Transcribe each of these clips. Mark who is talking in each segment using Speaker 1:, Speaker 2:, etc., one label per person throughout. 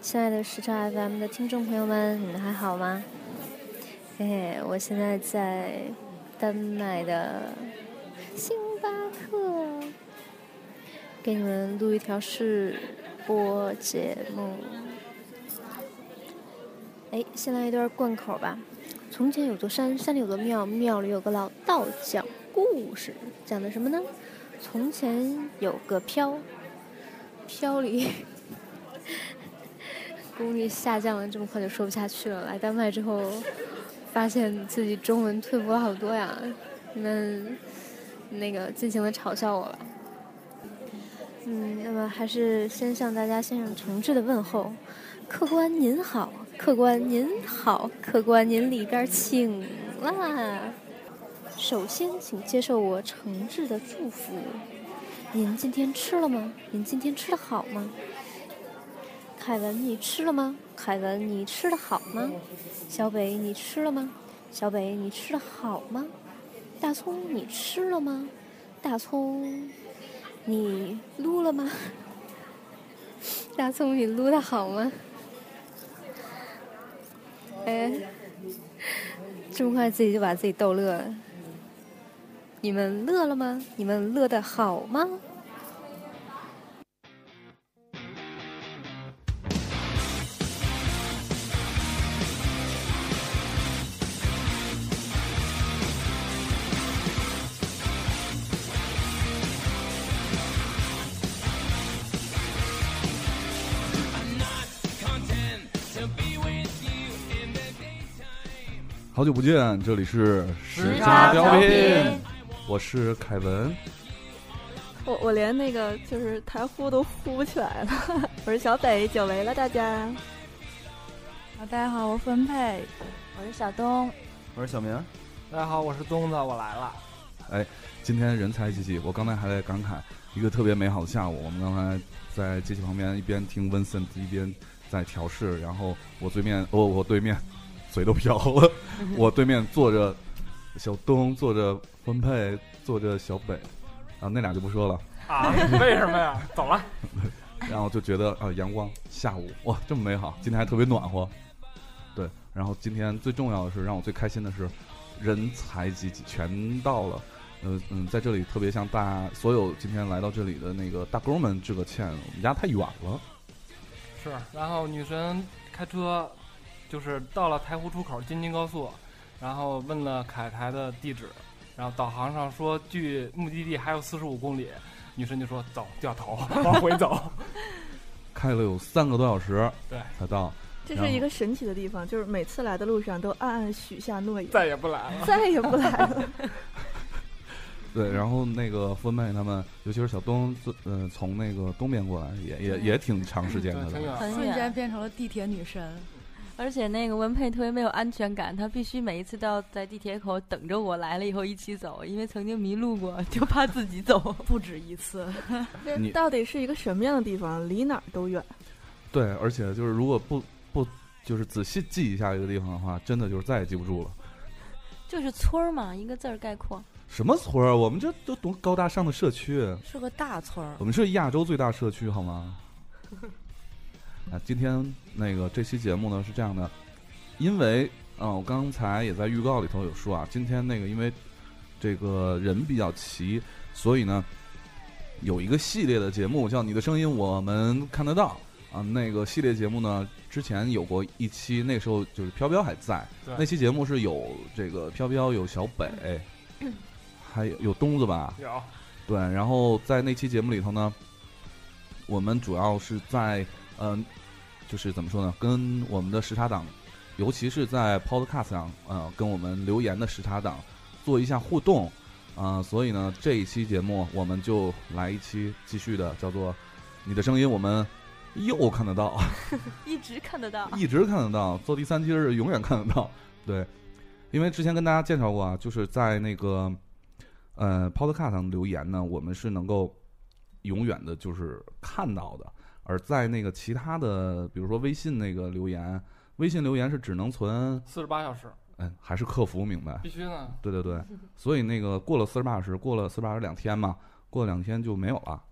Speaker 1: 亲爱的时差 FM 的听众朋友们，你们还好吗？嘿嘿，我现在在丹麦的星巴克，给你们录一条试播节目。哎，先来一段贯口吧。从前有座山，山里有座庙，庙里有个老道讲故事，讲的什么呢？从前有个飘，飘离功力下降了，这么快就说不下去了。来丹麦之后，发现自己中文退步了好多呀。你们那个尽情的嘲笑我吧。嗯，那么还是先向大家先生诚挚的问候，客官您好，客官您好，客官您里边请啦。首先，请接受我诚挚的祝福。您今天吃了吗？您今天吃的好吗？凯文，你吃了吗？凯文，你吃的好吗？小北，你吃了吗？小北，你吃的好吗？大葱，你吃了吗？大葱，你撸了吗？ 大葱，你撸的好吗？哎，这么快自己就把自己逗乐了。你们乐了吗？你们乐的好吗？
Speaker 2: 好久不见，这里是时
Speaker 3: 差
Speaker 2: 标
Speaker 3: 调
Speaker 2: 兵
Speaker 3: 频，
Speaker 2: 我是凯文。
Speaker 3: 我我连那个就是台呼都呼不起来了。我是小北，久违了大家。
Speaker 4: 好，大家好，我是分配，
Speaker 5: 我是小东，
Speaker 2: 我是小明，
Speaker 6: 大家好，我是东子，我来了。
Speaker 2: 哎今天人才济济，我刚才还在感慨一个特别美好的下午。我们刚才在机器旁边一边听 Vincent 一边在调试，然后我对面 哦，我对面嘴都瓢了，我对面坐着小东，坐着分配，坐着小北，啊，那俩就不说了。
Speaker 6: 啊？为什么呀？走了。
Speaker 2: 然后就觉得啊、呃阳光下午哇，这么美好，今天还特别暖和。对，然后今天最重要的是，让我最开心的是，人才济济，全到了。呃嗯，在这里特别向大所有今天来到这里的那个大哥们致个歉，我们家太远了。
Speaker 6: 是，然后女神开车，就是到了台湖出口京津高速，然后问了凯凯的地址，然后导航上说距目的地还有四十五公里，女神就说走，掉头， 往回走。
Speaker 2: 开了有三个多小时，
Speaker 6: 对，
Speaker 2: 才到。
Speaker 3: 这
Speaker 2: 然
Speaker 3: 是
Speaker 2: 后
Speaker 3: 一个神奇的地方，就是每次来的路上都暗暗许下诺言，
Speaker 6: 再也不来了。
Speaker 3: 再也不来 了。
Speaker 2: 对，然后那个分妹他们，尤其是小东，呃，从那个东边过来，也也也挺长时间
Speaker 6: 嗯对，
Speaker 2: 的
Speaker 6: 挺
Speaker 2: 了。
Speaker 6: 远。
Speaker 5: 很
Speaker 4: 瞬间
Speaker 5: 远，
Speaker 4: 变成了地铁女神。
Speaker 5: 啊而且那个文佩特别没有安全感，他必须每一次都要在地铁口等着我来了以后一起走，因为曾经迷路过，就怕自己走。
Speaker 4: 不止一次，
Speaker 2: 你
Speaker 3: 这到底是一个什么样的地方？离哪儿都 远。
Speaker 2: 对，而且就是如果不不就是仔细记一下一个地方的话，真的就是再也记不住了。
Speaker 5: 就是村儿嘛，一个字儿概括。
Speaker 2: 什么村儿？我们这都多高大上的社区，
Speaker 4: 是个大
Speaker 5: 嗯
Speaker 4: 村儿
Speaker 2: 我，们是亚洲最大社区，好吗？ 啊，今天那个这期节目呢是这样的，因为啊、我刚才也在预告里头有说啊，今天那个因为这个人比较齐，所以呢有一个系列的节目叫《你的声音我们看得到》啊，那个系列节目呢之前有过一期，那时候就是飘飘还在，
Speaker 6: 对
Speaker 2: 那期节目是有这个飘飘有小北，还有有东子吧，
Speaker 6: 有
Speaker 2: 对，然后在那期节目里头呢，我们主要是在呃，就是怎么说呢，跟我们的时差党，尤其是在 Podcast 上，呃，跟我们留言的时差党做一下互动，啊，所以呢，这一期节目我们就来一期继续的，叫做“你的声音我们又看得到”。
Speaker 5: 一直看得到，
Speaker 2: 一直看得到，做第三期是永远看得到。对，因为之前跟大家介绍过啊，就是在那个呃 Podcast 上留言呢，我们是能够永远的就是看到的，而在那个其他的，比如说微信那个留言，微信留言是只能存，
Speaker 6: 四十八小时，
Speaker 2: 嗯，还是客服明白？
Speaker 6: 必须呢。
Speaker 2: 对 对对，所以那个过了四十八小时，过了四十八小时两天嘛，过了两天就没有了。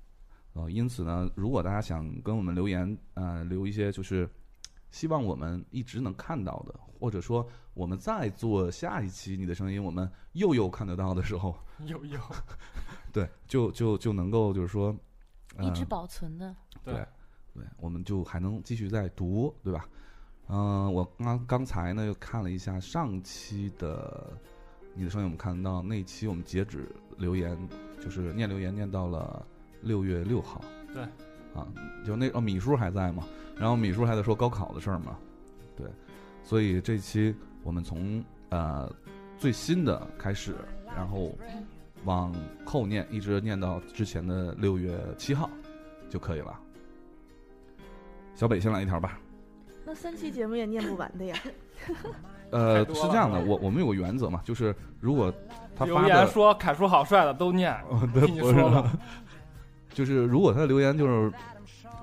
Speaker 2: 呃，因此呢，如果大家想跟我们留言，呃，留一些就是希望我们一直能看到的，或者说我们再做下一期你的声音，我们又又看得到的时候，
Speaker 6: 有有，
Speaker 2: 对，就就就能够就是说，呃、
Speaker 5: 一直保存的。
Speaker 2: 对对，我们就还能继续再读，对吧？嗯、我刚刚才呢又看了一下上期的你的声音，我们看到那期我们截止留言，就是念留言念到了六月六号。
Speaker 6: 对，
Speaker 2: 啊，就那哦，米叔还在嘛？然后米叔还在说高考的事儿嘛？对，所以这期我们从呃最新的开始，然后往后念，一直念到之前的六月七号就可以了。小北先来一条吧。
Speaker 7: 那三期节目也念不完 的呀。
Speaker 2: 呃
Speaker 6: 太，多
Speaker 2: 是
Speaker 6: 了嗯
Speaker 2: 这样的，我我们有个原则嘛，就是如果他
Speaker 6: 留
Speaker 2: 发
Speaker 6: 言
Speaker 2: 的，哦
Speaker 6: 说凯叔好帅的都念，
Speaker 2: 对
Speaker 6: 听 你
Speaker 2: 不是
Speaker 6: 说吧，
Speaker 2: 就是如果他的留言就是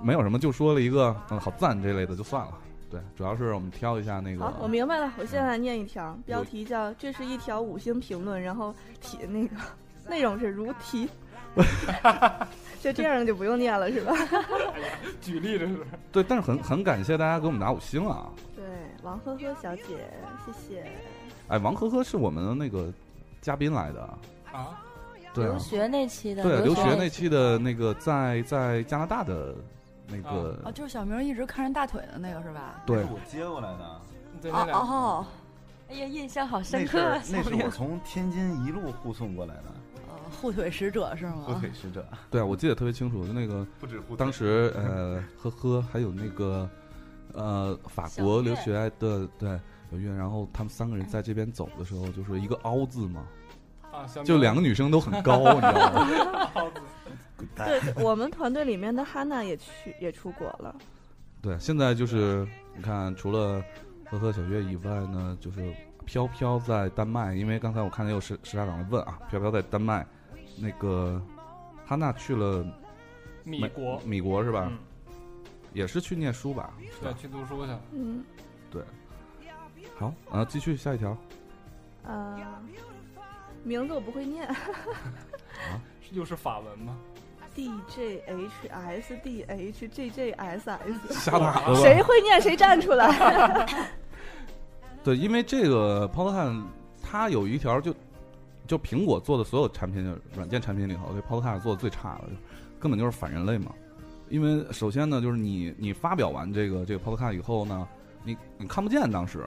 Speaker 2: 没有什么，就说了一个嗯好赞这类的就算了。对，主要是我们挑一下那
Speaker 7: 好，我
Speaker 2: 个，嗯
Speaker 7: 明白了，我现在念一条，标题叫“这是一条五星评论”，然后题那个内容是如 题，就这样就不用念 了是吧？
Speaker 6: 举例这是。
Speaker 2: 对，但是很很感谢大家给我们打五星啊！
Speaker 7: 对，王呵呵小姐，谢谢。
Speaker 2: 哎，王呵呵是我们的那个嘉宾来的，
Speaker 6: 啊，
Speaker 2: 对啊
Speaker 5: 留，学那期的，
Speaker 2: 对，留学那
Speaker 5: 期
Speaker 2: 期的那个在在加拿大的那
Speaker 6: 啊
Speaker 4: 哦，
Speaker 2: 个，
Speaker 4: 就是小明一直看人大腿的那个是吧？
Speaker 2: 对
Speaker 8: 那是我接过来的。
Speaker 6: 对那
Speaker 4: 哦
Speaker 6: 俩
Speaker 4: 哦
Speaker 5: 哎呀，印象好
Speaker 8: 那是
Speaker 5: 深刻啊。
Speaker 8: 那是
Speaker 5: 小明
Speaker 8: 我从天津一路护送过来的，
Speaker 4: 哦，护腿使者是
Speaker 8: 护
Speaker 4: 吗？
Speaker 8: 腿使者，
Speaker 2: 啊 对，啊我记得特别清楚，就那个
Speaker 8: 不止护
Speaker 2: 当时呃，呵呵，还有那个呃，法
Speaker 5: 小
Speaker 2: 国留
Speaker 5: 月
Speaker 2: 学的对有月，然后他们三个人在这边走的时候，就是一个凹字嘛，
Speaker 6: 啊，小
Speaker 2: 就
Speaker 6: 明
Speaker 2: 两个女生都很 高，你知道吗？
Speaker 8: 滚蛋，
Speaker 7: 对我们团队里面的哈娜也去也出国了，
Speaker 2: 对，现在就是你看，除了呵呵小月以外呢，就是飘飘在丹麦，因为刚才我看见有石石大港问啊，飘飘在丹麦，那个哈娜去了
Speaker 6: 米国，
Speaker 2: 米国是吧？
Speaker 6: 嗯，
Speaker 2: 也是去念书吧？是
Speaker 6: 对，
Speaker 2: 吧
Speaker 6: 去读书去了。
Speaker 7: 嗯，
Speaker 2: 好啊，继续下一条。
Speaker 7: 呃，名字我不会念
Speaker 6: 是又是法文吗？
Speaker 7: ，D J H S D H J J S S，
Speaker 2: 瞎啊打 的吧？
Speaker 7: 谁会念谁站出来。
Speaker 2: 对，因为这个 Podcast 它有一条就就苹果做的所有产品软件产品里头，这 Podcast 做的最差的，就根本就是反人类嘛。因为首先呢，就是你你发表完这个这个 Podcast 以后呢，你你看不见当时，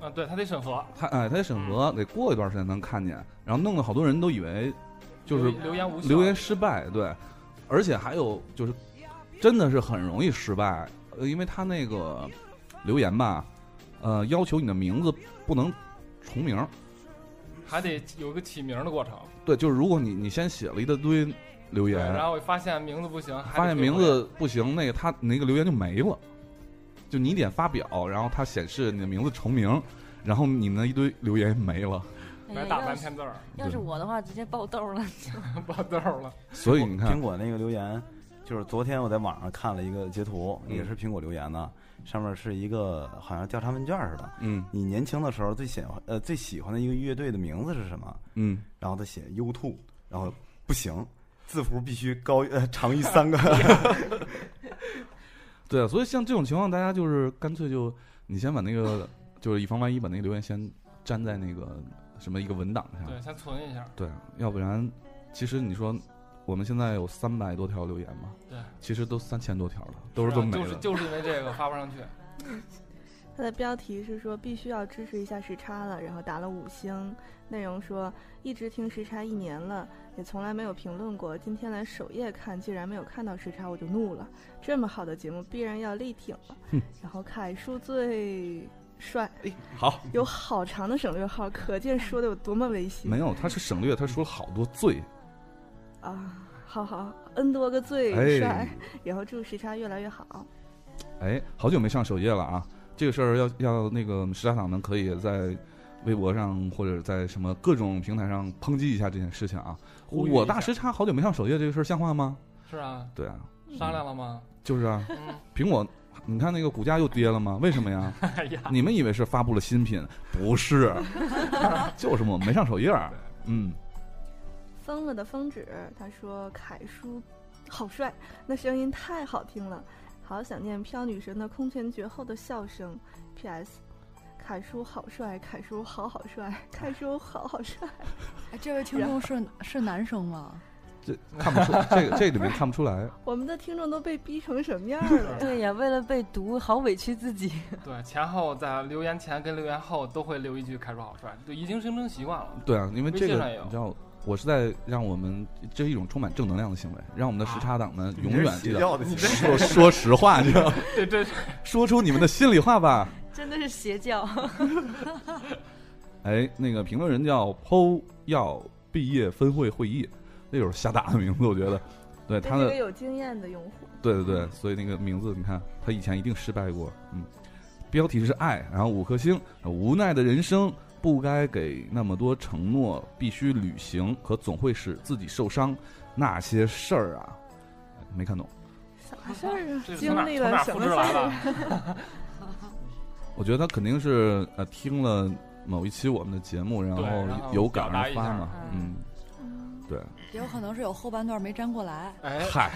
Speaker 6: 啊，对他得审核，
Speaker 2: 它哎它得审核，
Speaker 6: 嗯
Speaker 2: 得过一段时间能看见，然后弄得好多人都以为就是
Speaker 6: 留留言无效，
Speaker 2: 留言失败，对，而且还有就是真的是很容易失败，呃，因为他那个留言吧，呃，要求你的名字不能重名儿。
Speaker 6: 还得有一个起名的过程。
Speaker 2: 对，就是如果你你先写了一大堆留
Speaker 6: 对，
Speaker 2: 言，
Speaker 6: 然后我发现名字不行，还得
Speaker 2: 嗯发现
Speaker 6: 退
Speaker 2: 名
Speaker 6: 回
Speaker 2: 字不行，那个他那个留言就没了。就你点发表，然后它显示你的名字重名，然后你那一堆留言没了。
Speaker 5: 哎
Speaker 6: 白
Speaker 5: 呀
Speaker 6: 打
Speaker 5: 要
Speaker 6: 半嗯
Speaker 5: 是
Speaker 6: 天字儿，
Speaker 5: 要是我的话，直接爆痘了。
Speaker 6: 爆痘儿了。
Speaker 2: 所以你看
Speaker 8: 苹，果那个留言，就是昨天我在网上看了一个截图，
Speaker 2: 嗯
Speaker 8: 也是苹果留言的，上面是一个好像调查问卷似的。
Speaker 2: 嗯
Speaker 8: 你年轻的时候最喜欢呃最喜欢的一个乐队的名字是什么？
Speaker 2: 嗯，
Speaker 8: 然后他写 U t 然后不行，字符必须高呃长于三个。
Speaker 2: 对，啊所以像这种情况，大家就是干脆就你先把那个，就是以防万一，把那个留言先粘在那个什么一个文档上。
Speaker 6: 对，先存一下。
Speaker 2: 对，啊要不然，其实你说我们现在有三百多条留言嘛，
Speaker 6: 对，
Speaker 2: 其实都三千多条了，都是
Speaker 6: 啊
Speaker 2: 都没
Speaker 6: 就是
Speaker 2: 了。
Speaker 6: 就是因为这个发不上去。
Speaker 7: 它的标题是说必须要支持一下时差了，然后打了五星。内容说一直听时差一年了，也从来没有评论过。今天来首页看，竟然没有看到时差，我就怒了。这么好的节目，必然要力挺了。然后凯叔最帅，
Speaker 2: 好，
Speaker 7: 有哎好长的省略号，可见说的有多么违心
Speaker 2: 没有，他是省略，他说了好多罪，
Speaker 7: 啊！好好，n 多个最帅。
Speaker 2: 哎
Speaker 7: 然后祝时差越来越好。
Speaker 2: 哎，好久没上首页了啊！这个事儿要要那个时差党们可以在微博上或者在什么各种平台上抨击一下这件事情啊。
Speaker 6: 呼吁一
Speaker 2: 我大
Speaker 6: 下
Speaker 2: 时差好久没上首页这个事儿像话吗？
Speaker 6: 是啊，
Speaker 2: 对啊，
Speaker 6: 商量了吗？
Speaker 2: 就是啊，
Speaker 6: 嗯，
Speaker 2: 苹果，你看那个股价又跌了吗？为什么 呀？
Speaker 6: 哎呀，
Speaker 2: 你们以为是发布了新品？不是，就是我们没上首页儿。嗯，
Speaker 7: 疯了的疯纸，他说凯叔好帅，那声音太好听了，好想念飘女神的空前绝后的笑声。P.S. 凯叔好帅，凯叔好好帅， 凯叔好好帅。
Speaker 4: 哎，这位听众是是男生吗？
Speaker 2: 这看不出，这个这里面看不出来。
Speaker 7: 我们的听众都被逼成什么样 了？
Speaker 5: 对呀，为了被读，好委屈自己。
Speaker 6: 对，前后在留言前跟留言后都会留一句“凯叔好帅”，就已经形成习惯了。
Speaker 2: 对啊，因为这
Speaker 6: 微信
Speaker 2: 个
Speaker 6: 上也有
Speaker 2: 你知道，我是在让我们这是一种充满正能量的行为，让我们的时差党们永远记得
Speaker 8: 要的，啊你这
Speaker 2: 说说实话，你知 道吗，
Speaker 6: 这这
Speaker 2: 说出你们的心里话吧。
Speaker 5: 真的是邪教。
Speaker 2: 哎，那个评论人叫剖要毕业分会会议，那就是瞎打的名字，我觉得。对
Speaker 7: 对
Speaker 2: 他
Speaker 7: 这
Speaker 2: 的
Speaker 7: 个有经验的用户，
Speaker 2: 对对
Speaker 6: 嗯
Speaker 2: 对，所以那个名字，你看他以前一定失败过。嗯，标题是爱，然后五颗星。无奈的人生不该给那么多承诺，必须履行，可总会使自己受伤。那些事儿啊，没看懂。
Speaker 7: 啥事儿啊
Speaker 6: 这？是从哪
Speaker 7: 经历
Speaker 6: 从
Speaker 7: 了
Speaker 6: 哪
Speaker 7: 什
Speaker 6: 复
Speaker 7: 么
Speaker 6: 制
Speaker 7: 事
Speaker 6: 来
Speaker 7: 儿
Speaker 6: 的
Speaker 7: 啊？？
Speaker 2: 我觉得他肯定是呃听了某一期我们的节目，然
Speaker 6: 对然
Speaker 2: 后
Speaker 6: 后
Speaker 2: 有感而
Speaker 6: 表
Speaker 2: 发
Speaker 6: 达
Speaker 2: 嘛
Speaker 6: 一下。
Speaker 2: 嗯，对，
Speaker 4: 也有可能是有后半段没粘过来。
Speaker 6: 哎，
Speaker 2: 嗨，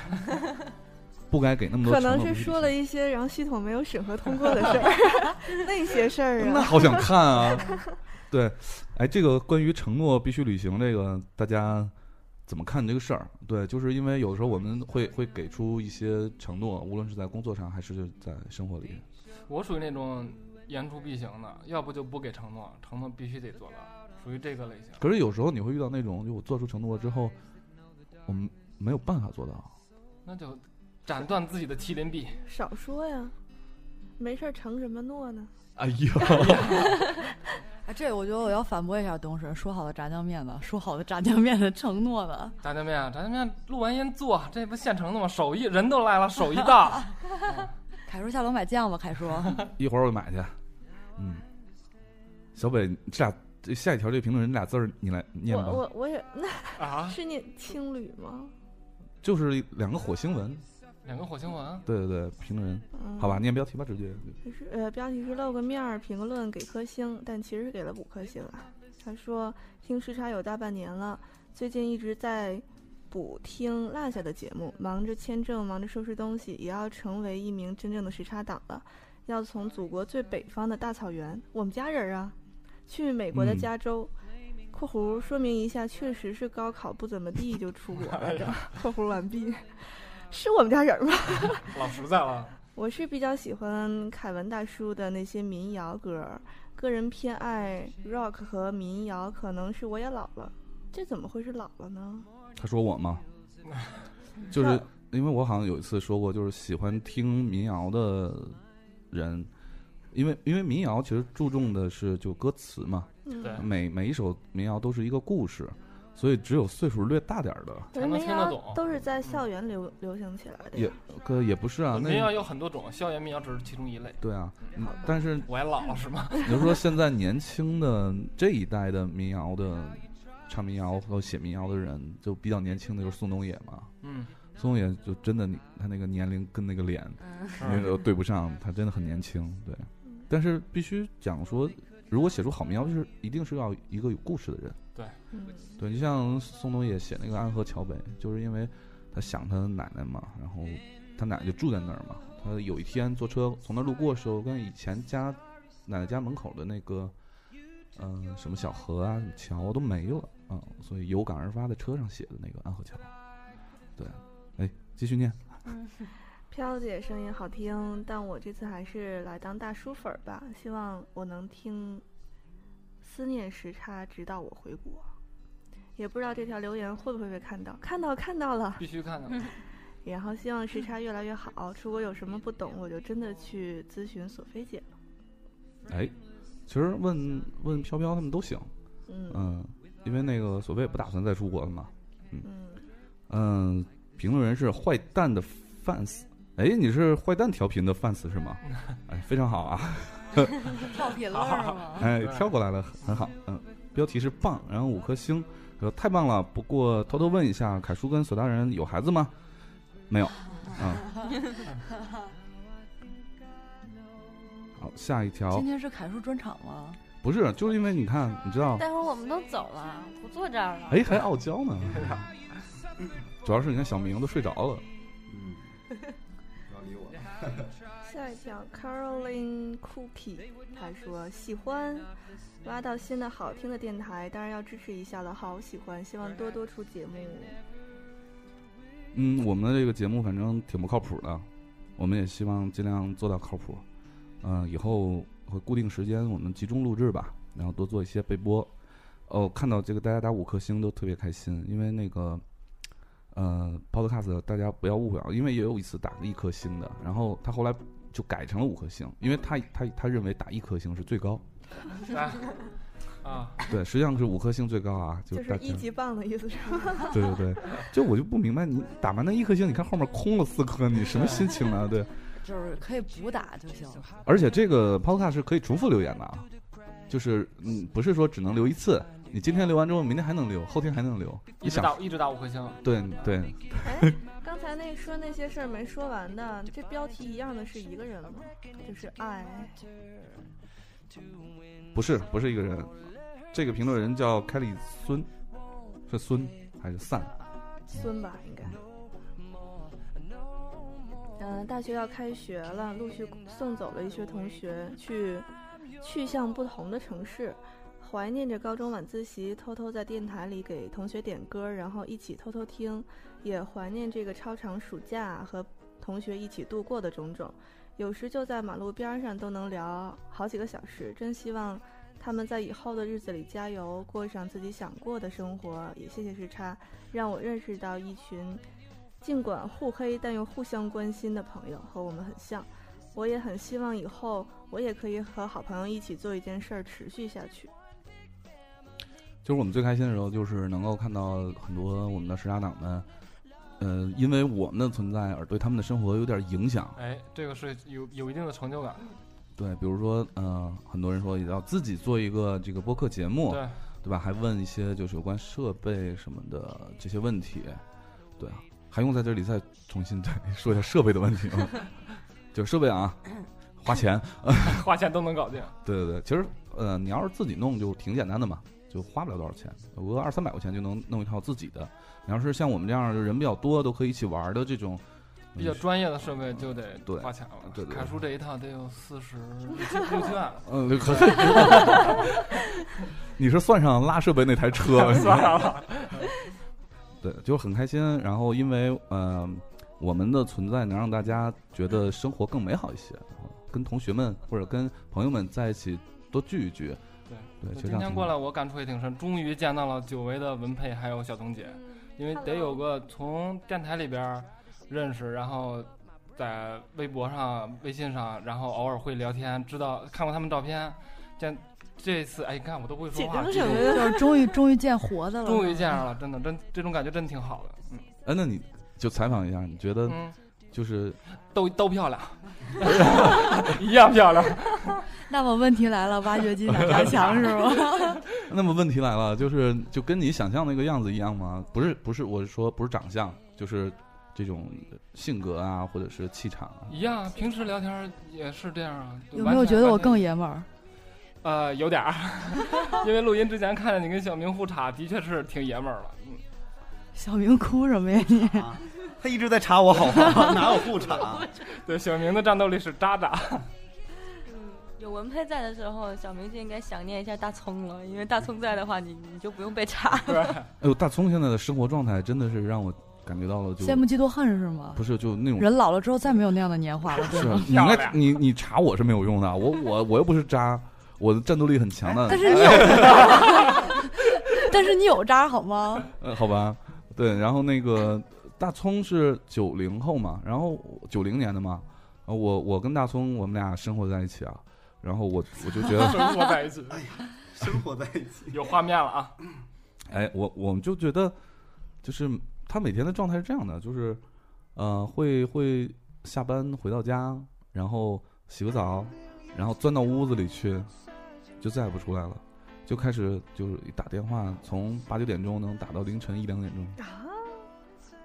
Speaker 2: 不该给那么多
Speaker 7: 可
Speaker 2: 承诺。
Speaker 7: 能是说了一些然后系统没有审核通过的事儿， 那些事儿
Speaker 2: 那
Speaker 7: 啊。
Speaker 2: 好想看啊！对，哎，这个关于承诺必须履行这个，大家怎么看这个事儿？对，就是因为有时候我们会会给出一些承诺，无论是在工作上还是在生活里。
Speaker 6: 我属于那种言出必行的，要不就不给承诺，承诺必须得做到，属于这个类型。
Speaker 2: 可是有时候你会遇到那种，就我做出承诺之后，我们没有办法做到。
Speaker 6: 那就斩断自己的麒麟臂。
Speaker 7: 少说呀，没事儿承什么诺呢？
Speaker 2: 哎呀，
Speaker 4: 哎，这我觉得我要反驳一下东神，说好的炸酱面呢？说好的炸酱面的承诺呢？
Speaker 6: 炸酱面，炸酱面录完音做，这不现成的吗？手艺人都来了， 手艺到。
Speaker 4: 凯叔下楼买酱吧，凯叔。
Speaker 2: 一会儿我就买去。嗯，小北，这俩这下一条这评论人俩字儿你来念
Speaker 7: 我
Speaker 2: 吧，
Speaker 7: 我我也那
Speaker 6: 啊，
Speaker 7: 是念青旅吗？
Speaker 2: 就是两个火星文。
Speaker 6: 两个火星文，
Speaker 2: 对对对，评论人，
Speaker 7: 嗯，
Speaker 2: 好吧，。念标题吧，直接。
Speaker 7: 是呃，标题是露个面儿，评论给颗星，但其实给了五颗星啊。他说听时差有大半年了，最近一直在补听落下的节目，忙着签证，忙着收拾东西，也要成为一名真正的时差党了。要从祖国最北方的大草原，我们家人儿啊，去美国的
Speaker 2: 嗯
Speaker 7: 加州。括弧说明一下，确实是高考不怎么地就出国了的。 括弧完毕，是我们家人儿吗？
Speaker 6: 老实在了。
Speaker 7: 我是比较喜欢凯文大叔的那些民谣歌儿，个人偏爱 rock 和民谣，可能是我也老了。这怎么会是老了呢？
Speaker 2: 他说我吗？就是因为我好像有一次说过，就是喜欢听民谣的人，因为因为民谣其实注重的是就歌词嘛，
Speaker 7: 嗯
Speaker 6: 对，
Speaker 2: 每每一首民谣都是一个故事，所以只有岁数略大点儿的，
Speaker 6: 才
Speaker 7: 可是
Speaker 6: 能
Speaker 7: 民
Speaker 6: 听得
Speaker 7: 谣
Speaker 6: 懂嗯
Speaker 7: 都是在校园流、流行起来的
Speaker 2: 也
Speaker 7: 呀。
Speaker 2: 可也不是啊，
Speaker 6: 民谣
Speaker 2: 那
Speaker 6: 有很多种，校园民谣只是其中一类。
Speaker 2: 对啊，嗯
Speaker 7: 好吧
Speaker 2: 但是
Speaker 6: 我也老了是吗？
Speaker 2: 你就说 现在年轻的这一代的民谣的唱民谣和写民谣的人，就比较年轻的就是宋冬野嘛，
Speaker 6: 嗯，
Speaker 2: 宋冬野就真的你他那个年龄跟那个脸
Speaker 5: 嗯，
Speaker 6: 是
Speaker 2: 那个对不上，他真的很年轻，对。但是必须讲说，如果写出好民谣，就是一定是要一个有故事的人。
Speaker 7: 嗯，
Speaker 2: 对，就像宋冬野写那个《安河桥北》，就是因为他想他奶奶嘛，然后他奶奶就住在那儿嘛。他有一天坐车从那儿路过的时候，跟以前家奶奶家门口的那个，嗯、什么小河啊、什么桥都没了啊、所以有感而发，在车上写的那个《安河桥》。对，哎，继续念。
Speaker 7: 飘姐声音好听，但我这次还是来当大叔粉儿吧。希望我能听《思念时差》，直到我回国。也不知道这条留言会不会被看到，看到看到了。
Speaker 6: 必须看看。
Speaker 7: 然后希望时差越来越好。出国有什么不懂，我就真的去咨询索菲姐了。
Speaker 2: 哎，其实问问飘飘他们都行，
Speaker 7: 嗯
Speaker 2: 嗯，因为那个索菲也不打算再出国了嘛。
Speaker 7: 嗯，
Speaker 2: 嗯，评论人是坏蛋的 fans，哎，你是坏蛋调频的 fans 是吗？哎，非常好啊，
Speaker 4: 跳频了 是吗？
Speaker 2: 哎，跳过来了，很好。嗯，标题是棒，然后五颗星，说太棒了。不过偷偷问一下，凯叔跟索大人有孩子吗？没有，啊、好，下一条
Speaker 4: 今天是凯叔专场吗？
Speaker 2: 不是，就是因为你看，你知道，哎
Speaker 5: 待会儿我们都走了，不坐这儿了。嗯
Speaker 2: 哎，还傲娇呢。主要是你看小明都睡着了，
Speaker 8: 嗯，不要理 我。
Speaker 7: 下一条，Caroline Cookie，她说喜欢挖到新的好听的电台，当然要支持一下了，好喜欢，希望多多出节目。
Speaker 2: 嗯，我们的这个节目反正挺不靠谱的，我们也希望尽量做到靠谱。嗯、以后会固定时间我们集中录制吧，然后多做一些备播。哦，看到这个大家打五颗星都特别开心，因为那个呃 Podcast 大家不要误会啊，因为也有一次打了一颗星的，然后他后来就改成了五颗星，因为他他他认为打一颗星是最高，
Speaker 6: 啊啊，
Speaker 2: 对，实际上是五颗星最高啊，就
Speaker 7: 就是
Speaker 2: 大
Speaker 7: 一
Speaker 2: 家。
Speaker 7: 级棒的意思是 吗？
Speaker 2: 对对对，就我就不明白，你打完那一颗星，你看后面空了四颗，你什么心情啊？对，
Speaker 4: 就是可以补打就行。
Speaker 2: 而且这个 Podcast 是可以重复留言的啊，就是嗯，不是说只能留一次，你今天留完之后，明天还能留，后天还能留，
Speaker 6: 一
Speaker 2: 你
Speaker 6: 直
Speaker 2: 想
Speaker 6: 打一直打五颗星，
Speaker 2: 对对，
Speaker 7: 哎， 刚才那说那些事儿没说完的，这标题一样的是一个人吗？就是爱，
Speaker 2: 不是不是一个人，这个评论人叫凯里孙，是孙还是散？
Speaker 7: 孙吧应该。嗯、大学要开学了，陆续送走了一些同学，去去向不同的城市。怀念着高中晚自习，偷偷在电台里给同学点歌，然后一起偷偷听，也怀念这个超长暑假和同学一起度过的种种。有时就在马路边儿上都能聊好几个小时，真希望他们在以后的日子里加油，过上自己想过的生活。也谢谢时差，让我认识到一群尽管互黑但又互相关心的朋友，和我们很像。我也很希望以后我也可以和好朋友一起做一件事儿，持续下去。
Speaker 2: 就是我们最开心的时候，就是能够看到很多我们的时差党们，呃，因为我们的存在而对他们的生活有点影响。
Speaker 6: 哎，这个是有有一定的成 就感，
Speaker 2: 对，比如说，呃，很多人说也要自己做一个这个播客节目，
Speaker 6: 对，
Speaker 2: 对吧？还问一些就是有关设备什么的这些问题，对啊，还用在这里再重新 再说一下设备的问题吗？就是设备啊，花钱，
Speaker 6: 花钱都能搞定。
Speaker 2: 对对对，其实呃，你要是自己弄就挺简单的嘛，就花不了多少钱，有个二三百块钱就能弄一套自己的。你要是像我们这样的人比较多，都可以一起玩的这种，
Speaker 6: 比较专业的设备就得
Speaker 2: 嗯对
Speaker 6: 花钱了。
Speaker 2: 对对对
Speaker 6: 凯叔这一趟得有四十六七万，
Speaker 2: 嗯， 可以。 你是算上拉设备那台 车，
Speaker 6: 算了。
Speaker 2: 对，就很开心。然后因为呃，我们的存在能让大家觉得生活更美好一些，然后跟同学们或者跟朋友们在一起多聚一聚。对
Speaker 6: 对
Speaker 2: 就这
Speaker 6: 今
Speaker 2: 样
Speaker 6: 天
Speaker 2: 挺
Speaker 6: 过
Speaker 2: 好
Speaker 6: 来我感触也挺深，终于见到了久违的文佩还有小彤姐，
Speaker 3: 嗯
Speaker 6: 因为得有个从电台里边儿认识，然后在微博上、微信上，然后偶尔会聊天，知道看过他们照片，见这次哎，你看我都不会说话，
Speaker 3: 紧张
Speaker 6: 激动
Speaker 3: 什么呀
Speaker 4: 就是 终于终于见活的了，
Speaker 6: 终于见上了，真的真这种感觉真挺好的，嗯
Speaker 2: 哎，那你就采访一下，你觉得
Speaker 6: 嗯，
Speaker 2: 就是
Speaker 6: 都都漂亮， 一样 漂亮。
Speaker 4: 那么问题来了，挖掘机哪家强是吗？
Speaker 2: 那么问题来了，就是就跟你想象那个样子一样吗？不是，不是，我是说不是长相，就是这种性格啊，或者是气场啊。
Speaker 6: 一样啊，平时聊天儿也是这样啊。就
Speaker 4: 有
Speaker 6: 完
Speaker 4: 没有
Speaker 6: 全
Speaker 4: 觉得
Speaker 6: 完
Speaker 4: 我
Speaker 6: 全
Speaker 4: 更爷们儿？
Speaker 6: 呃有点儿？ 因为录音之前看见你跟小明互查，的确是挺爷们儿了。嗯，
Speaker 4: 小明哭什么呀？你
Speaker 8: 啊，他一直在查我好吗？ 哪有不查？
Speaker 6: 对，小明的战斗力是渣渣。
Speaker 5: 有文佩在的时候，小明就应该想念一下大葱了，因为大葱在的话，你你就不用被查。
Speaker 6: 对，，
Speaker 2: 哎呦，大葱现在的生活状态真的是让我感觉到了就，
Speaker 4: 羡慕嫉妒恨是吗
Speaker 2: 不？是就那种
Speaker 4: 人老了之后再没有那样的年华了，对
Speaker 2: 是
Speaker 4: 吗？
Speaker 2: 你应该你你查我是没有用的，啊我我我又不是渣，我的战斗力很强的。哎
Speaker 4: 但是你有， 但是你有渣好吗？
Speaker 2: 呃，好吧，对，然后那个大葱是九零后嘛，然后九零年的嘛，呃我我跟大葱我们俩生活在一起啊，然后我我就觉得
Speaker 6: 生活在 一起，
Speaker 8: 哎生活在一起，嗯
Speaker 6: 有画面了啊。
Speaker 2: 哎，我我们就觉得，就是他每天的状态是这样的，就是呃，会会下班回到家，然后洗个澡，然后钻到屋子里去，就再也不出来了，就开始就是打电话，从八九点钟能打到凌晨一两点钟，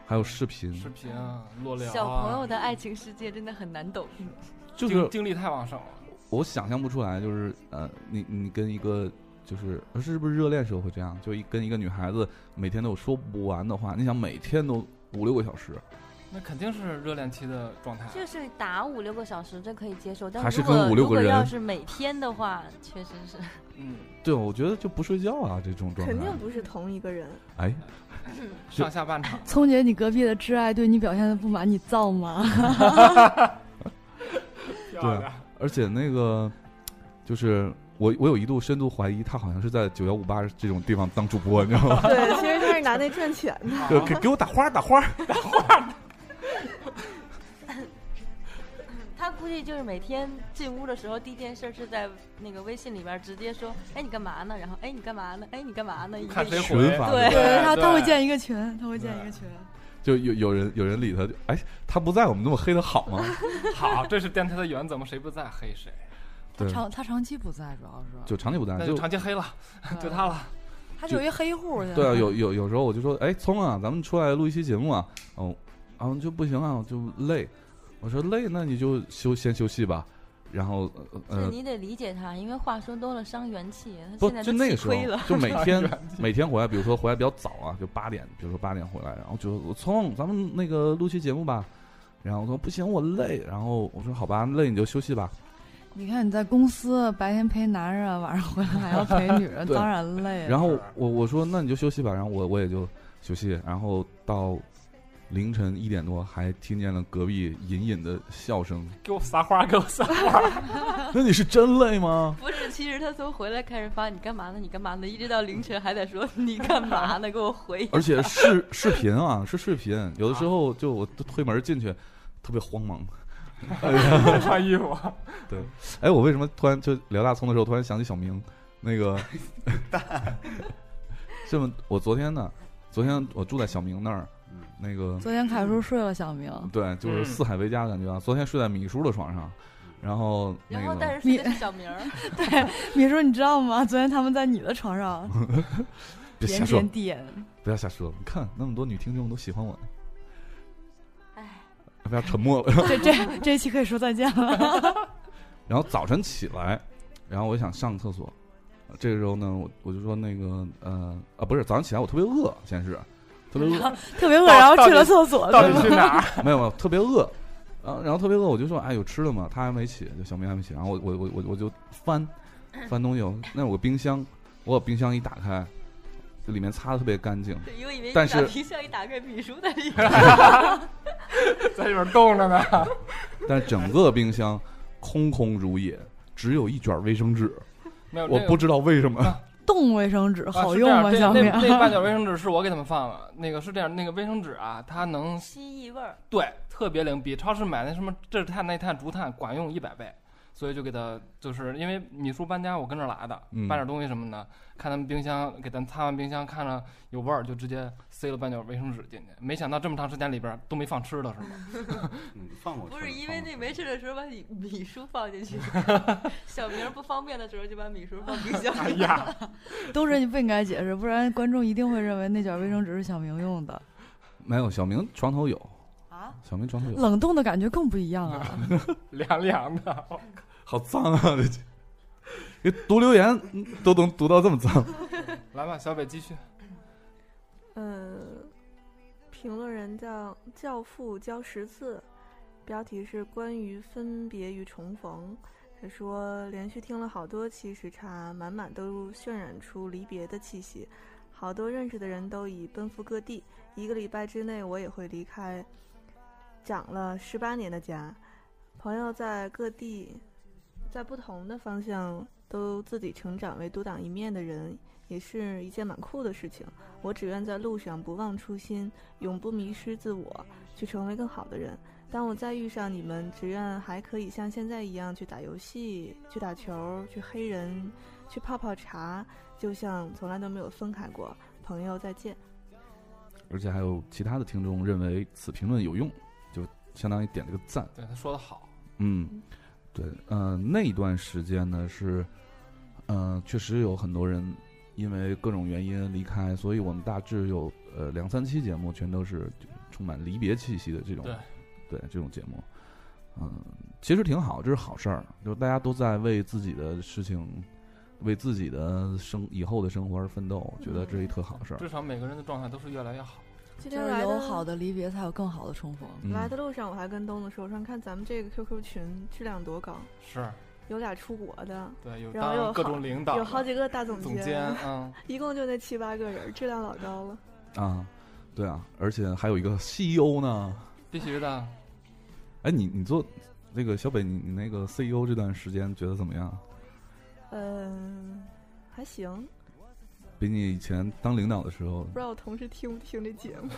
Speaker 2: 还有视频，
Speaker 6: 视频啊，裸聊啊，嗯
Speaker 5: 小朋友的爱情世界真的很难懂，
Speaker 2: 就
Speaker 6: 精
Speaker 2: 是
Speaker 6: 精力太旺盛了。
Speaker 2: 我想象不出来，就是呃，你你跟一个就是是不是热恋时候会这样？就一跟一个女孩子每天都有说不完的话，你想每天都五六个小时，
Speaker 6: 那肯定是热恋期的状态。
Speaker 5: 就是打五六个小时，这可以接受，但
Speaker 2: 还是
Speaker 5: 如果
Speaker 2: 跟五六
Speaker 5: 如
Speaker 2: 个
Speaker 5: 果要
Speaker 2: 人
Speaker 5: 是每天的话，确实是。
Speaker 6: 嗯，
Speaker 2: 对，我觉得就不睡觉啊这种状态
Speaker 7: 肯，定不是同一个人。
Speaker 2: 哎，
Speaker 6: 上下半场，
Speaker 4: 聪姐，你隔壁的挚爱对你表现的不满，你 造吗？
Speaker 6: 漂亮。
Speaker 2: 而且那个就是我我有一度深度怀疑他好像是在九幺五八这种地方当主播，你知道吗？
Speaker 7: 对，其实他是拿那赚钱的。
Speaker 2: 就给给我打花儿打花儿，
Speaker 5: 他估计就是每天进屋的时候，第一件事是在那个微信里边直接说：“哎，你干嘛呢？”然后“哎，你干嘛呢？哎，你干嘛呢？”一个
Speaker 6: 看谁
Speaker 5: 一
Speaker 6: 回
Speaker 2: 群
Speaker 6: 啊
Speaker 2: 发
Speaker 5: 对
Speaker 6: 对
Speaker 4: 他他会
Speaker 6: 对
Speaker 4: 建一个群，他会建一个群。
Speaker 2: 就有有人有人理他，就哎他不在我们那么黑的好吗？
Speaker 5: 嗯
Speaker 6: 好，这是电台的原则嘛，谁不在黑谁，
Speaker 2: 对，
Speaker 4: 长他长期不在，主要是
Speaker 2: 就长期不在
Speaker 6: 那
Speaker 2: 啊就
Speaker 6: 就长期黑了，
Speaker 5: 嗯
Speaker 6: 就他了。
Speaker 4: 他就一黑户去。
Speaker 2: 对啊，有有有时候我就说，哎，聪啊，咱们出来录一期节目啊，哦，啊就不行啊，我就累。我说累，那你就休先休息吧。然后
Speaker 5: 是
Speaker 2: 呃，
Speaker 5: 你得理解他，因为话说多了伤元气。
Speaker 2: 不
Speaker 5: 他现在
Speaker 2: 就
Speaker 5: 都
Speaker 2: 那个
Speaker 5: 气
Speaker 2: 时候
Speaker 5: 亏了，
Speaker 2: 就 每天每天回来，比如说回来比较早啊，就八点，比如说八点回来，然后就我聪，咱们那个录期节目吧。然后我说不行，我累。然后我说好吧，累你就休息吧。
Speaker 4: 你看你在公司白天陪男人，晚上回来还要陪女人，
Speaker 2: 对
Speaker 4: 当然累了。
Speaker 2: 然后
Speaker 6: 是
Speaker 2: 我我说那你就休息吧，然后我我也就休息，然后到凌晨一点多还听见了隔壁隐隐的笑 声。
Speaker 6: 给我撒花，给我撒花。
Speaker 2: 那你是真累吗？
Speaker 5: 不是，其实他从回来开始发你干嘛呢？你干嘛呢？一直到凌晨还在说你干嘛呢？给我回。
Speaker 2: 而且视视频啊，是视频，有的时候就我推门进去，特别慌 忙。
Speaker 6: 穿衣服，
Speaker 2: 哎，我为什么突然就聊大葱的时候，突然想起小明那个这么，我昨天呢，昨天我住在小明那儿，那个
Speaker 4: 昨天凯叔睡了，小明。
Speaker 2: 嗯对，就是
Speaker 6: 嗯
Speaker 2: 四海为家的感觉啊。昨天睡在米叔的床上，然后那
Speaker 5: 然
Speaker 2: 个
Speaker 5: 后，但是睡的是小 明儿，
Speaker 4: 米叔，你知道吗？昨天他们在你的 床上
Speaker 2: 别瞎
Speaker 4: 点
Speaker 2: 说
Speaker 4: 点，点，
Speaker 2: 不要瞎说！你看那么多女听众都喜欢我呢，
Speaker 5: 哎，
Speaker 2: 不要沉默 了。
Speaker 4: 这这这一期可以说再见了。
Speaker 2: 然后早晨起来，然后我想上厕所，呃这个时候呢，我我就说那个呃啊不是，早上起来我特别饿，先是 特别 饿，
Speaker 4: 特别饿，
Speaker 6: 到
Speaker 4: 然后
Speaker 6: 到
Speaker 4: 去了
Speaker 6: 底
Speaker 4: 厕所，
Speaker 6: 到
Speaker 4: 对
Speaker 6: 底
Speaker 4: 吗
Speaker 6: 去哪儿？
Speaker 2: 没有没有特别饿，然后然后特别饿，我就说哎有吃的吗？他还没起，就小明还没起，然后我我我我我就翻翻东西，我那有个冰箱，我把冰箱一打开，就里面擦的特别干净，
Speaker 5: 对，因 为以为你
Speaker 2: 但是
Speaker 5: 把冰箱一打开，米叔在里 边。
Speaker 6: 在里边冻着呢。
Speaker 2: 但是整个冰箱空空如也，只有一卷卫生纸，
Speaker 6: 没有，
Speaker 2: 我
Speaker 6: 这个
Speaker 2: 不知道为什么。
Speaker 4: 冻卫生纸
Speaker 6: 啊
Speaker 4: 好
Speaker 6: 是
Speaker 4: 用
Speaker 6: 这样
Speaker 4: 吗？
Speaker 6: 这
Speaker 4: 小
Speaker 6: 那
Speaker 4: 明，
Speaker 6: 那半 卷卫生纸是我给他们放的，那个是这样，那个卫生纸啊，它能
Speaker 5: 吸异味儿，
Speaker 6: 对特别灵，比超市买那什么这碳那碳竹炭管用一百倍。所以就给他，就是因为米叔搬家，我跟着来的，
Speaker 2: 嗯
Speaker 6: 搬点东西什么的，看他们冰箱，给咱擦完冰箱，看着有味儿，就直接塞了半卷卫生纸进去。没想到这么长时间里边都没放吃的，是吗？
Speaker 8: 嗯，放过
Speaker 5: 不
Speaker 8: 吃
Speaker 5: 是
Speaker 8: 的
Speaker 5: 因为
Speaker 8: 放过
Speaker 5: 那
Speaker 8: 吃
Speaker 5: 没
Speaker 8: 的
Speaker 5: 事的时候把米米叔放 进去，小明儿不方便的时候就把米叔放冰
Speaker 2: 哎
Speaker 5: 箱里。
Speaker 6: 呀，
Speaker 4: 都是你不应该解释，不然观众一定会认为那卷卫生纸是小明用的。
Speaker 2: 没有，小明床头有
Speaker 4: 啊，
Speaker 2: 小明床头有。
Speaker 4: 冷冻的感觉更不一样啊！
Speaker 6: 凉凉 的，
Speaker 2: 好脏啊！这这这读留言嗯都能读到这么脏，
Speaker 6: 来吧，小北继续。
Speaker 7: 嗯，评论人叫“教父教十次”，标题是关于分别与重逢。他说连续听了好多期时差，满满都渲染出离别的气息。好多认识的人都已奔赴各地，一个礼拜之内我也会离开长了十八年的家。朋友在各地，在不同的方向都自己成长为独当一面的人，也是一件蛮酷的事情。我只愿在路上不忘初心，永不迷失自我，去成为更好的人。当我再遇上你们，只愿还可以像现在一样去打游戏、去打球、去黑人、去泡泡茶，就像从来都没有分开过。朋友，再见。
Speaker 2: 而且还有其他的听众认为此评论有用，就相当于点了个赞。
Speaker 6: 对他说的好，
Speaker 2: 嗯，对，呃，那一段时间呢是，呃，确实有很多人因为各种原因离开，所以我们大致有呃两三期节目全都是充满离别气息的这种，
Speaker 6: 对
Speaker 2: 对这种节目，嗯、其实挺好，这是好事儿，就是大家都在为自己的事情。为自己的生以后的生活而奋斗，我觉得这是一特好事儿。
Speaker 6: 至少每个人的状态都是越来越好。
Speaker 7: 今
Speaker 4: 就
Speaker 7: 天
Speaker 4: 是
Speaker 7: 来
Speaker 4: 有
Speaker 7: 的
Speaker 4: 好的离别，才有更好的重逢。
Speaker 2: 嗯
Speaker 7: 来的路上，我还跟东子说，我说你看咱们这个 QQ 群质量多高，
Speaker 6: 是
Speaker 7: 有俩出国的，
Speaker 6: 对，有
Speaker 7: 然后
Speaker 6: 当
Speaker 7: 又
Speaker 6: 各
Speaker 7: 好
Speaker 6: 种领导
Speaker 7: 有好几个大总
Speaker 6: 总监，嗯，
Speaker 7: 一共就那七八个人，质量老高了。
Speaker 2: 啊，对啊，而且还有一个 CEO 呢。
Speaker 6: 必须的。
Speaker 2: 哎，你你做那个小北，你你那个 CEO 这段时间觉得怎么样？
Speaker 7: 嗯，还行，
Speaker 2: 比你以前当领导的时候
Speaker 7: 不知道我同事听不听这节目。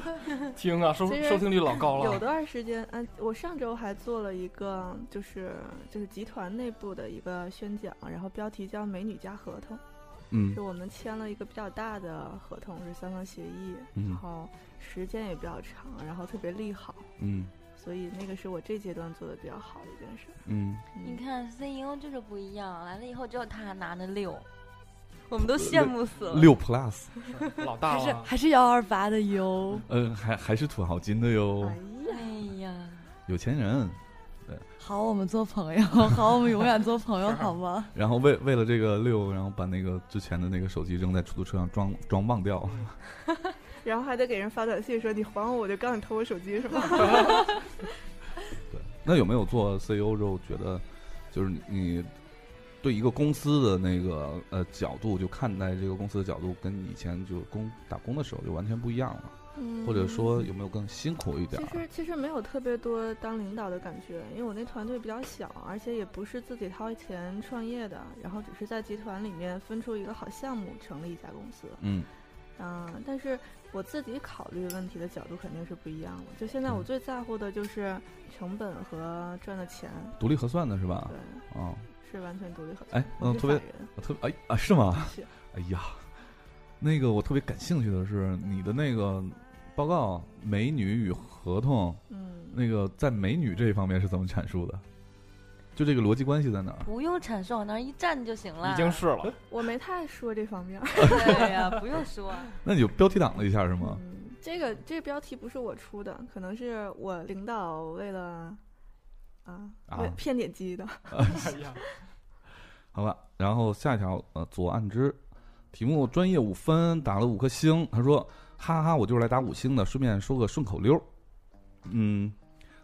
Speaker 6: 听啊，收
Speaker 7: 其实
Speaker 6: 收听率老高
Speaker 7: 有
Speaker 6: 了，
Speaker 7: 段时间，嗯，我上周还做了一个，就是就是集团内部的一个宣讲，然后标题叫“美女加合同”，
Speaker 2: 嗯
Speaker 7: 就我们签了一个比较大的合同，是三方协议，
Speaker 2: 嗯
Speaker 7: 然后时间也比较长，然后特别利好，
Speaker 2: 嗯
Speaker 7: 所以那个是我这阶段做的比较好的一件事。
Speaker 2: 嗯，
Speaker 5: 你
Speaker 7: 嗯，
Speaker 5: 看 CEO 就是不一样，来了以后只有他拿着六，我们都羡慕死
Speaker 7: 呃
Speaker 5: 了。
Speaker 2: 呃六 plus，
Speaker 6: 老啊大
Speaker 4: 还是
Speaker 6: 了。
Speaker 4: 还是幺二八的哟，
Speaker 2: 嗯，还还是土豪金的哟
Speaker 7: 哎，呀，
Speaker 5: 哎呀，
Speaker 2: 有钱人。
Speaker 4: 好，我们做朋友，好，我们永远做朋
Speaker 6: 啊
Speaker 4: 友，好吗？
Speaker 2: 然后为为了这个六，然后把那个之前的那个手机扔在出租车上装装忘掉。
Speaker 7: 嗯然后还得给人发短信说你还我，我就告诉你偷我手机是吗？
Speaker 2: 对， 那有没有做 CEO 之后觉得，就是你你对一个公司的那个呃角度，就看待这个公司的角度，跟你以前就工打工的时候就完全不一样了，
Speaker 7: 嗯
Speaker 2: 或者说有没有更辛苦一点
Speaker 7: 其
Speaker 2: 儿？
Speaker 7: 实其实没有特别多当领导的感觉，因为我那团队比较小，而且也不是自己掏钱创业的，然后只是在集团里面分出一个好项目，成立一家公司。
Speaker 2: 嗯
Speaker 7: 嗯、但是我自己考虑问题的角度肯定是不一样的。就现在我
Speaker 2: 嗯
Speaker 7: 最在乎的就是成本和赚的钱，
Speaker 2: 独立核算的是吧
Speaker 7: 对？，
Speaker 2: 啊，
Speaker 7: 是完全独立核算。
Speaker 2: 哎，嗯，
Speaker 7: 我是
Speaker 2: 特别
Speaker 7: 法人
Speaker 2: 我特别哎啊是吗？
Speaker 7: 是
Speaker 2: 哎呀，那个我特别感兴趣的是你的那个报告《美女与合同》，
Speaker 7: 嗯，
Speaker 2: 那个在美女这一方面是怎么阐述的？就这个逻辑关系在哪儿？
Speaker 5: 不用阐述，往那儿一站就行了。
Speaker 6: 已经是了，
Speaker 7: 我没太说这方面。
Speaker 5: 对呀、不用说。
Speaker 2: 那你就标题党了一下是吗？
Speaker 7: 嗯，这个这个标题不是我出的，可能是我领导为了啊
Speaker 2: 啊
Speaker 7: 为骗 点击的。
Speaker 6: 哎呀，
Speaker 2: 好吧，然后下一条，呃，左岸之，题目专业五分，打了五颗星。他说：“哈哈，我就是来打五星的，顺便说个顺口溜。”嗯，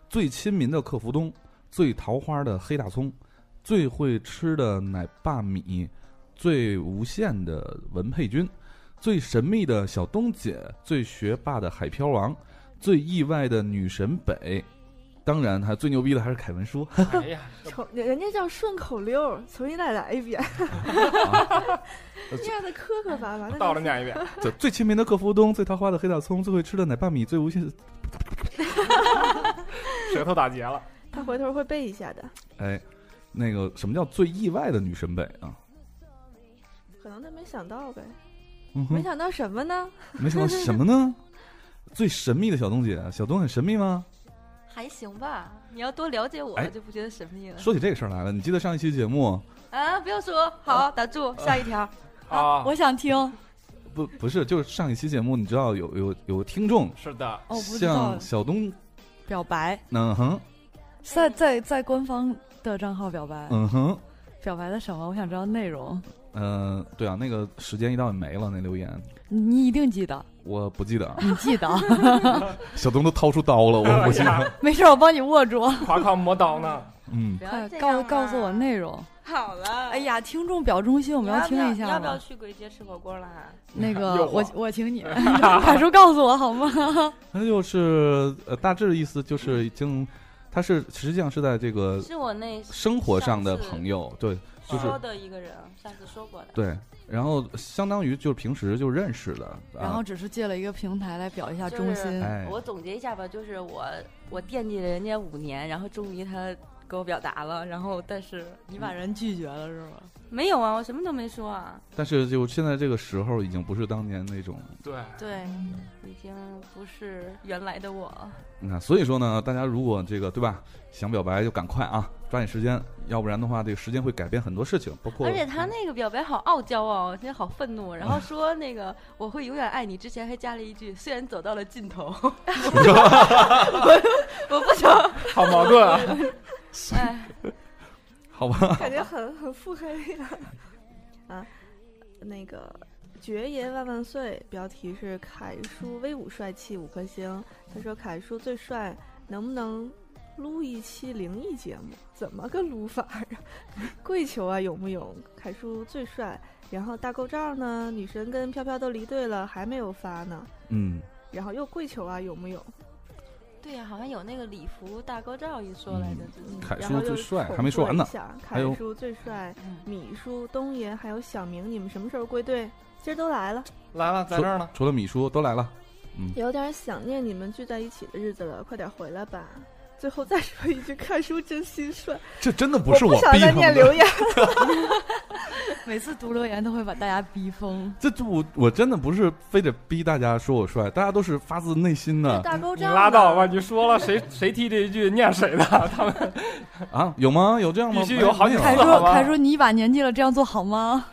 Speaker 2: 最亲民的客服东，最桃花的黑大葱，最会吃的奶爸米，最无限的文佩君，最神秘的小东姐，最学霸的海漂王，最意外的女神北。当然，还最牛逼的还是凯文叔。
Speaker 6: 哎呀，
Speaker 7: 瞅人人家叫顺口溜，重新再来一 遍，念的磕磕巴 巴。那
Speaker 6: 倒
Speaker 7: 就
Speaker 6: 着念一遍，
Speaker 2: 就最亲民的客服东，最桃花的黑大葱，最会吃的 奶爸米，最无限。
Speaker 6: 舌头打结了。
Speaker 7: 他回头会背一下的，
Speaker 2: 哎，那个什么叫最意外的女神北啊？
Speaker 7: 可能他没想到呗。
Speaker 2: 嗯
Speaker 7: 没
Speaker 2: 哼，
Speaker 7: 想到什么呢？
Speaker 2: 没想到什么呢？最神秘的小东姐，小东很神秘吗？
Speaker 5: 还行吧，你要多了解我，
Speaker 2: 哎
Speaker 5: 就不觉得神秘了
Speaker 2: 说起这个事儿来了，你记得上一期节目
Speaker 5: 啊！不要说，好，打
Speaker 2: 呃
Speaker 5: 住，下一条。
Speaker 6: 啊，
Speaker 4: 我想听。
Speaker 2: 不？不是，就是上一期节目，你知道有有有听众
Speaker 6: 是的，
Speaker 4: 哦，不知道
Speaker 2: 向小东，
Speaker 4: 表白，
Speaker 2: 嗯哼，
Speaker 4: 在在在官方的账号表白，
Speaker 2: 嗯哼，
Speaker 4: 表白了什么？我想知道内容。
Speaker 2: 呃，对啊，那个时间一到也没了，那留言
Speaker 4: 你一定记得，
Speaker 2: 我不记得啊，
Speaker 4: 你记得，
Speaker 2: 小东都掏出刀了，我
Speaker 6: 哎
Speaker 2: 不记得，
Speaker 6: 呀
Speaker 4: 没事，我帮你握住。
Speaker 6: 夸夸磨刀 呢，
Speaker 2: 嗯，
Speaker 5: 不要
Speaker 4: 快
Speaker 5: 这样
Speaker 4: 告
Speaker 5: 嘛
Speaker 4: 告诉我。内容。
Speaker 5: 好了，
Speaker 4: 哎，呀，听众表忠心，我
Speaker 5: 我
Speaker 4: 们听一
Speaker 5: 你要
Speaker 4: 下
Speaker 5: 不要
Speaker 6: 啊
Speaker 4: 吧。
Speaker 5: 去簋街吃火锅啦？
Speaker 4: 那 个
Speaker 6: 诱惑
Speaker 4: 我我请你，凯叔告诉我好吗？
Speaker 6: 啊
Speaker 2: 那就是呃，大致的意思就是已经，他是实际上是在这个
Speaker 5: 是我那哦
Speaker 2: 生活上的朋友，对，就是
Speaker 5: 说的一个人，上次说过的。
Speaker 2: 对，然后相当于就是平时就认识的，
Speaker 4: 然后
Speaker 2: 啊、
Speaker 4: 只是借了一个平台来表一下
Speaker 5: 就
Speaker 4: 忠
Speaker 5: 是
Speaker 4: 心。
Speaker 2: 哎，
Speaker 5: 我总结一下吧，就是我我惦记了人家五年，然后终于他给我表达了，然后但是
Speaker 4: 你把人拒绝了是吗？
Speaker 5: 没有啊，我什么都没说啊。
Speaker 2: 但是就现在这个时候已经不是当年那种，
Speaker 6: 对，
Speaker 5: 对，嗯已经不是原来的我。
Speaker 2: 那所以说呢，大家如果这个对吧，想表白就赶快啊，抓紧时间，要不然的话，这个时间会改变很多事情，包括
Speaker 5: 而且
Speaker 6: 嗯
Speaker 5: 他那个表白好傲娇哦，真的好愤怒。然后说那个我会永远爱你，之前还加了一句虽然走到了尽头， 我我不想
Speaker 6: 好矛盾 啊，
Speaker 5: 哎，
Speaker 2: 好吧，
Speaker 7: 感觉很很腹黑呀。啊，那个爵爷万万岁！标题是凯叔威武帅气五颗星。他说凯叔最帅，能不能撸一期灵异节目？怎么个撸法 儿啊？跪求啊，勇不勇？凯叔最帅。然后大够照呢？女神跟飘飘都离队了，还没有发呢。
Speaker 2: 嗯，
Speaker 7: 然后又跪求啊，勇不勇？
Speaker 5: 对呀、好像有那个礼服大高照一说来
Speaker 6: 嗯
Speaker 5: 着，最近
Speaker 2: 凯
Speaker 7: 嗯然
Speaker 2: 叔
Speaker 7: 后
Speaker 2: 最
Speaker 7: 又
Speaker 2: 帅，
Speaker 7: 重
Speaker 2: 还没说
Speaker 7: 复
Speaker 2: 完
Speaker 7: 一
Speaker 2: 呢。
Speaker 7: 下
Speaker 2: 还有
Speaker 7: 凯叔最帅，米叔、东爷还有小明，你们什么时候归队？今儿都来了，
Speaker 6: 来了，在这儿呢。
Speaker 2: 除了米叔都来了，
Speaker 7: 有点想念你们聚在一起的日子了，快点回来吧。最后再说一句，看书真心帅，
Speaker 2: 这真的不是
Speaker 7: 不
Speaker 2: 我
Speaker 7: 想
Speaker 2: 逼
Speaker 7: 再
Speaker 2: 他们
Speaker 7: 念留
Speaker 2: 的，
Speaker 7: 言。
Speaker 4: 每次读留言都会把大家逼疯。
Speaker 2: 这这我我真的不是非得逼大家说我帅，大家都是发自内心的
Speaker 7: 大沟
Speaker 6: 嗯你
Speaker 7: 照
Speaker 6: 拉倒吧！
Speaker 7: 呢，
Speaker 6: 你说了谁谁踢这一句念谁的？他们
Speaker 2: 啊，有吗？有这样吗？
Speaker 6: 必须有好几
Speaker 2: 没
Speaker 6: 次
Speaker 4: 凯
Speaker 2: 有啊
Speaker 4: 叔
Speaker 6: 好，吧
Speaker 4: 凯叔，你一把年纪了，这样做好吗？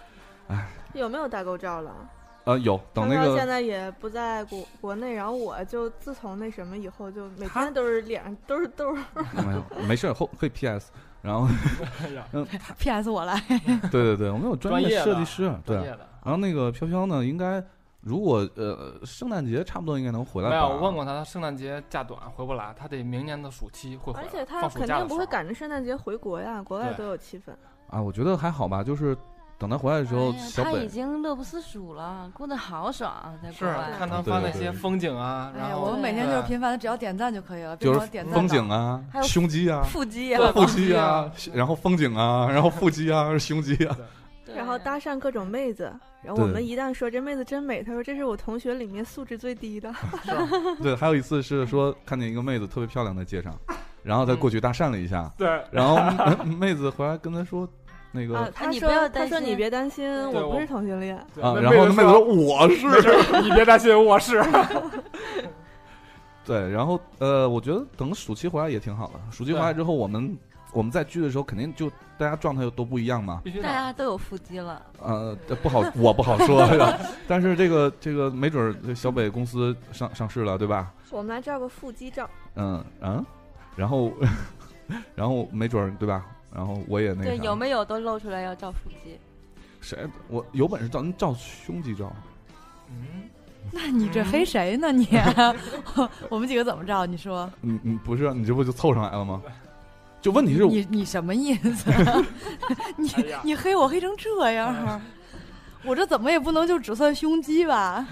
Speaker 7: 有没有大沟照了？
Speaker 2: 呃，有等那
Speaker 7: 飘飘现
Speaker 2: 个
Speaker 7: 在也不在国国内，然后我就自从那什么以后，就每
Speaker 6: 他
Speaker 7: 天都是脸上都是痘儿。
Speaker 2: 没有没事儿后可以 PS，然 后嗯
Speaker 6: 哎呀
Speaker 4: PS 我来，
Speaker 2: 对对对，我们有专业
Speaker 6: 专业的
Speaker 2: 设计师，对
Speaker 6: 专
Speaker 2: 啊
Speaker 6: 业，的。
Speaker 2: 然后那个飘飘呢，应该如果呃圣诞节差不多应该能回来
Speaker 6: 没
Speaker 2: 吧？
Speaker 6: 有，我问过他，他圣诞节假短回不来，他得明年的暑期会回来。
Speaker 7: 而且他
Speaker 6: 放暑
Speaker 7: 肯
Speaker 6: 假
Speaker 7: 定
Speaker 6: 的
Speaker 7: 不
Speaker 6: 时
Speaker 7: 会
Speaker 6: 候
Speaker 7: 赶着圣诞节回国呀，国外
Speaker 6: 对
Speaker 7: 都有气氛。
Speaker 2: 啊，我觉得还好吧，就是等他回来的时候，
Speaker 5: 哎呀
Speaker 2: 小
Speaker 5: 他
Speaker 2: 北
Speaker 5: 已经乐不思蜀了，过得好爽，啊在
Speaker 6: 是
Speaker 5: 国外。
Speaker 6: 看他
Speaker 2: 对
Speaker 6: 发
Speaker 2: 对
Speaker 6: 那
Speaker 2: 对
Speaker 6: 些风景啊，
Speaker 4: 哎
Speaker 6: 然
Speaker 4: 呀，我
Speaker 6: 后
Speaker 4: 们每天就是
Speaker 6: 对
Speaker 4: 频繁的，只要点赞就可以了，别
Speaker 2: 就
Speaker 4: 给
Speaker 2: 是
Speaker 4: 我点赞
Speaker 2: 风景
Speaker 4: 党。
Speaker 2: 啊
Speaker 5: 还、有
Speaker 2: 胸肌啊、
Speaker 5: 腹肌啊
Speaker 6: 对，
Speaker 2: 腹肌
Speaker 6: 啊
Speaker 2: 啊，然后风景啊，然后腹肌啊、胸肌啊，
Speaker 5: 对
Speaker 7: 然后搭讪各种妹子，然后我
Speaker 2: 对
Speaker 7: 们一旦说这妹子真美，她说这是我同学里面素质最低的。
Speaker 2: 对，还有一次是说看见一个妹子特别漂亮在街上，然后再过去搭讪了一下，
Speaker 6: 对，
Speaker 2: 然后呃妹子回来跟他说那个
Speaker 7: 啊，
Speaker 5: 啊
Speaker 7: 她
Speaker 5: 你
Speaker 7: 说
Speaker 5: 不要
Speaker 7: 她
Speaker 5: 担
Speaker 7: 说你
Speaker 5: 心
Speaker 7: 别担心，
Speaker 6: 对
Speaker 7: 我不
Speaker 6: 我
Speaker 7: 是同性恋。
Speaker 6: 对
Speaker 2: 啊，
Speaker 6: 那
Speaker 2: 然后那妹子说
Speaker 6: 说
Speaker 2: 我是
Speaker 6: 没事儿，你别担心，我是。
Speaker 2: 对，然后呃，我觉得等暑期回来也挺好的，暑期回来之后我们。我们在聚的时候，肯定就大家状态又都不一样嘛。
Speaker 6: 必须
Speaker 5: 大
Speaker 6: 的，
Speaker 5: 家都有腹肌了，
Speaker 2: 呃，这不好，我不好说。 是吧但是这个这个，没准儿这小北公司上上市了，对吧？
Speaker 7: 我们来照个腹肌照，
Speaker 2: 嗯嗯，然后 然后没准儿对吧？然后我也那个
Speaker 5: 对，
Speaker 2: 啥
Speaker 5: 有没有都露出来要照腹 肌？
Speaker 2: 谁我有本事照您照胸肌照，
Speaker 6: 嗯，
Speaker 4: 那你这黑谁呢你？啊 我们几个怎么着？你说
Speaker 2: 你你不是你这不就凑上来了吗？就问题是
Speaker 4: 你你什么意思？ 你
Speaker 6: 哎呀
Speaker 4: 你黑我黑成这样， 我这怎么也不能就只算胸 肌吧？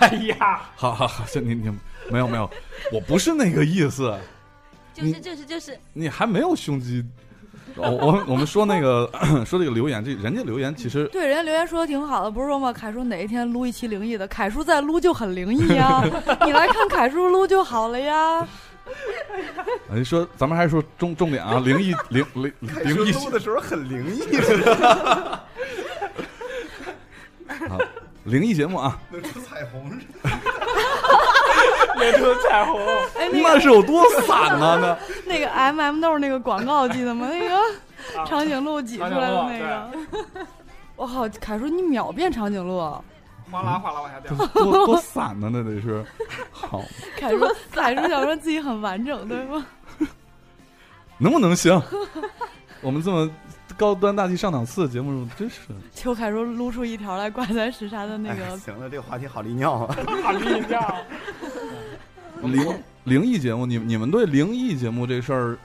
Speaker 6: 哎呀，
Speaker 2: 好好好，行，你你没有没有，我不是那个意思，
Speaker 5: 就是就是就是，
Speaker 2: 你还没有胸肌。我我我们说那个说这个留言，这人家留言其实
Speaker 4: 对，人家留言说的挺好的，不是说吗？凯叔哪一天撸一期灵异的，凯叔再撸就很灵异呀，你来看凯叔撸就好了呀。
Speaker 2: 人哎说咱们还是说重重点啊，灵异灵灵灵异
Speaker 8: 录的时候很灵异，
Speaker 2: 啊，灵异节目 啊，
Speaker 8: 能出彩虹是吧
Speaker 6: 那出彩虹，
Speaker 4: 哎，那
Speaker 2: 那
Speaker 4: 个
Speaker 2: 是有多散呢？那
Speaker 4: 那个 M、m 豆那个广告记得吗？那个
Speaker 6: 啊
Speaker 4: 长颈鹿挤出来的那
Speaker 6: 长
Speaker 4: 个。 我靠，凯叔你秒变长颈鹿！啊
Speaker 6: 哗啦哗啦往下掉。
Speaker 2: 多多散呢，那得是好。
Speaker 4: 凯叔，凯叔想说自己很完整，对吗？
Speaker 2: 能不能行？我们这么高端大气上档次的节目，真是
Speaker 4: 求凯叔撸出一条来挂在时差的那
Speaker 8: 哎
Speaker 4: 个。
Speaker 8: 行了，这个话题好利尿啊！
Speaker 6: 好厉害！啊
Speaker 2: 灵灵异节目。你你们对灵异节目这事儿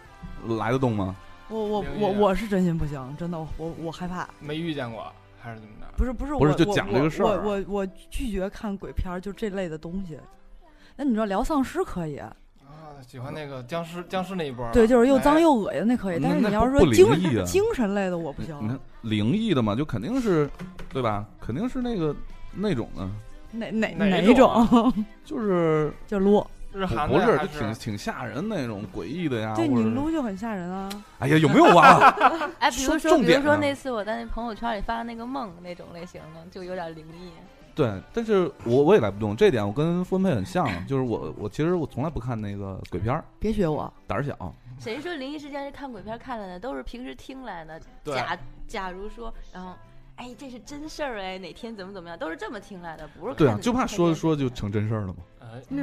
Speaker 2: 来得动吗？
Speaker 4: 我我
Speaker 6: 灵异
Speaker 4: 我
Speaker 6: 啊
Speaker 4: 我是真心不行，真的，我我我害怕。
Speaker 6: 没遇见过，还是怎么着？
Speaker 4: 不是不是我
Speaker 2: 不是就
Speaker 4: 我
Speaker 2: 讲这个事儿啊
Speaker 4: 我我我拒绝看鬼片儿，就这类的东西。那你知道聊丧尸可以，
Speaker 6: 啊，喜欢那个僵尸，僵尸那一波儿。
Speaker 4: 对，就是又脏
Speaker 6: 哎
Speaker 4: 又恶心的可以，
Speaker 2: 那
Speaker 4: 但
Speaker 2: 嗯
Speaker 4: 是
Speaker 2: 那
Speaker 4: 你要
Speaker 2: 不
Speaker 4: 是
Speaker 2: 不
Speaker 4: 说
Speaker 2: 灵
Speaker 4: 精
Speaker 2: 异啊嗯
Speaker 4: 神精神类的我不啊
Speaker 2: 你你
Speaker 4: 行
Speaker 2: 看，灵异的嘛，就肯定是，对吧？肯定是那个那种的，
Speaker 4: 哪哪
Speaker 6: 哪
Speaker 4: 一
Speaker 6: 种啊
Speaker 4: 种
Speaker 2: 就是
Speaker 4: 就撸，
Speaker 6: 日
Speaker 2: 不
Speaker 6: 韩
Speaker 2: 不
Speaker 6: 的
Speaker 2: 是
Speaker 6: 还
Speaker 2: 就挺挺吓人那种诡异的呀。
Speaker 4: 对
Speaker 2: 啊或
Speaker 4: 你
Speaker 2: 者是
Speaker 4: 撸就很吓人啊。
Speaker 2: 哎呀，有没有啊？
Speaker 5: 哎，比
Speaker 2: 说
Speaker 5: 如说
Speaker 2: 重
Speaker 5: 比如
Speaker 2: 点
Speaker 5: 说
Speaker 2: 呢
Speaker 5: 那次我在那朋友圈里发的那个梦那种类型的，就有点灵异。
Speaker 2: 对，但是我我也来不动，这点我跟分配很像，啊就是我我其实我从来不看那个鬼片儿，
Speaker 4: 别学我，
Speaker 2: 胆儿小。
Speaker 5: 谁说灵异事件是看鬼片看来的？都是平时听来的。
Speaker 6: 对
Speaker 5: 假假如说，然后，哎，这是真事儿哎，哪天怎么怎么样，都是这么听来的，不是看
Speaker 2: 对啊，
Speaker 5: 的
Speaker 2: 就怕
Speaker 5: 看
Speaker 2: 说着
Speaker 5: 电视嗯
Speaker 2: 说嗯着就成真事儿了嘛。
Speaker 6: 哎，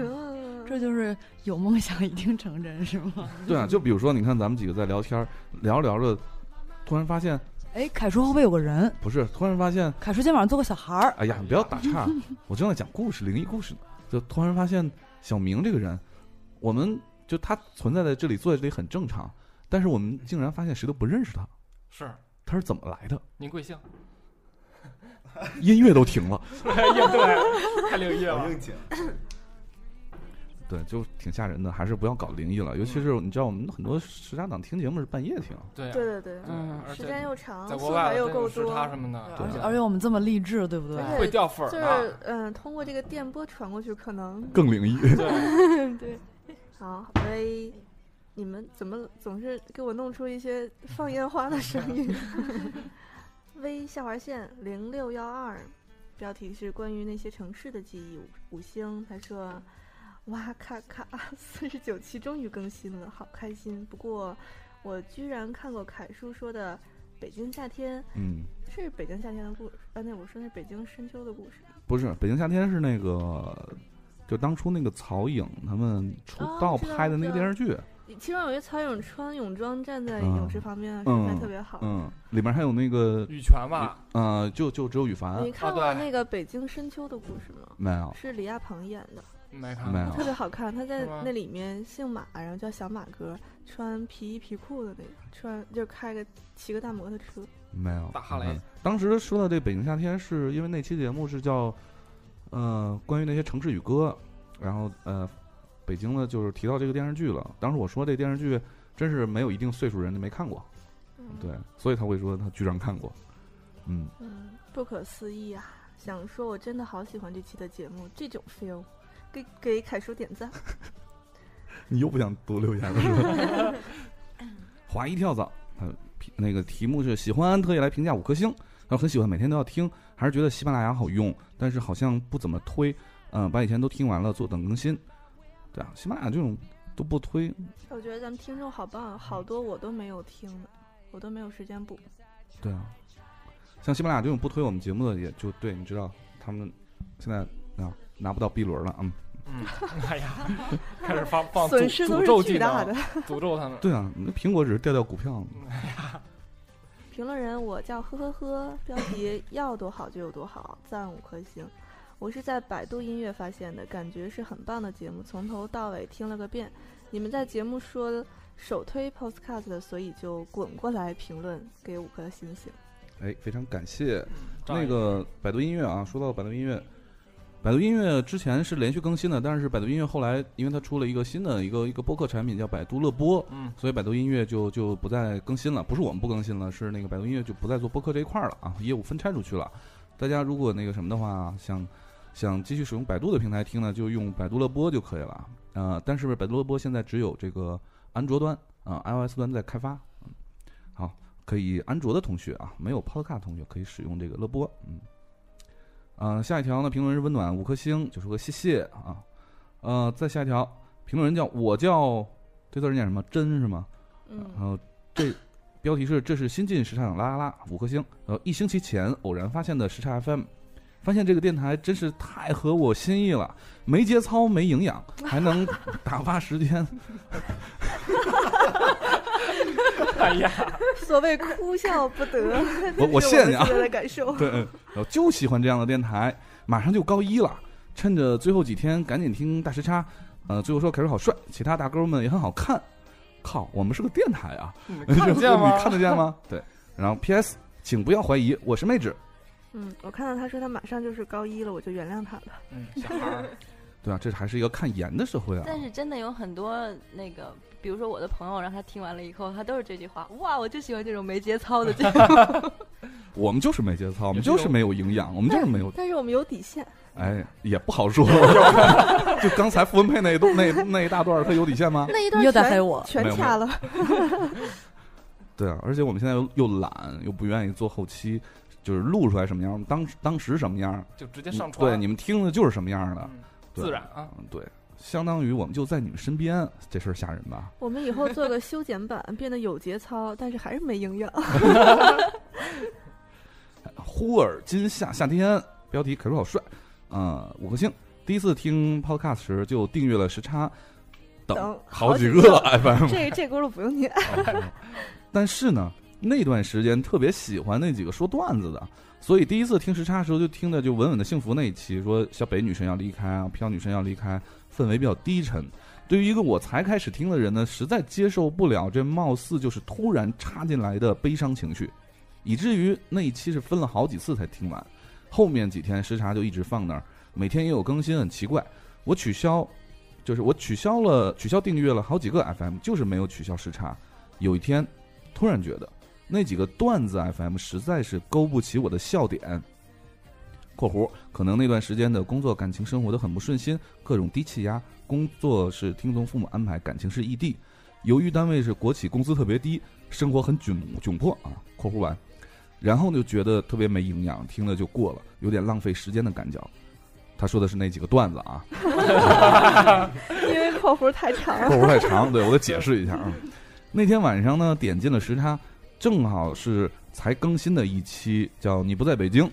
Speaker 4: 这就是有梦想一定成真是吗？
Speaker 2: 啊对啊，就比如说，你看咱们几个在聊天儿，聊着聊着，突然发现
Speaker 4: 哎，凯叔后背有个人，
Speaker 2: 不是，突然发现，
Speaker 4: 凯叔肩膀上坐个小孩儿，
Speaker 2: 哎呀，你不要打岔，我正在讲故事，灵异故事呢，就突然发现小明这个人，我们就他存在在这里，坐在这里很正常，但是我们竟然发现谁都不认识他，
Speaker 6: 是
Speaker 2: 他是怎么来的？
Speaker 6: 您贵姓？
Speaker 2: 音乐都停了，
Speaker 6: 也对， 太灵异
Speaker 8: 好
Speaker 6: 了。
Speaker 8: 应景。
Speaker 2: 对，就挺吓人的，还是不要搞灵异了，尤其是你知道我们很多时差党听节目是半夜听，
Speaker 6: 对
Speaker 7: 对对对，
Speaker 5: 嗯
Speaker 6: 而
Speaker 7: 时
Speaker 6: 且
Speaker 7: 间又长，
Speaker 6: 在
Speaker 7: 素
Speaker 6: 国外
Speaker 7: 材又
Speaker 6: 这
Speaker 7: 够
Speaker 6: 种时
Speaker 7: 多，
Speaker 6: 差什么的，啊
Speaker 4: 而且
Speaker 2: 对
Speaker 4: 而且我们这么励志，对不对？
Speaker 7: 而且
Speaker 6: 会掉粉
Speaker 7: 就
Speaker 6: 儿
Speaker 7: 是
Speaker 6: 的。啊
Speaker 7: 嗯，通过这个电波传过去，可能
Speaker 2: 更灵异。
Speaker 6: 对，
Speaker 7: 好喂，你们怎么总是给我弄出一些放烟花的声音 ？V 下划线零六幺二，标题是关于那些城市的记忆。五五星他说：“哇咔咔， 四十九期终于更新了，好开心！不过我居然看过凯叔说的北京夏天，
Speaker 2: 嗯，
Speaker 7: 是北京夏天的故事。啊，那我说那是北京深秋的故事。
Speaker 2: 不是，北京夏天是那个，就当初那个曹颖他们出
Speaker 7: 哦
Speaker 2: 道
Speaker 7: 知道
Speaker 2: 拍的那个
Speaker 7: 知道
Speaker 2: 电视剧，
Speaker 7: 其中有一个曹勇穿泳装站在
Speaker 2: 嗯
Speaker 7: 泳池旁边，身材
Speaker 2: 嗯
Speaker 7: 特别好。
Speaker 2: 嗯，里面还有那个，
Speaker 6: 羽泉吧，
Speaker 2: 呃，就就只有羽凡
Speaker 7: 你看
Speaker 6: 啊
Speaker 7: 过
Speaker 6: 对
Speaker 7: 那个《北京深秋的故事》吗？
Speaker 2: 没有，
Speaker 7: 是李亚鹏演的，
Speaker 6: 没看
Speaker 2: 没
Speaker 6: 过
Speaker 2: 有
Speaker 7: 特别好看。他在
Speaker 6: 是吗
Speaker 7: 那里面姓马，然后叫小马哥，穿皮衣皮裤的那个，穿就开个骑个大摩托车。
Speaker 2: 没有
Speaker 6: 大哈雷
Speaker 2: 嗯当时说到这北京夏天，是因为那期节目是叫，呃，关于那些城市与歌，然后呃，北京呢就是提到这个电视剧了。当时我说这电视剧真是没有一定岁数人就没看过，
Speaker 7: 嗯，
Speaker 2: 对，所以他会说他居然看过，嗯，
Speaker 7: 嗯，不可思议啊！想说我真的好喜欢这期的节目，这种 feel，给给凯叔点赞。
Speaker 2: 你又不想读留言了是吧？华一跳蚤，他评那个题目是喜欢安特也来评价五颗星，他说很喜欢，每天都要听，还是觉得西班牙好用，但是好像不怎么推，嗯、把以前都听完了，坐等更新。对啊，西班牙这种都不推，
Speaker 7: 我觉得咱们听众好棒，好多我都没有听的，我都没有时间补。
Speaker 2: 对啊，像西班牙这种不推我们节目的，也就对，你知道他们现在啊拿不到 B 轮了，嗯，
Speaker 6: 嗯，哎呀，开始放放
Speaker 7: 损
Speaker 6: 诅
Speaker 7: 失
Speaker 6: 诅
Speaker 7: 都
Speaker 6: 咒
Speaker 7: 是巨
Speaker 6: 技
Speaker 7: 大
Speaker 6: 能
Speaker 7: 的，。
Speaker 6: 诅咒他们。
Speaker 2: 对啊，那苹果只是掉掉股票，
Speaker 7: 评论人我叫呵呵呵，标题要多好就有多好，赞五颗星。我是在百度音乐发现的，感觉是很棒的节目，从头到尾听了个遍。你们在节目说首推 Podcast 的，所以就滚过来评论给五颗星星。
Speaker 2: 哎，非常感谢
Speaker 6: 仗义
Speaker 2: 那个百度音乐啊，说到百度音乐，百度音乐之前是连续更新的，但是百度音乐后来因为它出了一个新的一个一个播客产品叫百度乐播，
Speaker 6: 嗯，
Speaker 2: 所以百度音乐就就不再更新了。不是我们不更新了，是那个百度音乐就不再做播客这一块儿了啊，业务分拆出去了。大家如果那个什么的话，想想继续使用百度的平台听呢，就用百度乐播就可以了。呃，但是百度乐播现在只有这个安卓端啊、iOS 端在开发。嗯，好，可以安卓的同学啊，没有 Podcast 同学可以使用这个乐播。嗯，呃，下一条呢，评论是温暖五颗星，就说个谢谢啊。呃，再下一条，评论人叫我叫这字儿念什么？真是吗？然
Speaker 7: 嗯，
Speaker 2: 后这标题是这是新晋时差党啦啦啦五颗星，呃，一星期前偶然发现的时差 FM，发现这个电台真是太合我心意了，没节操没营养，还能打发时间，
Speaker 6: 哎呀，
Speaker 7: 所谓哭笑不 得，
Speaker 2: 我我谢谢你啊
Speaker 7: 这是我们现在的感 受。
Speaker 2: 对，嗯我就喜欢这样的电台，马上就高一了，趁着最后几天赶紧听大时差，呃，最后说凯叔好帅，其他大哥们也很好看，靠，我们是个电台啊，
Speaker 6: 你看得见吗
Speaker 2: 你？看得见吗？对，然后 PS，请不要怀疑我是妹纸。
Speaker 7: 嗯，我看到他说他马上就是高一了，我就原谅他了。
Speaker 6: 嗯，小孩儿，
Speaker 2: 对啊，这还是一个看颜的社会啊。
Speaker 5: 但是真的有很多那个，比如说我的朋友，让他听完了以后，他都是这句话：哇，我就喜欢这种没节操的节目。
Speaker 2: 我们就是没节操，我们就是没有营养，我们就是没有，
Speaker 7: 但是我们有 底线，
Speaker 2: 哎，也不好说。 就刚才傅文佩那一段那那一大段儿，他有底线吗？
Speaker 7: 那一
Speaker 4: 你
Speaker 7: 段
Speaker 4: 又在黑
Speaker 7: 全
Speaker 4: 我，
Speaker 2: 啊没
Speaker 7: 全
Speaker 2: 有
Speaker 7: 掐了。
Speaker 2: 对啊，而且我们现在又又懒，又不愿意做后期，就是录出来什么样，当时当时什么样，
Speaker 6: 就直接上
Speaker 2: 对
Speaker 6: 传，
Speaker 2: 你们听的就是什么样的，
Speaker 6: 嗯
Speaker 2: 对
Speaker 6: 自然啊，
Speaker 2: 嗯，对，相当于我们就在你们身边，这事儿吓人吧？
Speaker 7: 我们以后做个修剪版，变得有节操，但是还是没营养。
Speaker 2: 忽而今夏夏天，标题可是好帅，呃，五颗星。第一次听 podcast 时就订阅了时差 等
Speaker 7: 等
Speaker 2: 好
Speaker 7: 好
Speaker 2: 几
Speaker 7: 几
Speaker 2: 个哎 FM，哦
Speaker 7: 这这轱辘不用念。
Speaker 2: 但是呢，那段时间特别喜欢那几个说段子的，所以第一次听时差的时候就听的就稳稳的幸福那一期，说小北女神要离开啊，飘女神要离开，氛围比较低沉。对于一个我才开始听的人呢，实在接受不了这貌似就是突然插进来的悲伤情绪，以至于那一期是分了好几次才听完。后面几天时差就一直放那儿，每天也有更新，很奇怪。我取消，就是我取消了取消订阅了好几个 FM，就是没有取消时差。有一天，突然觉得那几个段子 FM 实在是勾不起我的笑点。（括弧可能那段时间的工作、感情、生活都很不顺心，各种低气压。工作是听从父母安排，感情是异地。由于单位是国企，工资特别低，生活很窘窘迫啊。）（括弧完）然后就觉得特别没营养，听了就过了，有点浪费时间的感觉。他说的是那几个段子啊，
Speaker 7: 因为括弧太长了。
Speaker 2: 括弧太长，对我得解释一下啊。那天晚上呢，点进了时差，正好是才更新的一期，叫《你不在北京》，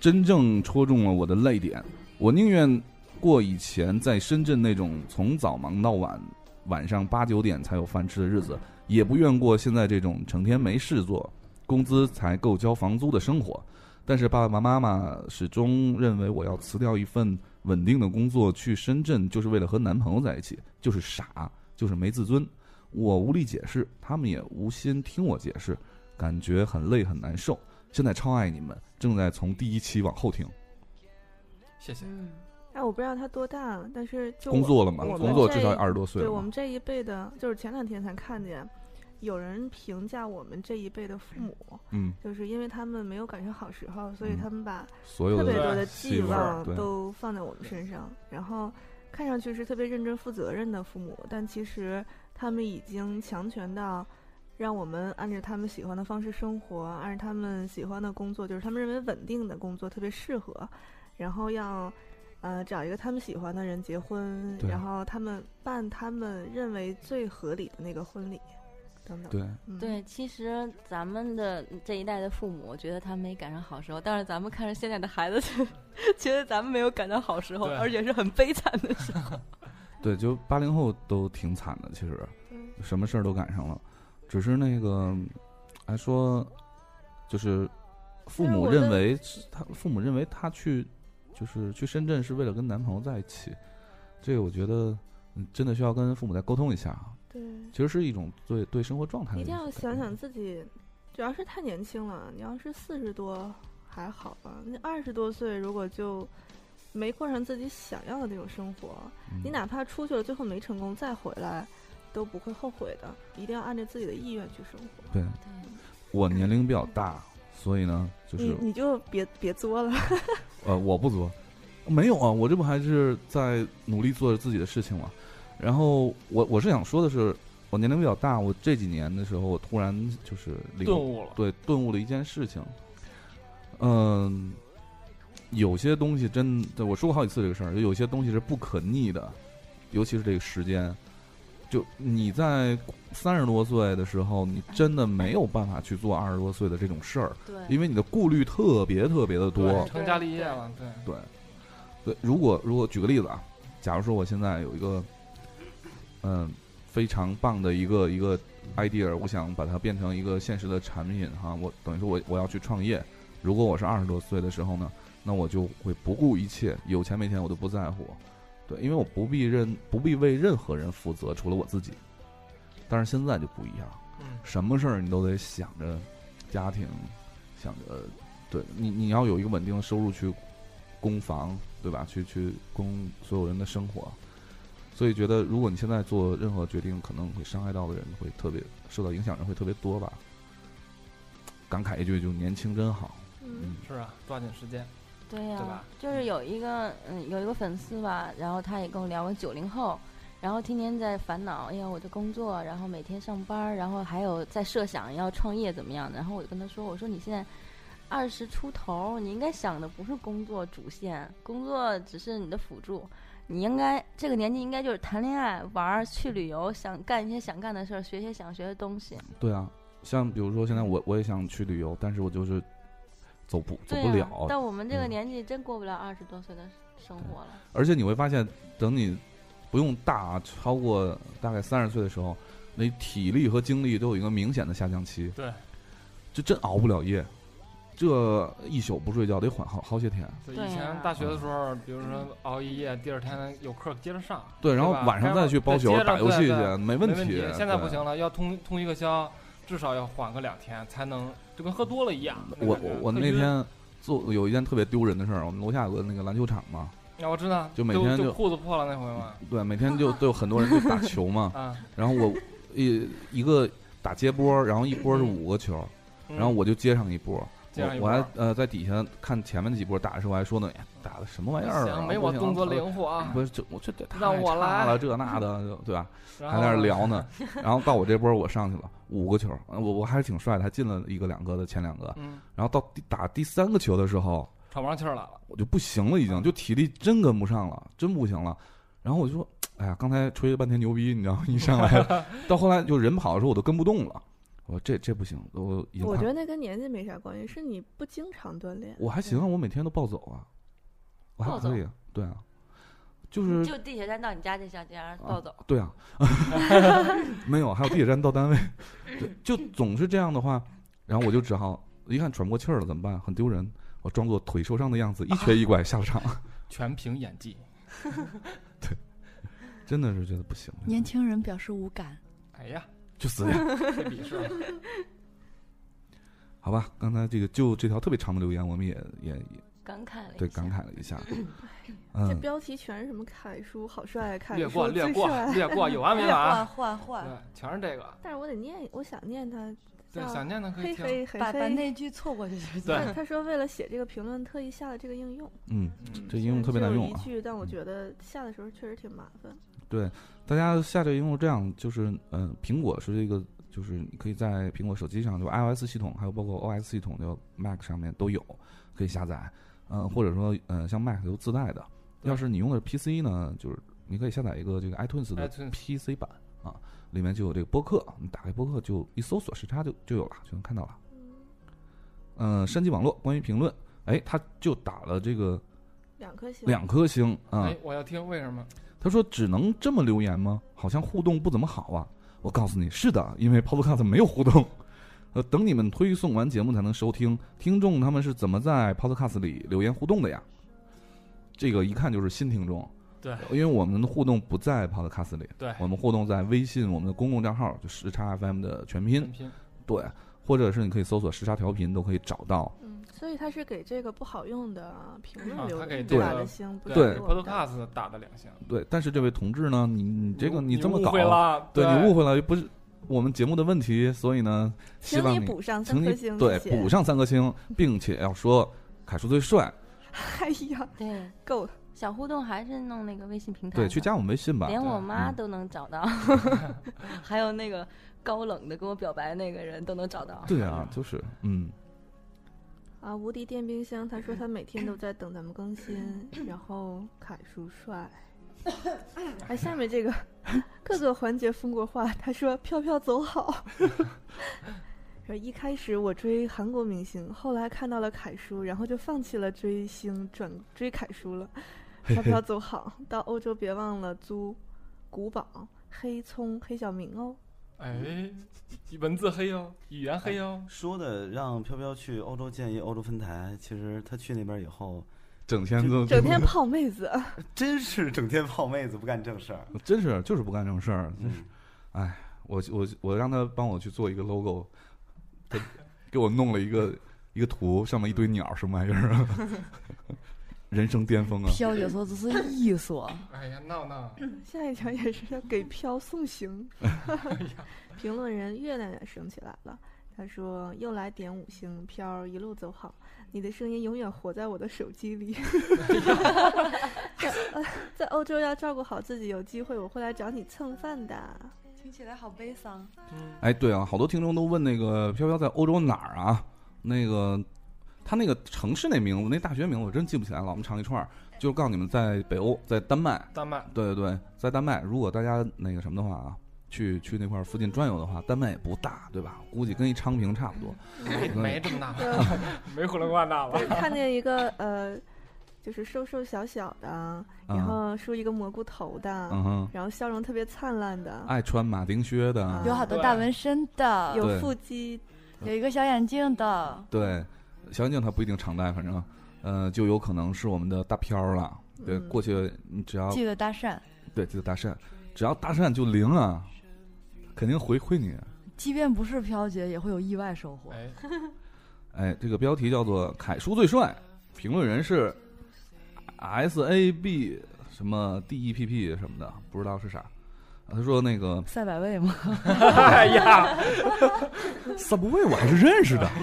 Speaker 2: 真正戳中了我的泪点。我宁愿过以前在深圳那种从早忙到晚，晚上八九点才有饭吃的日子，也不愿过现在这种成天没事做，工资才够交房租的生活。但是爸爸妈妈始终认为我要辞掉一份稳定的工作去深圳，就是为了和男朋友在一起，就是傻，就是没自尊。我无力解释，他们也无心听我解释，感觉很累很难受。现在超爱你们，正在从第一期往后听。
Speaker 6: 谢谢。
Speaker 7: 哎，我不知道他多大了，但是就
Speaker 2: 工
Speaker 7: 我
Speaker 2: 作了嘛，
Speaker 7: 我们
Speaker 2: 工作至少
Speaker 7: 这
Speaker 2: 也二十多岁
Speaker 7: 对
Speaker 2: 了
Speaker 7: 我
Speaker 2: 嘛。
Speaker 7: 们这一辈的，就是前两天才看见，有人评价我们这一辈的父母，
Speaker 2: 嗯，
Speaker 7: 就是因为他们没有赶上好时候，所以
Speaker 2: 嗯
Speaker 7: 他们把
Speaker 2: 所有
Speaker 7: 特别多
Speaker 2: 的
Speaker 7: 的
Speaker 2: 希
Speaker 7: 寄
Speaker 2: 望
Speaker 7: 望
Speaker 2: 对，
Speaker 7: 都放在我们身上，然后看上去是特别认真负责任的父母，但其实他们已经强权到让我们按照他们喜欢的方式生活，按照他们喜欢的工作，就是他们认为稳定的工作特别适合，然后要。呃，找一个他们喜欢的人结婚，
Speaker 2: 对
Speaker 7: 然后他们办他们认为最合理的那个婚礼，等等。
Speaker 2: 对，
Speaker 7: 嗯、
Speaker 5: 对，其实咱们的这一代的父母，我觉得他没赶上好时候，但是咱们看着现在的孩子， 觉得咱们没有赶上好时候，
Speaker 6: 对
Speaker 5: 而且是很悲惨的时候。
Speaker 2: 对，就八零后都挺惨的，其实
Speaker 7: 嗯
Speaker 2: 什么事儿都赶上了，只是那个还说，就是父
Speaker 7: 但是
Speaker 2: 母
Speaker 7: 我
Speaker 2: 认
Speaker 7: 的
Speaker 2: 为是他父母认为他去就是去深圳是为了跟男朋友在一起，这个我觉得嗯真的需要跟父母再沟通一下啊。
Speaker 7: 对。
Speaker 2: 其实是一种对对生活状态的
Speaker 7: 嗯一定要
Speaker 2: 种
Speaker 7: 想想自己，主要是太年轻了。你要是四十多还好吧，你二十多岁如果就没过上自己想要的那种生活，
Speaker 2: 嗯
Speaker 7: 你哪怕出去了最后没成功再回来，都不会后悔的。一定要按照自己的意愿去生活。
Speaker 2: 对，我年龄比较大，所以呢，就是
Speaker 7: 你你就别别作了，
Speaker 2: 呃，我不作，没有啊，我这不还是在努力做着自己的事情嘛。然后我我是想说的是，我年龄比较大，我这几年的时候，我突然就是领
Speaker 6: 顿悟了，
Speaker 2: 对顿悟了一件事情，嗯、有些东西真的，我说过好几次这个事儿，就有些东西是不可逆的，尤其是这个时间。就你在三十多岁的时候，你真的没有办法去做二十多岁的这种事儿，
Speaker 5: 对，
Speaker 2: 因为你的顾虑特别特别的多
Speaker 6: 对。成家立业了，对，
Speaker 2: 对，对，如果如果举个例子啊，假如说我现在有一个，嗯，非常棒的一个一个 idea，我想把它变成一个现实的产品哈，我等于说我我要去创业。如果我是二十多岁的时候呢，那我就会不顾一切，有钱没钱我都不在乎，对，因为我不必任不必为任何人负责，除了我自己。但是现在就不一样，
Speaker 6: 嗯，
Speaker 2: 什么事儿你都得想着家庭，想着对你你要有一个稳定的收入去供房，对吧？去去供所有人的生活，所以觉得如果你现在做任何决定，可能会伤害到的人会特别受到影响，人会特别多吧。感慨一句，就年轻真好。
Speaker 7: 嗯，
Speaker 6: 是啊，抓紧时间，
Speaker 5: 对呀、
Speaker 6: 对吧
Speaker 5: 就是有一个嗯，有一个粉丝吧，然后他也跟我聊，我九零后，然后天天在烦恼，哎呀，我这工作，然后每天上班儿，然后还有在设想要创业怎么样的。然后我就跟他说，我说你现在二十出头，你应该想的不是工作主线，工作只是你的辅助。你应该这个年纪应该就是谈恋爱、玩儿、去旅游，想干一些想干的事儿，学一些想学的东西。
Speaker 2: 对啊，像比如说现在我我也想去旅游，但是我就是走不走
Speaker 5: 对啊
Speaker 2: 不
Speaker 5: 呀、
Speaker 2: 了。
Speaker 5: 到我们这个
Speaker 2: 嗯
Speaker 5: 年纪，真过不了二十多岁的生活了。
Speaker 2: 而且你会发现，等你不用大啊超过大概三十岁的时候，你体力和精力都有一个明显的下降期。
Speaker 6: 对，
Speaker 2: 就真熬不了夜，这一宿不睡觉得缓好好些天。
Speaker 6: 对，
Speaker 5: 对
Speaker 6: 以前
Speaker 4: 啊
Speaker 5: 呀
Speaker 6: 大学的时候，比如说熬一夜，第二天有课接着上，
Speaker 2: 对，然后
Speaker 6: 吧
Speaker 2: 晚上再去包宿
Speaker 6: 该玩对接着
Speaker 2: 打游戏
Speaker 6: 对对
Speaker 2: 去，没
Speaker 6: 没
Speaker 2: 问
Speaker 6: 题。现在
Speaker 2: 对
Speaker 6: 不行了，要通通一个宵，至少要缓个两天才能，就跟喝多了一样。那
Speaker 2: 我
Speaker 6: 感觉啊
Speaker 2: 我我
Speaker 6: 特
Speaker 2: 那
Speaker 6: 晕，
Speaker 2: 天做有一件特别丢人的事儿，我们楼下有个那个篮球场嘛，
Speaker 6: 啊我知道，
Speaker 2: 就每天
Speaker 6: 就
Speaker 2: 就
Speaker 6: 裤子破了那回嘛，，
Speaker 2: 对，每天就都有很多人去打球嘛
Speaker 6: 啊，
Speaker 2: 然后我一一个打接波，然后一波是五个球，
Speaker 6: 嗯
Speaker 2: 然后我就接上一波。
Speaker 6: 接上一
Speaker 2: 我
Speaker 6: 波
Speaker 2: 我还呃在底下看前面那几波打的时候，我还说呢，哎打的什么玩意儿啊？
Speaker 6: 行，没我动作
Speaker 2: 不行
Speaker 6: 灵活啊，
Speaker 2: 不是这我这这太
Speaker 6: 让我
Speaker 2: 差
Speaker 6: 来
Speaker 2: 了，这那的， 就对吧？
Speaker 6: 然
Speaker 2: 还
Speaker 6: 后
Speaker 2: 在那儿聊 呢，然后到我这波我上去了五个球，呃我我还是挺帅的，还进了一个两个的前两个，
Speaker 6: 嗯，
Speaker 2: 然后到第打第三个球的时候，
Speaker 6: 喘不上气儿来了，
Speaker 2: 我就不行了，已经就体力真跟不上了，真不行了。然后我就说，哎呀，刚才吹了半天牛逼，你知道吗？一上来到后来就人跑的时候我都跟不动了，我说这这不行，我已经
Speaker 7: 我
Speaker 2: 快
Speaker 7: 觉得那跟年纪没啥关系，是你不经常锻炼。
Speaker 2: 我还行啊，我每天都暴走啊，我还
Speaker 5: 暴走
Speaker 2: 可以啊，对啊，就是啊
Speaker 5: 就地铁站到你家这小街儿暴走，
Speaker 2: 对 啊，没有，还有地铁站到单位，就就总是这样的话，然后我就只好一看喘不过气儿了，怎么办？很丢人，我装作腿受伤的样子，一瘸一拐下了场，
Speaker 6: 全凭演 技。
Speaker 2: 真的是觉得不行，
Speaker 4: 年轻人表示无感。
Speaker 6: 哎呀，
Speaker 2: 就死呀，
Speaker 6: 被鄙视了。
Speaker 2: 好吧？刚才这个就这条特别长的留言，我们也也也
Speaker 5: 感慨了一下。
Speaker 2: 对感慨了一 下，
Speaker 7: 这
Speaker 2: 嗯，
Speaker 7: 标题全是什么凯叔好帅，凯
Speaker 6: 略
Speaker 7: 叔
Speaker 6: 过，
Speaker 7: 最
Speaker 6: 略过，
Speaker 7: 帅。
Speaker 6: 略过，有完没
Speaker 4: 换
Speaker 6: 完啊？
Speaker 4: 换换
Speaker 6: 对，，全是这个。
Speaker 7: 但是我得念，我想念他，
Speaker 6: 对，
Speaker 7: 叫
Speaker 6: 想念的可以
Speaker 7: 嘿
Speaker 6: 听。
Speaker 7: 嘿嘿
Speaker 4: 把把
Speaker 7: 嘿。
Speaker 4: 那句 错过去就行。
Speaker 6: 对
Speaker 7: 他说为了写这个评论，特意下了这个应用。
Speaker 2: 嗯，
Speaker 6: 嗯
Speaker 2: 这应用特别难用
Speaker 7: 只有
Speaker 2: 啊
Speaker 7: 一。句，但我觉得下的时候确实挺麻烦。
Speaker 2: 大家下载应用这样，就是嗯，苹果是这个，就是你可以在苹果手机上，就 iOS 系统，还有包括 OS 系统，就 Mac 上面都有可以下载。嗯、或者说嗯、呃像 Mac 有自带的。
Speaker 6: 对
Speaker 2: 要是你用的是 PC 呢，就是你可以下载一个这个 iTunes 的
Speaker 6: iTunes
Speaker 2: PC 版啊，里面就有这个播客，你打开播客就一搜索时差就就有了，就能看到了。嗯、山鸡网络关于评论，哎，他就打了这个
Speaker 7: 两颗星，
Speaker 2: 两颗星啊。
Speaker 6: 哎，我要听，为什么？
Speaker 2: 他说：“只能这么留言吗？好像互动不怎么好啊。”我告诉你，是的，因为 Podcast 没有互动。呃，等你们推送完节目才能收听。听众他们是怎么在 Podcast 里留言互动的呀？这个一看就是新听众。
Speaker 6: 对，
Speaker 2: 因为我们的互动不在 Podcast 里，
Speaker 6: 对
Speaker 2: 我们互动在微信我们的公共账号，就时差 FM 的全拼
Speaker 6: 全，拼
Speaker 2: 对，或者是你可以搜索时差调频，都可以找到。
Speaker 7: 嗯，所以他是给这个不好用的评
Speaker 6: 啊
Speaker 7: 论留
Speaker 6: 他
Speaker 7: 言
Speaker 6: 给
Speaker 2: 这
Speaker 7: 打
Speaker 6: 个
Speaker 7: 的星，不是
Speaker 2: 对
Speaker 7: 给我们打的
Speaker 6: Podcast 打的两星。
Speaker 2: 对，但是这位同志呢，你你这个
Speaker 6: 你
Speaker 2: 这么
Speaker 6: 误
Speaker 2: 搞，
Speaker 6: 会了，
Speaker 2: 对你误会了，又不是我们节目的问题，所以呢，希望
Speaker 7: 请
Speaker 2: 你
Speaker 7: 你补上三
Speaker 2: 请你
Speaker 7: 颗星，
Speaker 2: 对
Speaker 7: 谢谢
Speaker 2: 补上三颗星，并且要说凯叔最帅，
Speaker 7: 哎呀，
Speaker 5: 对，
Speaker 7: 够了，
Speaker 5: 小互动还是弄那个微信平台吧，
Speaker 2: 对，去加我们微信吧。
Speaker 5: 连我妈
Speaker 2: 嗯
Speaker 5: 都能找 到，还有那个高冷的跟我表白那个人都能找到。
Speaker 2: 对啊，就是嗯，
Speaker 7: 啊！无敌电冰箱，他说他每天都在等咱们更新，然后凯叔帅。哎，下 面这个各个环节风格化，他说飘飘走好。说一开始我追韩国明星，后来看到了凯叔，然后就放弃了追星，转追凯叔了。飘飘走好，到欧洲别忘了租古堡、黑葱、黑小明哦。
Speaker 6: 哎，文字黑哟，语言黑哦哟，
Speaker 8: 哎说的让飘飘去欧洲建一欧洲分台，其实他去那边以后，
Speaker 2: 整天
Speaker 8: 哦
Speaker 2: 都
Speaker 7: 整天泡妹子，啊
Speaker 8: 真是整天泡妹子，不干正事儿。
Speaker 2: 真是就是不干正事儿，真是哎
Speaker 8: 嗯，
Speaker 2: 我我我让他帮我去做一个 logo，他给我弄了一个一个图，上面一堆鸟什么玩意儿啊， 人生巅峰 啊！
Speaker 4: 飘有所只是艺术，
Speaker 6: 哎呀，闹闹，
Speaker 7: 嗯下一条也是要给飘 送行。评论人月亮也升起来了，他说又来点五星，飘儿一路走好，你的声音永远活在我的手 机里。在呃在欧洲要照顾好自己，有机会我会来找你蹭饭的。
Speaker 4: 听起来好悲伤。
Speaker 6: 嗯，
Speaker 2: 哎，对啊，好多听众都问那个飘飘在欧洲哪儿啊？那个他那个城市那名字，那大学名字我真记不起来了，我们唱一串儿，就告诉你们在北欧，在丹麦。
Speaker 6: 丹麦
Speaker 2: 对对对，在丹麦，如果大家那个什么的话啊，去去那块儿附近转悠的话，丹麦也不大，对吧？估计跟一昌平差不多。
Speaker 6: 没没这么大，
Speaker 7: 对
Speaker 6: 没胡乱挂大吧？
Speaker 7: 看见一个呃，就是瘦瘦小小的，然
Speaker 2: 嗯
Speaker 7: 后梳一个蘑菇头的，
Speaker 2: 嗯哼，
Speaker 7: 然后笑容特别灿烂的，
Speaker 2: 爱穿马丁靴的，
Speaker 7: 啊
Speaker 4: 有好多大纹身的，
Speaker 7: 有
Speaker 2: 对
Speaker 7: 腹肌
Speaker 4: 有一个小眼镜的，
Speaker 2: 对，小眼镜它不一定常戴，反正呃，就有可能是我们的大飘儿了。对，
Speaker 7: 嗯
Speaker 2: 过去你只要
Speaker 4: 记得搭讪，
Speaker 2: 对记得搭讪，只要搭讪就灵啊，肯定回馈你。
Speaker 4: 即便不是飘姐，也会有意外收获。
Speaker 6: 哎，
Speaker 2: 哎，这个标题叫做“凯叔最帅”，评论人是 S A B 什么 D E P P 什么的，不知道是啥。啊他说那 个
Speaker 4: 赛百味吗？
Speaker 6: 哎 呀，
Speaker 2: Subway 我还是认识的。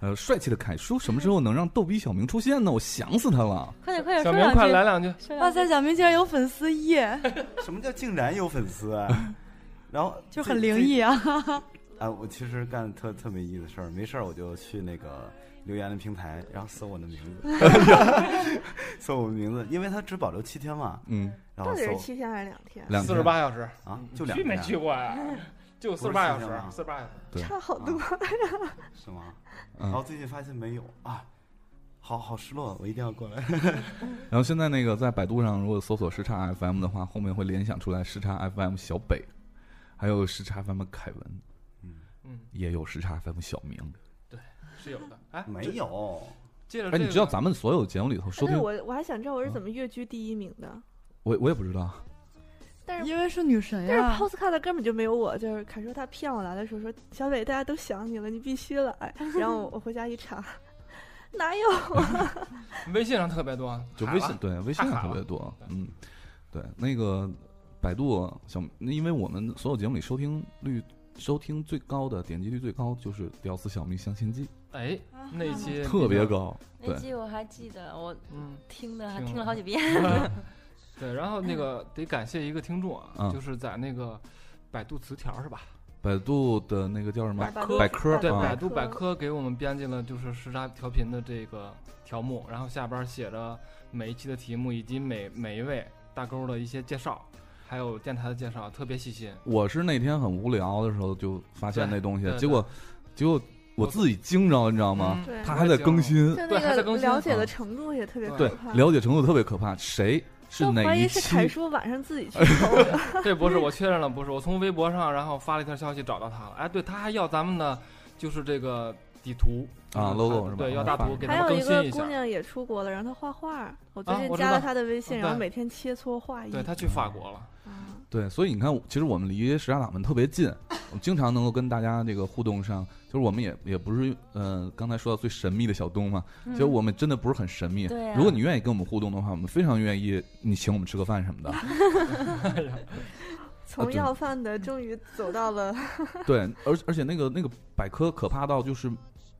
Speaker 2: 呃，帅气的凯叔什么时候能让逗逼小明出现呢？我想死他了。
Speaker 5: 快点快点
Speaker 6: 小
Speaker 5: 说
Speaker 6: 明
Speaker 5: 两
Speaker 6: 快
Speaker 5: 句，
Speaker 6: 来两句，
Speaker 5: 说
Speaker 4: 哇
Speaker 5: 两句，
Speaker 4: 塞，小明竟然有粉丝 耶，
Speaker 8: 什么叫竟然有粉丝 啊？然后
Speaker 4: 就
Speaker 8: 最
Speaker 4: 很灵异啊！
Speaker 8: 最啊！我其实干特特没意思的事儿，没事儿我就去那个留言的平台，然后搜我的名字， 搜我的名字，因为它只保留七天嘛，
Speaker 2: 嗯，
Speaker 8: 然
Speaker 7: 到
Speaker 8: 后
Speaker 7: 底是
Speaker 8: 搜
Speaker 7: 七天还是两天？
Speaker 2: 两
Speaker 6: 四十八小时，
Speaker 8: 天啊，就两
Speaker 6: 去没
Speaker 8: 天
Speaker 6: 去过呀？ 就四十八小时，啊四十八啊小时。
Speaker 2: 对
Speaker 7: 差好多。
Speaker 8: 是吗？
Speaker 2: 嗯
Speaker 8: 然后最近发现没有啊，好好失落，我一定要过来。
Speaker 2: 然后现在那个在百度上如果搜索时差 FM 的话，后面会联想出来时差 FM 小北，还有时差 FM 凯文，
Speaker 6: 嗯，
Speaker 2: 也有时差 FM 小明。
Speaker 6: 是有的。哎，
Speaker 8: 没
Speaker 6: 这
Speaker 8: 有，
Speaker 6: 接着这
Speaker 2: 哎，
Speaker 6: 个，
Speaker 2: 你知道咱们所有节目里头收听
Speaker 7: 但是，哎我我还想知道
Speaker 2: 嗯
Speaker 7: 我是怎么跃居第一名的，
Speaker 2: 我我也不知道。
Speaker 4: 因为是女神
Speaker 7: 但是
Speaker 4: 呀
Speaker 7: Postcard 根本就没有我，就是凯叔他骗我来的时候说小北大家都想你了，你必须来， 然后我我回家一 查，哪有？
Speaker 6: 微信上特别多，
Speaker 2: 就
Speaker 6: 卡
Speaker 2: 微
Speaker 6: 了
Speaker 2: 信对微信上
Speaker 6: 卡
Speaker 2: 特
Speaker 6: 了
Speaker 2: 别多
Speaker 6: 对，
Speaker 2: 嗯，对，那个百度小，因为我们所有节目里收听率收听最高的点击率最高就是《屌丝小明相亲记
Speaker 6: 哎，那期》，
Speaker 2: 特别，高，
Speaker 5: 那
Speaker 2: 对，
Speaker 5: 期我还记得，我
Speaker 6: 嗯，
Speaker 5: 听的还
Speaker 6: 听
Speaker 5: 听
Speaker 6: 了
Speaker 5: 了好 几遍。
Speaker 6: 对。然后那个得感谢一个听众啊
Speaker 2: 嗯，
Speaker 6: 就是在那个百度词条是吧？
Speaker 2: 百度的那个叫什么
Speaker 6: 百科
Speaker 2: 百科
Speaker 6: 对，
Speaker 7: 百
Speaker 6: 百
Speaker 2: 啊，
Speaker 6: 度
Speaker 7: 科
Speaker 6: 百科给我们编辑了就是时差调频的这个条目，然后下边写着每一期的题目以及每每一位大钩的一些介绍，还有电台的介绍，特别细心。
Speaker 2: 我是那天很无聊的时候就发现
Speaker 6: 对
Speaker 2: 那东西
Speaker 6: 对，对
Speaker 2: 结果结果我自己惊着，你知道吗？
Speaker 6: 嗯
Speaker 7: 对
Speaker 2: 它还在更，新，
Speaker 7: 就
Speaker 6: 对还
Speaker 7: 那
Speaker 6: 在
Speaker 7: 个
Speaker 6: 更新
Speaker 7: 了解
Speaker 2: 啊
Speaker 7: 的程度也特别
Speaker 2: 对
Speaker 7: 可怕，，
Speaker 2: 了解程度特别可怕，谁是
Speaker 7: 都
Speaker 2: 哪
Speaker 7: 怀
Speaker 2: 一
Speaker 7: 疑是凯
Speaker 2: 期？
Speaker 7: 叔晚上自己去
Speaker 6: 哎
Speaker 7: 偷的。
Speaker 6: 这不是我确认了，不是我从微博上然后发了一条消息找到他了。哎，对，他还要咱们的就是这个底图
Speaker 2: 啊
Speaker 6: 就是
Speaker 2: logo 是
Speaker 6: 他
Speaker 2: 吧
Speaker 6: 对，
Speaker 2: 嗯
Speaker 6: 要大
Speaker 2: 发
Speaker 6: 图给
Speaker 7: 还
Speaker 6: 他们更
Speaker 7: 有一
Speaker 6: 新
Speaker 7: 个
Speaker 6: 一
Speaker 7: 姑
Speaker 6: 下。
Speaker 7: 娘也出国了，然后她画画，我最
Speaker 6: 啊
Speaker 7: 近
Speaker 6: 我知
Speaker 7: 加
Speaker 6: 道
Speaker 7: 了她的微
Speaker 6: 嗯
Speaker 7: 信，然后
Speaker 6: 对
Speaker 7: 每天切磋画艺。
Speaker 6: 对他去法国了，
Speaker 7: 啊
Speaker 2: 对，所以你看，其实我们离时差党们特别近，我们经常能够跟大家这个互动上，就是我们也也不是，呃，刚才说到最神秘的小东嘛，
Speaker 7: 嗯
Speaker 2: 其实我们真的不是很神秘。
Speaker 5: 对啊
Speaker 2: 如果你愿意跟我们互动的话，我们非常愿意你请我们吃个饭什么的。
Speaker 7: 从
Speaker 2: 啊对
Speaker 7: 要饭的终于走到了，
Speaker 2: 对，而而且那个那个百科可怕到就是，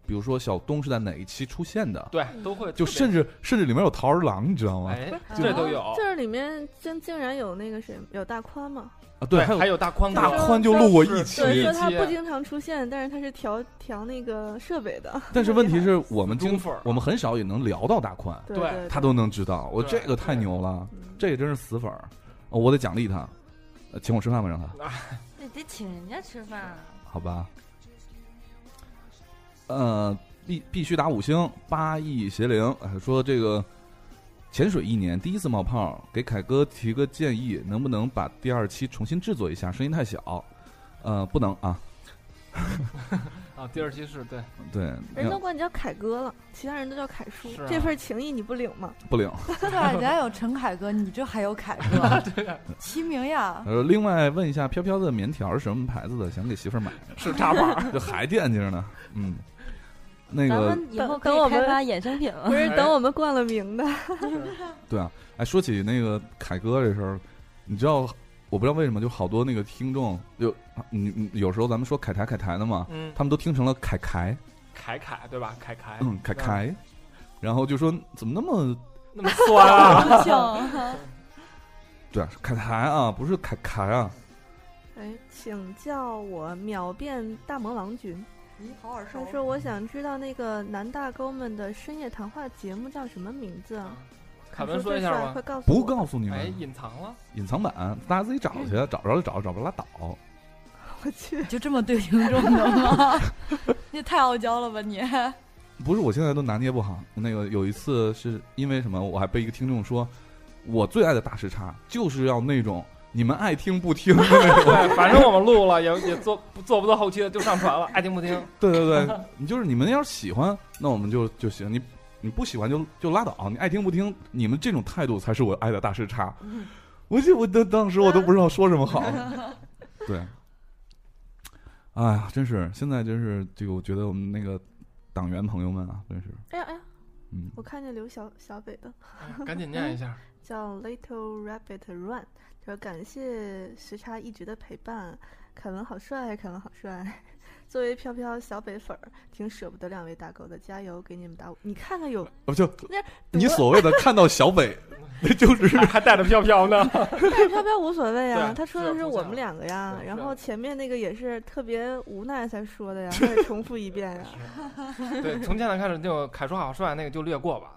Speaker 2: 比如说小东是在哪一期出现的，
Speaker 6: 对，
Speaker 7: 嗯
Speaker 6: 都会
Speaker 2: 就啊
Speaker 6: 特别
Speaker 2: 甚至甚至里面有桃儿郎，你知道吗？
Speaker 6: 哎，
Speaker 4: 就
Speaker 6: 这都有
Speaker 7: 就是里面竟竟然有那个谁，有大宽嘛？
Speaker 2: 啊，对，还
Speaker 6: 还
Speaker 2: 有
Speaker 6: 有大宽
Speaker 2: 大
Speaker 6: 哥
Speaker 2: 宽就录过一期
Speaker 6: 这
Speaker 7: 对，
Speaker 6: 一
Speaker 7: 说他
Speaker 6: 期
Speaker 7: 不经常出现，但是他是调调那个设备的。
Speaker 2: 但是问题是我们经
Speaker 6: 中粉儿啊
Speaker 2: 我们很少也能聊到大宽，
Speaker 7: 对
Speaker 6: 对
Speaker 7: 对，
Speaker 2: 他都能知道，我这
Speaker 6: 对
Speaker 2: 个太
Speaker 6: 对
Speaker 2: 牛了。
Speaker 7: 嗯
Speaker 2: 这个真是死粉儿，哦我得奖励他，呃请我吃饭吧，让他，
Speaker 5: 对，得请人家吃饭。啊
Speaker 2: 好吧？呃，必必须打五星，八亿邪灵呃说这个潜水一年第一次冒泡，给凯哥提个建议，能不能把第二期重新制作一下？声音太小，呃，不能啊，
Speaker 6: 啊，第二期是对，
Speaker 2: 对，
Speaker 7: 人都管你叫凯哥了，其他人都叫凯叔
Speaker 6: 是啊，
Speaker 7: 这份情谊你不领吗？
Speaker 2: 不领。
Speaker 4: 对吧？人家有陈凯歌，你这还有凯歌，
Speaker 6: 啊
Speaker 4: 齐名呀！
Speaker 2: 呃，另外问一下，飘飘的棉条是什么牌子的？想给媳妇儿买，
Speaker 6: 是插 板，
Speaker 2: 这还惦记着呢。嗯，那
Speaker 5: 咱
Speaker 2: 个哎
Speaker 5: 们以后
Speaker 7: 等等
Speaker 5: 可
Speaker 7: 我
Speaker 5: 以开
Speaker 7: 们
Speaker 5: 发衍生品了
Speaker 7: 不。是，等我们冠了名的，
Speaker 2: 对啊，哎，说起那个凯哥这事儿，你知道，我不知道为什么，就好多那个听众，就你你有时候咱们说凯台凯台的嘛，
Speaker 6: 嗯，
Speaker 2: 他们都听成了凯凯，
Speaker 6: 凯凯对吧？凯凯，
Speaker 2: 嗯，凯凯，然后就说怎么那么
Speaker 6: 那么 酸啊？
Speaker 5: 嗯
Speaker 2: 对啊，是凯台啊，不是凯凯啊，
Speaker 7: 哎，请叫我秒变大魔王君。
Speaker 4: 咦，好耳
Speaker 7: 他说：“我想知道那个男大哥们的深夜谈话节目叫什么名字啊？”
Speaker 6: 凯
Speaker 7: 凯
Speaker 6: 文
Speaker 7: 叔
Speaker 6: 说一下
Speaker 7: 最帅
Speaker 6: 吧
Speaker 7: 快。告诉我！
Speaker 2: 不告诉你
Speaker 6: 哎，
Speaker 2: 们，
Speaker 6: 隐藏了，
Speaker 2: 隐藏版，大家自己找去，找着了找，找不着拉倒。
Speaker 7: 我去，
Speaker 4: 就这么对听众的 吗？你也太傲娇了吧你！
Speaker 2: 不是，我现在都拿捏不好。那个有一次是因为什么，我还被一个听众说，我最爱的大时差就是要那种你们爱听不听。
Speaker 6: 对，反正我们录了，也也做做不到后期的就上传了，爱听不听。
Speaker 2: 对对对， 你就是你们要是喜欢，那我们就就行；你你不喜欢就就拉倒，你爱听不听，你们这种态度才是我爱的大师差。我就我当当时我都不知道说什么好。对，哎呀，真是现在真是这个，我觉得我们那个党员朋友们啊，真是
Speaker 7: 哎呀哎呀，
Speaker 2: 嗯，
Speaker 7: 我看见刘小小北的
Speaker 6: 哎 赶紧念一下，
Speaker 7: 叫 Little Rabbit Run，他说感谢时差一直的陪伴，凯文好帅，凯文好帅。 作为飘飘小北粉儿，挺舍不得两位大狗的，加油，给你们打五！你看看有
Speaker 2: 我就
Speaker 7: 那
Speaker 2: 呃 你所谓的看到小 北，那就是
Speaker 6: 还带着飘 飘呢。
Speaker 7: 但是飘飘无所谓啊，
Speaker 6: 对
Speaker 7: 他说的
Speaker 6: 是
Speaker 7: 是
Speaker 6: 不
Speaker 7: 我
Speaker 6: 像
Speaker 7: 们两个呀，
Speaker 6: 对
Speaker 7: 然
Speaker 6: 是啊
Speaker 7: 后前面那个也是特别无奈才说 的呀，他也重复一遍呀。
Speaker 6: 对，从现在开始就凯叔好帅那个就略过吧。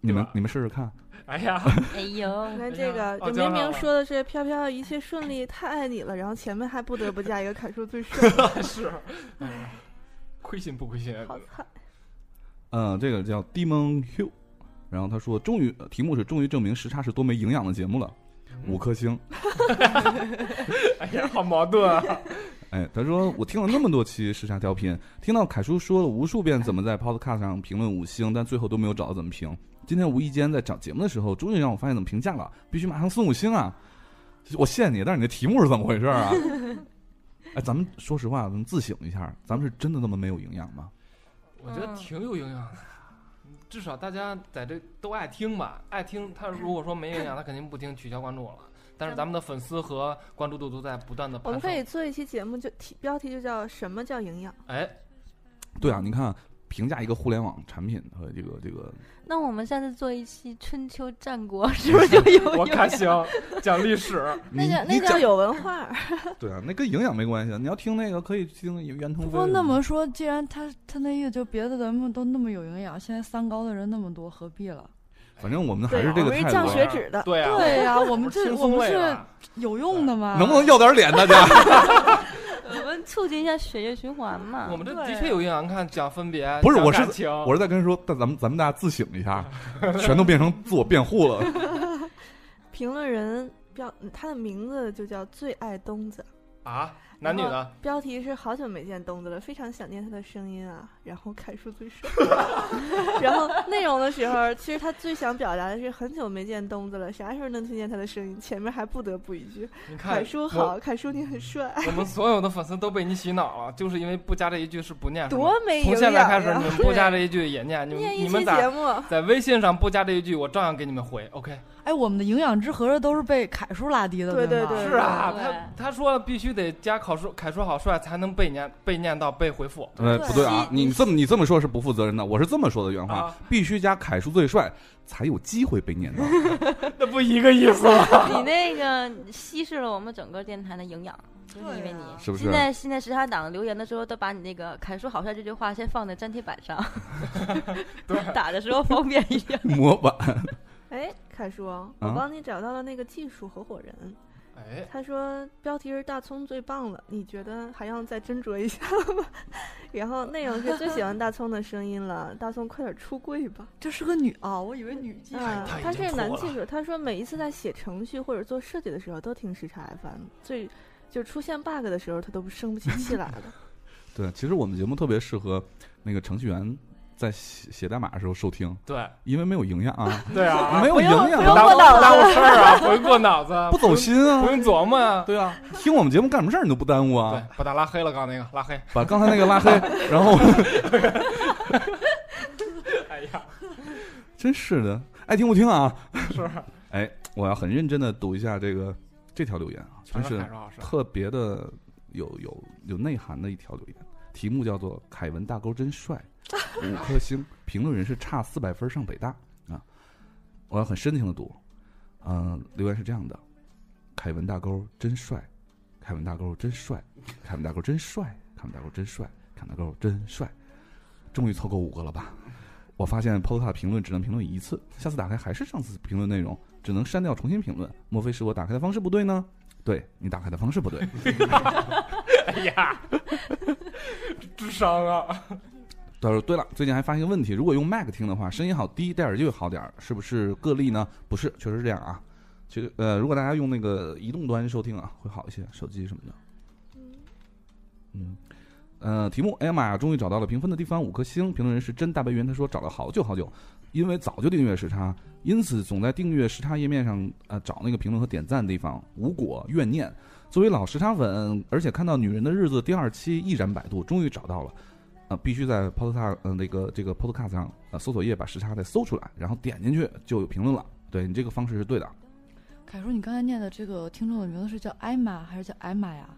Speaker 2: 你们
Speaker 6: 对吧
Speaker 2: 你们试试看。
Speaker 6: 哎 呀，
Speaker 5: 哎呦，
Speaker 7: 你看这
Speaker 6: 哎呀
Speaker 7: 个，
Speaker 6: 哦
Speaker 7: 就
Speaker 6: 交
Speaker 7: 明
Speaker 6: 上
Speaker 7: 明
Speaker 6: 了
Speaker 7: 说的是飘飘一切顺利，太爱你了，然后前面还不得不加一个砍树最帅，
Speaker 6: 是，哎亏心不亏心？
Speaker 7: 好惨。
Speaker 2: 嗯，这个叫 Demon Q，然后他说，终于呃题目是终于证明时差是多没营养的节目了，五颗星。
Speaker 6: 哎呀，好矛盾啊！
Speaker 2: 哎，他说我听了那么多期时差调频，听到凯叔说了无数遍怎么在 Podcast 上评论五星，但最后都没有找到怎么评。今天无意间在找节目的时候，终于让我发现怎么评价了，必须马上送五星啊！我谢谢你，但是你的题目是怎么回事啊？ 哎，咱们说实话，咱们自省一下，咱们是真的那么没有营养吗？
Speaker 6: 我觉得挺有营养的，至少大家在这都爱听吧，爱听。他如果说没营养，他肯定不听，取消关注了。但是咱们的粉丝和关注度都在不断的
Speaker 7: 我
Speaker 6: 攀
Speaker 7: 们可以
Speaker 6: 升。
Speaker 7: 做一期节目，就题标题就叫“什么叫 营养
Speaker 6: 哎，
Speaker 2: 对啊，你看评价一个互联网产品和这个这个
Speaker 5: 那我们下次做一期春秋战 国，是不是就有
Speaker 6: 我
Speaker 5: 用
Speaker 6: 看 行，讲历史，”，
Speaker 7: 那
Speaker 2: 你
Speaker 7: 叫
Speaker 2: 你
Speaker 7: 那
Speaker 2: 讲
Speaker 7: 叫有文化。
Speaker 2: 对啊，那跟营养没关系。你要听那个可以听圆通飞。
Speaker 4: 不过那么说，既然他他那意思就别的咱们都那么有营养，现在三高的人那么多，何必了？
Speaker 2: 反正我们还
Speaker 7: 对
Speaker 2: 是
Speaker 7: 啊，
Speaker 2: 这
Speaker 7: 我
Speaker 2: 个
Speaker 7: 们是
Speaker 2: 态
Speaker 7: 降
Speaker 2: 度啊。
Speaker 7: 血脂的。
Speaker 6: 对啊，
Speaker 4: 对呀、我
Speaker 6: 我
Speaker 4: 们这
Speaker 6: 轻
Speaker 4: 我
Speaker 6: 松
Speaker 4: 们
Speaker 6: 类
Speaker 4: 是
Speaker 6: 了。
Speaker 4: 有用的
Speaker 5: 啊
Speaker 4: 吗？
Speaker 2: 能不能要点脸，大 家？
Speaker 5: 我们促进一下血液循环嘛？
Speaker 6: 我们这
Speaker 7: 啊
Speaker 6: 的确有营养，看讲分别，
Speaker 2: 不是
Speaker 6: 讲
Speaker 2: 我是
Speaker 6: 感情，
Speaker 2: 我是在跟人说，但咱们咱们大家自省一下，全都变成自我辩护了。
Speaker 7: 评论人标嗯他的名字就叫“最爱东子
Speaker 6: 啊，男女的，”，
Speaker 7: 标题是“好久没见东子了，非常想念他的声音啊”，然后楷书最帅。然后内容的时候，其实他最想表达的是很久没见东子了，啥时候能听见他的声音？前面还不得不一句
Speaker 6: 你：“看
Speaker 7: 楷书
Speaker 6: 我
Speaker 7: 好，楷书你很帅。
Speaker 6: 我们所有的粉丝都被你洗脑了，就是因为不加这一句是不念”什么
Speaker 7: 多没营
Speaker 6: 从现在
Speaker 7: 养
Speaker 6: 开始，
Speaker 7: 呀！
Speaker 6: 你们不加这一句也念，你们
Speaker 7: 念一
Speaker 6: 你
Speaker 7: 期
Speaker 6: 们
Speaker 7: 节
Speaker 6: 在
Speaker 7: 目，
Speaker 6: 在微信上不加这一句，我照样给你们回。OK，
Speaker 4: 哎，我们的营养值合着都是被凯叔拉低的，
Speaker 7: 对
Speaker 4: 对
Speaker 7: 对对
Speaker 4: 吗
Speaker 6: 是啊，
Speaker 5: 对
Speaker 6: 他他说必须得加考叔凯叔好帅才能被念被念到被回复。
Speaker 2: 呃，
Speaker 4: 对
Speaker 2: 不对啊，你这么你这么说是不负责任的。我是这么说的原话
Speaker 6: 啊，
Speaker 2: 必须加楷书最帅才有机会被念到。
Speaker 6: 那不一个意思吗？
Speaker 5: 你那个稀释了我们整个电台的营养，就是因为你。
Speaker 7: 啊
Speaker 2: 是不是
Speaker 5: 现在现在时差党留言的时候，都把你那个“凯叔好帅”这句话先放在粘贴板上， 打的时候方便一 点。
Speaker 2: 模板
Speaker 7: 哎，凯叔，我
Speaker 2: 啊
Speaker 7: 帮你找到了那个技术合伙人。
Speaker 6: 哎，
Speaker 7: 他说标题是大葱最棒了，你觉得还要再斟酌一下吗？ 然后内容是最喜 欢大葱的声音了，大葱快 点出柜吧。
Speaker 4: 这是个女啊，我以为女记者。
Speaker 6: 哎
Speaker 7: 啊
Speaker 6: 他，已
Speaker 7: 他
Speaker 6: 经
Speaker 7: 是
Speaker 6: 脱
Speaker 7: 男
Speaker 6: 了
Speaker 7: 技术，他说每一次在写程序或者做设计的时候都听时差 FM，最就出现 bug 的时候他都不生不起气来了。
Speaker 2: 对，其实我们节目特别适合那个程序员在写写代码的时候收听，
Speaker 6: 对
Speaker 2: 因为没有营养啊，
Speaker 6: 对啊，
Speaker 2: 没有营
Speaker 6: 不用
Speaker 2: 养，
Speaker 6: 耽误耽误事儿啊，不用过脑子，
Speaker 2: 不走心啊
Speaker 6: 不。用琢磨呀。
Speaker 2: 对啊，听我们节目干什么事儿你都不耽误啊。
Speaker 6: 对，把他拉黑了，刚刚那个拉黑。
Speaker 2: 把刚才那个 拉黑，然后，
Speaker 6: 哎呀，
Speaker 2: 真是的，爱听不听啊！是， 哎，我要很认真的读一下这个这条留言啊，真
Speaker 6: 全是
Speaker 2: 是
Speaker 6: 凯叔好帅。
Speaker 2: 特别的有有有内涵的一条留言，题目叫做“凯文大勾真帅”， 五颗星，评论人是差四百分上北大啊！我要很深情的读，嗯、留言是这样的：凯文大勾真帅，凯文大勾真帅，凯文大勾真帅，凯文大勾真帅，凯文大勾真帅，终于凑够五个了吧？我发现 p o d c a 评论只能评论一次，下次打开还是上次评论内容，只能删掉重新评论。莫非是我打开的方式不对呢？对你打开的方式不对。
Speaker 6: 哎呀，智
Speaker 2: 哎
Speaker 6: 商 啊！
Speaker 2: 他说：“对了，最近还发现一个问题，如果用 Mac 听的话，声音好低，戴耳机会好点儿，是不是个例呢？不是，确实是这样啊。这个呃，如果大家用那个移动端收听啊，会好一些，手机什么的。嗯，呃，题目，哎呀妈呀，终于找到了评分的地方，五颗星。评论人是真大白猿，他说找了好久好久，因为早就订阅时差，因此总在订阅时差页面上呃找那个评论和点赞的地方，无果怨念。作为老时差粉，而且看到《女人的日子》第二期毅然百度，终于找到了。呃，必须在 Podcast 呃那个这个 Podcast 上呃搜索页把时差再搜出来，然后点进去就有评论了。对你这个方式是对的，
Speaker 4: 凯叔，你刚才念的这个听众的名字是叫艾玛还是叫艾玛呀？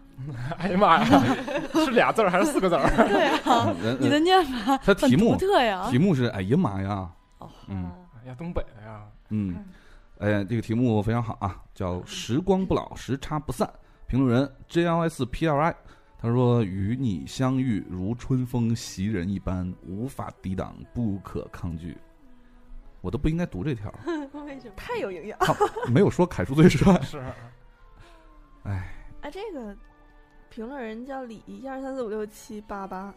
Speaker 9: 哎呀妈呀， 是俩字儿还是四个字儿？
Speaker 4: 对啊，
Speaker 2: 嗯人
Speaker 4: 你的念法
Speaker 2: 它
Speaker 4: 很
Speaker 2: 题
Speaker 4: 独
Speaker 2: 目
Speaker 4: 特呀
Speaker 2: 题。目是哎呀妈呀，
Speaker 4: 哦
Speaker 2: 嗯
Speaker 6: 哎呀，东北的呀，
Speaker 2: 嗯，哎，这个题目非常好啊，叫“时光不老，时差不散”。评论人 J L S P L I，他说：“与你相遇如春风袭人一般，无法抵挡，不可抗拒。”我都不应该读这条，
Speaker 7: 为什么太有营养？
Speaker 2: 没有说凯叔最帅。
Speaker 6: 是
Speaker 7: 哎，这个评论人叫李一二三四五六七八八，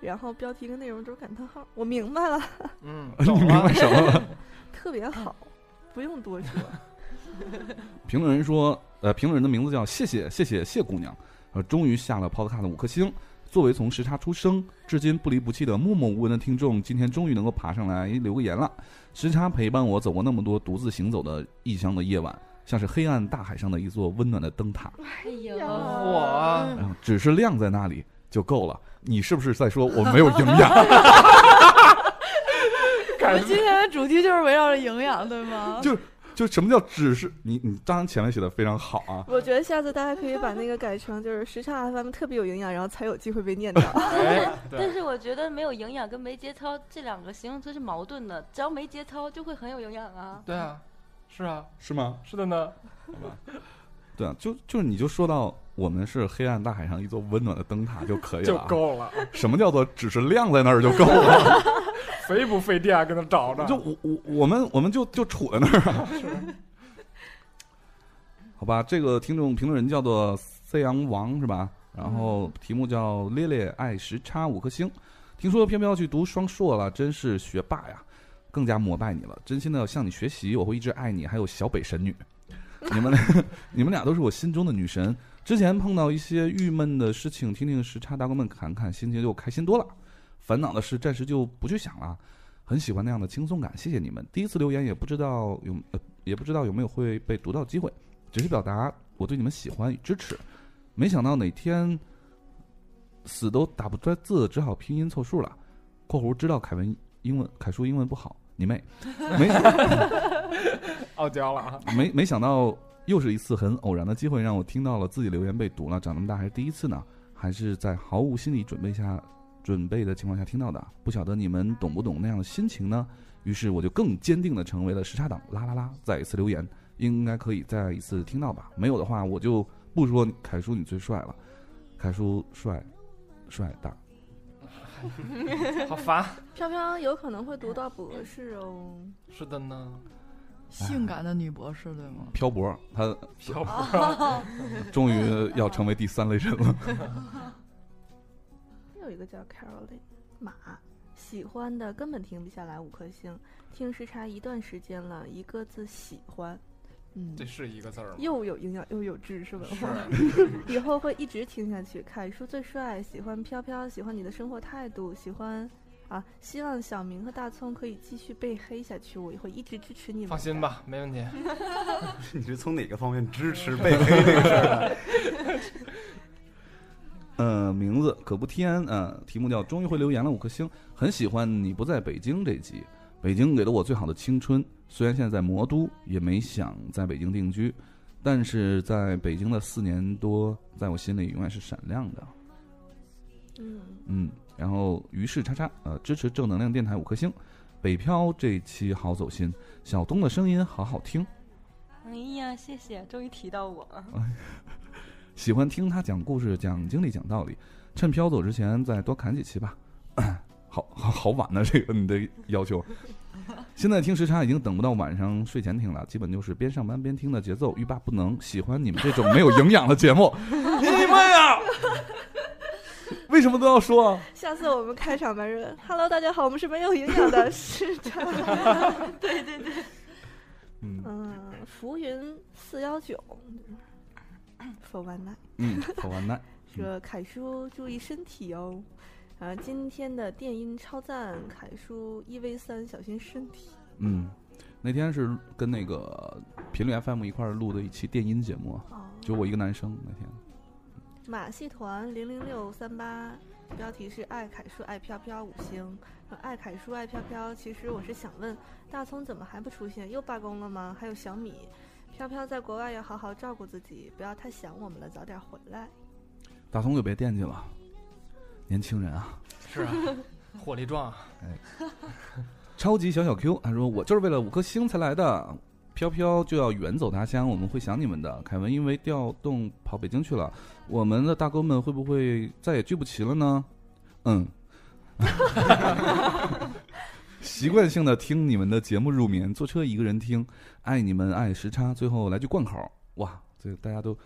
Speaker 7: 然后标题跟内容都是感叹号。我明白了，
Speaker 6: 嗯，
Speaker 2: 你
Speaker 6: 懂
Speaker 2: 明
Speaker 6: 了
Speaker 2: 白，什么了？
Speaker 7: 特别好，不用多 说。
Speaker 2: 评论人说，呃，评论人的名字叫谢谢谢谢谢姑娘，呃，终于下了 Podcast 五颗星。作为从时差出生至今不离不弃的默默无闻的听众，今天终于能够爬上来留个言了。时差陪伴我走过那么多独自行走的异乡的夜晚，像是黑暗大海上的一座温暖的灯塔，
Speaker 5: 哎呦，
Speaker 6: 我
Speaker 2: 然后只是亮在那里就够了。你是不是在说我没有营 养？
Speaker 4: 我们今天的主题就是围绕着营养，对吗？
Speaker 2: 就哎就什么叫只是你你？当然前面写的非常好啊，
Speaker 7: 我觉得下次大家可以把那个改成就是时差 FM 特别有营养，然后才有机会被念到。
Speaker 6: 哎，
Speaker 5: 但
Speaker 6: 对，
Speaker 5: 是我 觉得没有营养跟没节操这两个形容词是矛盾的，只要没节操就会很有营养啊。
Speaker 6: 对啊，是啊，
Speaker 2: 是吗？
Speaker 6: 是的呢，
Speaker 2: 对啊，就就是你就说到我们是黑暗大海上一座温暖的灯塔就可以
Speaker 9: 就
Speaker 2: 了啊。
Speaker 9: 够了，
Speaker 2: 什么叫做只是亮在那儿就够了？
Speaker 9: 费不费电啊跟他找着？
Speaker 2: 就我我我们我们就就杵在那儿啊。好吧，这个听众评论人叫做 C 阳王是吧？然后题目叫“烈烈爱时差五颗星”，听说飘飘去读双硕了，真是学霸呀！更加膜拜你了，真心的向你学习，我会一直爱你。还有小北神女， 你们你们俩都是我心中的女神。之前碰到一些郁闷的事情，听听时差大哥们侃侃，心情就开心多了。烦恼的事暂时就不去想了，很喜欢那样的轻松感。谢谢你们，第一次留言也不知道有呃也不知道有没有会被读到机会，只是表达我对你们喜欢与支持。没想到哪天死都打不出来字，只好拼音凑数了。（括弧知道凯文英文凯叔英文不好，你妹！） 没
Speaker 9: 傲娇了啊！
Speaker 2: 没没想到又是一次很偶然的机会，让我听到了自己留言被读了。长那么大还是第一次呢，还是在毫无心理准备下准备的情况下听到的。不晓得你们懂不懂那样的心情呢？于是我就更坚定的成为了时差党，啦啦啦！再一次留言，应该可以再一次听到吧？没有的话，我就不说你凯叔你最帅了，凯叔帅，帅大。
Speaker 6: 好烦，
Speaker 7: 飘飘有可能会读到博士哦，
Speaker 6: 是的呢，
Speaker 4: 性感的女博士，对吗？
Speaker 2: 漂泊，他
Speaker 6: 要不
Speaker 2: 终于要成为第三类人了。
Speaker 7: 有一个叫 Caroline 马，喜欢的根本停不下来，五颗星。听时差一段时间了，一个字喜欢，嗯，
Speaker 6: 这是一个字儿吗？
Speaker 7: 又有营养又有知识文
Speaker 6: 是
Speaker 7: 化， 以后会一直听下去。凯叔最帅，喜欢飘飘，喜欢你的生活态度，喜欢啊，希望小明和大葱可以继续被黑下去，我也会一直支持你们。
Speaker 6: 放心，吧， 没问题。
Speaker 8: 你是从哪个方面支持被黑这个事儿的？
Speaker 2: 呃，名字可不天，呃，题目叫“终于会留言了”，五颗星，很喜欢你不在北京这集，北京给了我最好的青春，虽然现在在魔都，也没想在北京定居，但是在北京的四年多，在我心里永远是闪亮的。
Speaker 7: 嗯，
Speaker 2: 嗯，然后于是叉叉呃支持正能量电台五颗星，北漂这期好走心，小东的声音好好听，
Speaker 5: 哎呀，谢谢，终于提到我了。
Speaker 2: 喜欢听他讲故事、讲经历、讲道理。趁飘走之前再多砍几期吧。 好好好晚呢，这个你的要求。现在听时差已经等不到晚上睡前听了，基本就是边上班边听的节奏，欲罢不能。喜欢你们这种没有营养的节目， 你们呀，为什么都要说啊？
Speaker 7: 下次我们开场白是 “Hello，大家好，我 们是没有营养的是的，
Speaker 2: 嗯，
Speaker 7: 嗯，浮云四幺九，for one night。
Speaker 2: 嗯，好完蛋。
Speaker 7: 说凯叔注意身体哦。啊，今天的电音超赞，凯叔一 v 三，小心身体。
Speaker 2: 嗯，那天是跟那个频率 FM 一块儿录的一期电音节目啊，
Speaker 7: 哦，
Speaker 2: 就我一个男生那天。
Speaker 7: 马戏团零零六三八，标题是“爱凯叔爱飘飘”五星。呃爱凯叔爱飘飘，其实我是想问，大葱怎么还不出现？又罢工了吗？还有小米，飘飘在国外要好好照顾自己，不要太想我们了，早点回来。
Speaker 2: 大葱就别惦记了，年轻人啊。
Speaker 6: 是 啊，火力壮啊，
Speaker 2: 哎超级小小 Q，他说我就是为了五颗星才来的。飘飘就要远走他乡，我们会想你们的。凯文因为调动跑北京去了，我们的大哥们会不会再也聚不齐了呢？嗯， 习惯性的听你们的节目入眠，坐车一个人听，爱你们爱时差，最后来句贯口，哇，这大家都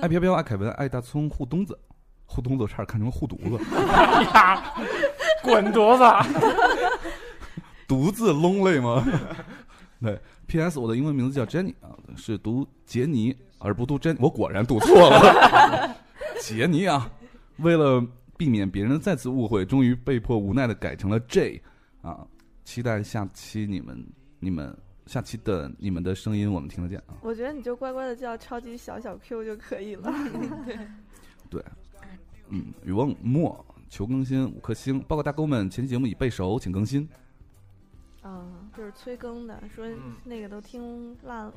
Speaker 2: 爱飘飘爱凯文爱大葱护东子，护东子我差点看成护犊子。
Speaker 9: 哎呀，滚犊子！啊
Speaker 2: 独自 lonely 吗？ 对，P.S. 我的英文名字叫 Jenny 啊，是读杰尼而不读 Jenny，我果然读错了， 杰尼啊。为了避免别人再次误会，终于被迫无奈的改成了 J 啊。期待下期你们你们下期的你们的声音我们听得见啊。
Speaker 7: 我觉得你就乖乖的叫超级小小 Q 就可以了。
Speaker 2: 嗯，雨翁莫求更新五颗星，报告大哥们，前期节目已背熟，请更新。
Speaker 7: 啊，就是催更的，说
Speaker 6: 嗯
Speaker 7: 那个都听烂了。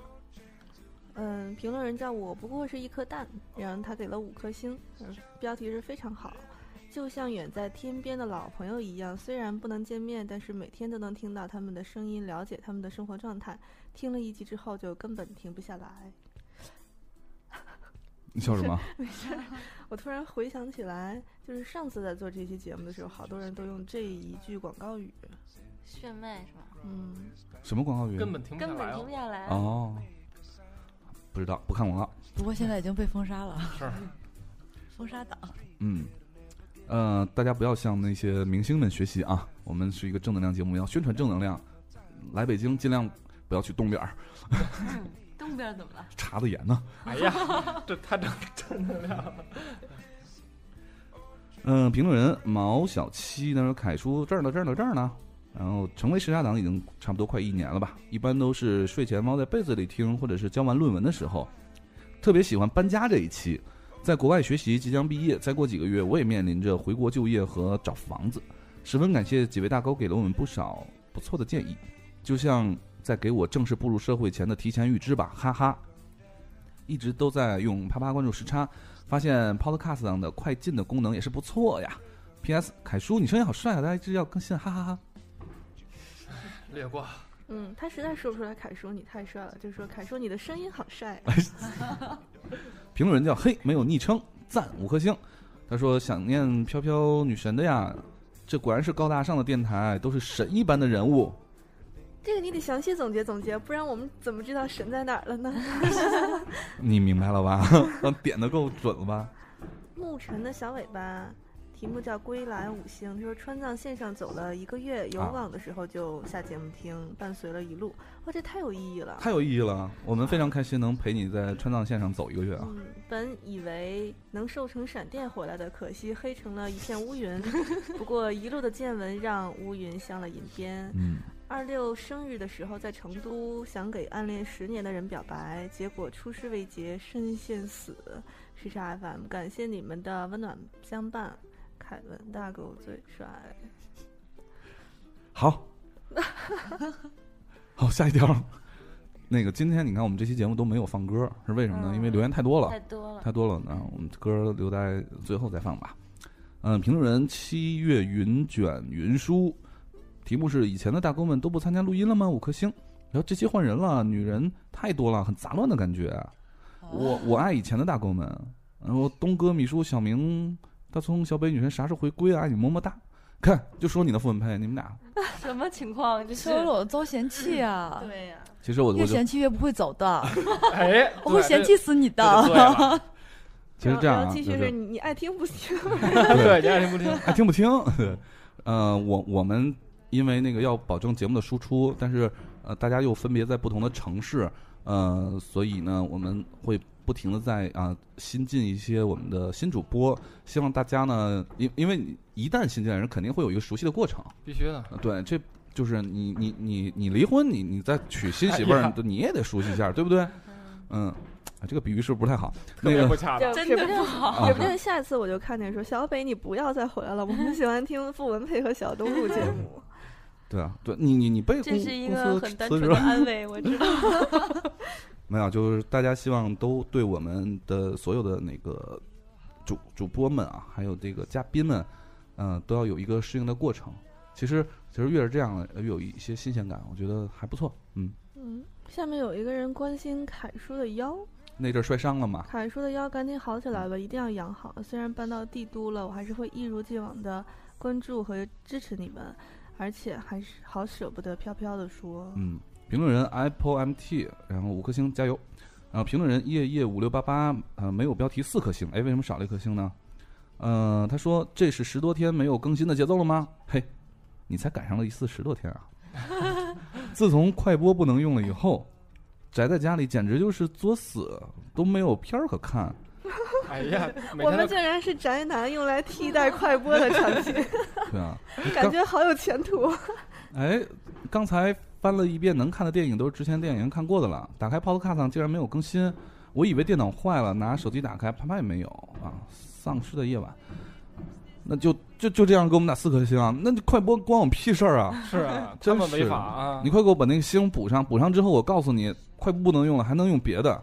Speaker 7: 嗯，评论人叫我不过是一颗蛋，然后他给了五颗星，嗯标题是非常好，就像远在天边的老朋友一样，虽然不能见面，但是每天都能听到他们的声音，了解他们的生活状态。听了一集之后就根本停不下来。
Speaker 2: 你笑什么？
Speaker 7: 我突然回想起来，就是上次在做这期节目的时候，好多人都用这一句广告语，
Speaker 5: 炫迈是吧？
Speaker 7: 嗯，
Speaker 2: 什么广告语？
Speaker 6: 根本停不下
Speaker 5: 根
Speaker 6: 来
Speaker 5: 本停
Speaker 6: 哦
Speaker 5: 不。下来。
Speaker 2: 哦，不知道，不看广告。
Speaker 4: 不过现在已经被封杀了，
Speaker 6: 是
Speaker 4: 封杀党。
Speaker 2: 嗯，呃，大家不要向那些明星们学习啊，我们是一个正能量节目，要宣传正能量。来北京尽量不要去东边儿，
Speaker 5: 嗯 东边怎么了？
Speaker 2: 查的严呢。
Speaker 6: 哎呀，这太正正能量啊了。
Speaker 2: 嗯、评论人毛小七他说：“凯叔这儿呢，这儿呢，这儿呢。”然后成为时差党已经差不多快一年了吧，一般都是睡前猫在被子里听，或者是交完论文的时候。特别喜欢搬家这一期，在国外学习，即将毕业，再过几个月我也面临着回国就业和找房子，十分感谢几位大高给了我们不少不错的建议，就像在给我正式步入社会前的提前预知吧，哈哈。一直都在用啪啪关注时差，发现 Podcast 上的快进的功能也是不错呀。P.S. 凯叔，你声音好帅啊！大家一直要更新，哈哈哈。
Speaker 6: 略过，
Speaker 7: 嗯，他实在说不出来，凯叔你太帅了，就说凯叔你的声音好帅啊、
Speaker 2: 评论人叫嘿，没有昵称，赞五颗星。他说想念飘飘女神的呀，这果然是高大上的电台，都是神一般的人物。
Speaker 7: 这个你得详细总结总结，不然我们怎么知道神在哪儿了呢？
Speaker 2: 你明白了吧？ 啊点的够准了吧？
Speaker 7: 牧尘的小尾巴，题目叫《归来五星》，他说川藏线上走了一个月，有
Speaker 2: 啊
Speaker 7: 网的时候就下节目听，伴随了一路，哇，这太有意义了。
Speaker 2: 太有意义了，我们非常开心能陪你在川藏线上走一个月啊！
Speaker 7: 嗯，本以为能瘦成闪电回来的，可惜黑成了一片乌云。 不过一路的见闻让乌云镶了银边。
Speaker 2: 嗯，
Speaker 7: 二六生日的时候在成都，想给暗恋十年的人表白，结果出师未捷身先死。时差 FM，感谢你们的温暖相伴。凯文大狗最帅，
Speaker 2: 好，好，哦下一条。 那个今天你看我们这期节目都没有放歌，是为什么呢？
Speaker 5: 嗯
Speaker 2: 因为留言太多了，
Speaker 5: 太多了。
Speaker 2: 太多了，那我们歌留在最后再放吧。嗯，评论人七月云卷云舒，题目是以前的大哥们都不参加录音了吗？五颗星。然后这期换人了，女人太多了，很杂乱的感觉。
Speaker 5: 哦
Speaker 2: 我我爱以前的大哥们，然后东哥、米叔、小明、大葱、小北女神啥时候回归啊？爱你么么哒。看，就说你的傅文佩，你们俩。
Speaker 5: 什么情况？这是
Speaker 4: 说了我遭嫌弃啊，
Speaker 7: 对呀、
Speaker 2: 其实我我就
Speaker 4: 越嫌弃越不会走的，
Speaker 6: 哎，
Speaker 4: 我会嫌弃死你
Speaker 6: 对这
Speaker 4: 的。
Speaker 6: 就
Speaker 2: 其实
Speaker 6: 对了，
Speaker 2: 这样啊，
Speaker 7: 继
Speaker 2: 就
Speaker 7: 续是
Speaker 2: 是
Speaker 7: 你你爱听不行，
Speaker 6: 对，你爱听不听？
Speaker 2: 还听不清。呃，我我们因为那个要保证节目的输出，但是呃，大家又分别在不同的城市，呃，所以呢，我们会不停的在啊、新进一些我们的新主播，希望大家呢，因因为你一旦新进来人，肯定会有一个熟悉的过程，
Speaker 6: 必须的。
Speaker 2: 呃 对，这就是你你你你离婚，你你再娶新媳妇
Speaker 9: 哎
Speaker 2: 儿
Speaker 9: 呀，
Speaker 2: 你也得熟悉一下，对不对？嗯，啊这个比喻是不是不太好？
Speaker 9: 特
Speaker 2: 那
Speaker 9: 别不
Speaker 2: 个
Speaker 9: 恰当。
Speaker 7: 真
Speaker 4: 的
Speaker 7: 不好
Speaker 2: 啊
Speaker 7: 指不定下次我就看见说小北你不要再回来了，我们喜欢听 傅文佩和小东录节目。
Speaker 2: 对啊，对你你你被公
Speaker 10: 这
Speaker 2: 公
Speaker 10: 是一个
Speaker 2: 司
Speaker 10: 很单
Speaker 2: 辞
Speaker 10: 纯
Speaker 2: 职
Speaker 10: 的
Speaker 2: 了。
Speaker 10: 安慰，我知道。
Speaker 2: 没有，就是大家希望都对我们的所有的那个主主播们啊，还有这个嘉宾们，嗯、都要有一个适应的过程。其实，其实越是这样的，越有一些新鲜感，我觉得还不错。嗯，
Speaker 7: 嗯，下面有一个人关心凯叔的腰，
Speaker 2: 那阵儿摔伤了嘛，
Speaker 7: 凯叔的腰赶紧好起来吧，一定要养好。虽然搬到帝都了，我还是会一如既往的关注和支持你们，而且还是好舍不得飘飘的说，
Speaker 2: 嗯，评论人 Apple MT，然后五颗星加油。然后评论人夜夜五六八八，呃，没有标题四颗星，哎，为什么少了一颗星呢？呃，他说这是十多天没有更新的节奏了吗？嘿，你才赶上了一次十多天 啊！自从快播不能用了以后，宅在家里简直就是作死，都没有片儿可看。
Speaker 9: 哎呀，每
Speaker 7: 我
Speaker 9: 天都
Speaker 7: 们竟然是宅男用来替代快播的 产品，
Speaker 2: 对啊，
Speaker 7: 感觉好有前途。
Speaker 2: 哎，刚才翻了一遍能看的电影，都是之前电影院看过的了。打开 Podcast 上竟然没有更新，我以为电脑坏了，拿手机打开，啪啪也没有啊！丧尸的夜晚，那就就就这样给我们打四颗星啊！那就快播关我屁事儿啊！
Speaker 9: 是啊，他
Speaker 2: 真
Speaker 9: 们
Speaker 2: 是
Speaker 9: 违法啊
Speaker 2: 你！快给我把那个星补上，补上之后我告诉你，快不能用了，还能用别的。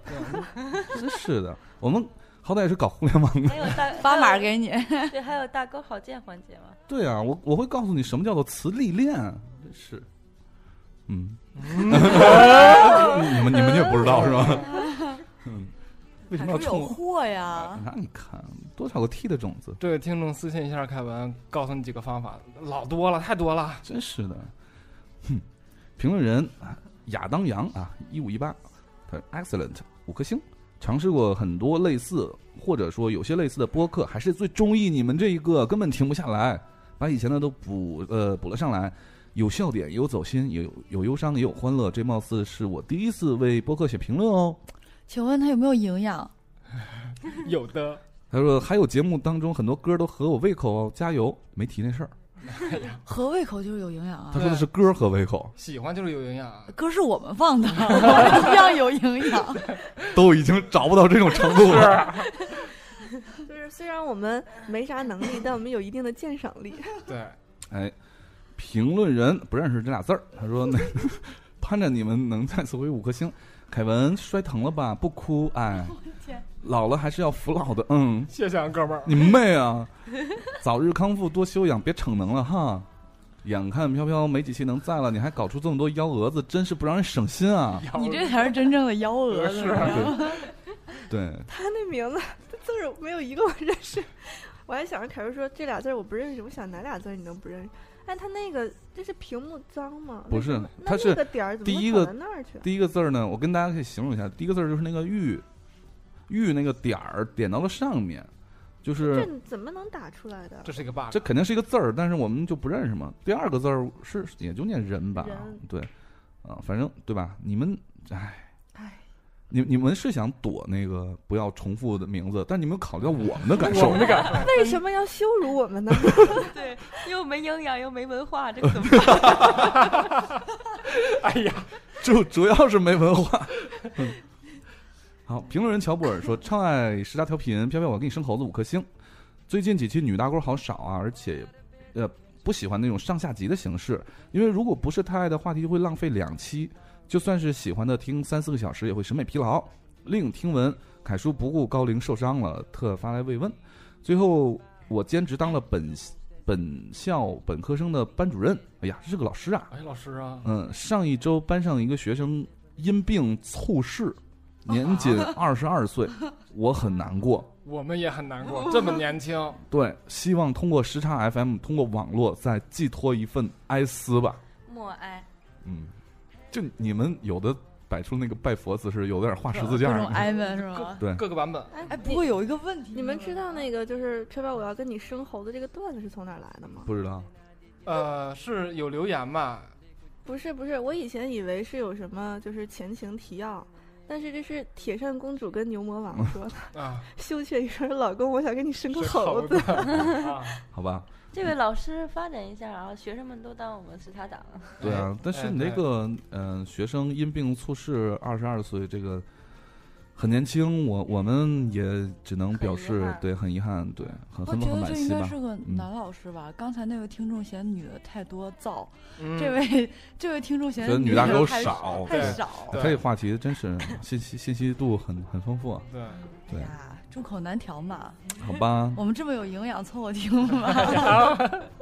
Speaker 2: 真是的，我们好歹也是搞互联网的。
Speaker 10: 还有大
Speaker 4: 发码
Speaker 10: 还有
Speaker 4: 给你。
Speaker 10: 对，还有大哥好剑环节嘛？
Speaker 2: 对啊，我我会告诉你什么叫做磁力链， 真是，嗯，你们你们也不知道是吧？嗯，为什么
Speaker 4: 凯
Speaker 2: 要
Speaker 4: 叔
Speaker 2: 冲
Speaker 4: 有
Speaker 2: 我？哎
Speaker 4: 货呀！
Speaker 2: 那你看多少个 T 的种子，
Speaker 6: 这位听众私信一下凯文，告诉你几个方法，老多了，太 多了。
Speaker 2: 真是的。哼，评论人啊亚当杨啊，一五一八，他说 excellent 五颗星。尝试过很多类似，或者说有些类似的播客，还是最中意你们这一个，根本停不下来，把以前的都补呃补了上来，有笑点，也有走心，也有有忧伤，也有欢乐。这貌似是我第一次为播客写评论哦。
Speaker 4: 请问他有没有营养？
Speaker 9: 有的，
Speaker 2: 他说还有节目当中很多歌都合我胃口哦，加油！没提那事儿，
Speaker 4: 合胃口就是有营养
Speaker 2: 他
Speaker 4: 啊，
Speaker 2: 说的是歌合胃口，
Speaker 6: 喜欢就是有营养啊，
Speaker 4: 歌是我们放的， 我们一样有营养。
Speaker 2: 都已经找不到这种程度了。
Speaker 7: 就是虽然我们没啥能力，但我们有一定的鉴赏力。
Speaker 6: 对，
Speaker 2: 哎，评论人不认识这俩字儿，他说那盼着你们能再次回五颗星。凯文摔疼了吧？不哭，哎，老了还是要服老的，嗯，
Speaker 9: 谢谢啊，哥们儿。
Speaker 2: 你妹啊！早日康复，多休养，别逞能了哈。眼看飘飘没几期能在了，你还搞出这么多幺蛾子，真是不让人省心啊！
Speaker 9: 要
Speaker 4: 你这才是真正的幺蛾子
Speaker 9: 是。
Speaker 7: 啊
Speaker 2: 对，对，
Speaker 7: 他那名字这字儿没有一个我认识，我还想着凯叔说这俩字儿我不认识，我想哪俩字儿你能不认识？哎，他那个这是屏幕脏吗？
Speaker 2: 不是
Speaker 7: 那那
Speaker 2: 他是
Speaker 7: 那个点儿怎么
Speaker 2: 第
Speaker 7: 会
Speaker 2: 一
Speaker 7: 跑
Speaker 2: 个
Speaker 7: 到那儿去啊？
Speaker 2: 第一个字儿呢，我跟大家可以形容一下，第一个字儿就是那个玉，玉那个点儿点到了上面，就是
Speaker 7: 这你怎么能打出来的
Speaker 6: 这？是一个 bug。
Speaker 2: 这肯定是一个字儿，但是我们就不认识嘛。第二个字儿是也就念人吧，
Speaker 7: 人
Speaker 2: 对，啊、反正对吧？你们，哎，
Speaker 7: 哎，
Speaker 2: 你你们是想躲那个不要重复的名字，但你们有考虑到我们的感
Speaker 9: 我
Speaker 2: 受
Speaker 9: 们，的感受，
Speaker 7: 为什么要羞辱 我们呢？
Speaker 10: 对，又没营养又没文化，这个怎么 办？
Speaker 9: 哎呀，
Speaker 2: 就主要是没文化。嗯好，评论人乔布尔说：“超爱十大调频，飘飘，我给你生猴子五颗星。最近几期女大锅好少啊，而且，呃，不喜欢那种上下集的形式，因为如果不是太爱的话题，会浪费两期。就算是喜欢的，听三四个小时也会审美疲劳。另听闻凯叔不顾高龄受伤了，特发来慰问。最后，我兼职当了本本校本科生的班主任。哎呀，是个老师啊！
Speaker 6: 哎，老师啊，
Speaker 2: 嗯，上一周班上一个学生因病猝逝，
Speaker 4: 哦
Speaker 2: 年 仅二十二岁，我很难过。
Speaker 6: 我们也很难过，这么年轻，
Speaker 2: 对，希望通过时差 FM，通过网络再寄托一份哀思吧。
Speaker 10: 默哀，
Speaker 2: 嗯，就你们有的摆出那个拜佛姿势，有的有点画十字
Speaker 4: 各
Speaker 2: 架
Speaker 4: 种
Speaker 2: 儿。
Speaker 4: 挨问是
Speaker 6: 各
Speaker 4: 吗？
Speaker 2: 对
Speaker 6: 各个版本，
Speaker 7: 哎
Speaker 4: 哎，不过有一个问题，
Speaker 7: 你们知道那个就是飘飘我要跟你生猴子这个段子是从哪儿来的吗？
Speaker 2: 不知道，
Speaker 6: 呃，是有留言吧？
Speaker 7: 不是不是，我以前以为是有什么就是前情提要，但是这是铁扇公主跟牛魔王说的
Speaker 6: 啊，
Speaker 7: 羞怯一声，老公，我想给你生个
Speaker 6: 生
Speaker 7: 猴
Speaker 6: 猴子 啊
Speaker 2: 好吧？
Speaker 5: 这位老师发展一下啊，学生们都当我们是他党。
Speaker 2: 对啊
Speaker 6: 哎，
Speaker 2: 但是
Speaker 6: 哎
Speaker 2: 你这
Speaker 6: 对
Speaker 2: 个嗯、呃学生因病猝逝，二十二岁，这个很年轻，我我们也只能表
Speaker 5: 遗
Speaker 2: 示
Speaker 5: 憾
Speaker 2: 对，很遗憾，对，很
Speaker 4: 我
Speaker 2: 很
Speaker 4: 觉
Speaker 2: 很
Speaker 4: 得
Speaker 2: 惋
Speaker 4: 这应
Speaker 2: 惜
Speaker 4: 该
Speaker 2: 吧
Speaker 4: 是。个
Speaker 2: 嗯
Speaker 4: 男老师吧。刚才那位听众嫌女的太多燥，
Speaker 6: 嗯
Speaker 4: 这位哎这位听众嫌
Speaker 2: 觉得女
Speaker 4: 女
Speaker 2: 大
Speaker 4: 的
Speaker 2: 狗
Speaker 4: 太
Speaker 2: 少
Speaker 4: 太
Speaker 6: 对
Speaker 4: 少。
Speaker 6: 对
Speaker 2: 这话题真是信息信息度很很丰富啊，
Speaker 6: 对，
Speaker 4: 哎
Speaker 2: 对，
Speaker 4: 呀，众口难调嘛。
Speaker 2: 好吧。
Speaker 4: 我们这么有营养，凑合听
Speaker 6: 哎
Speaker 4: 吧。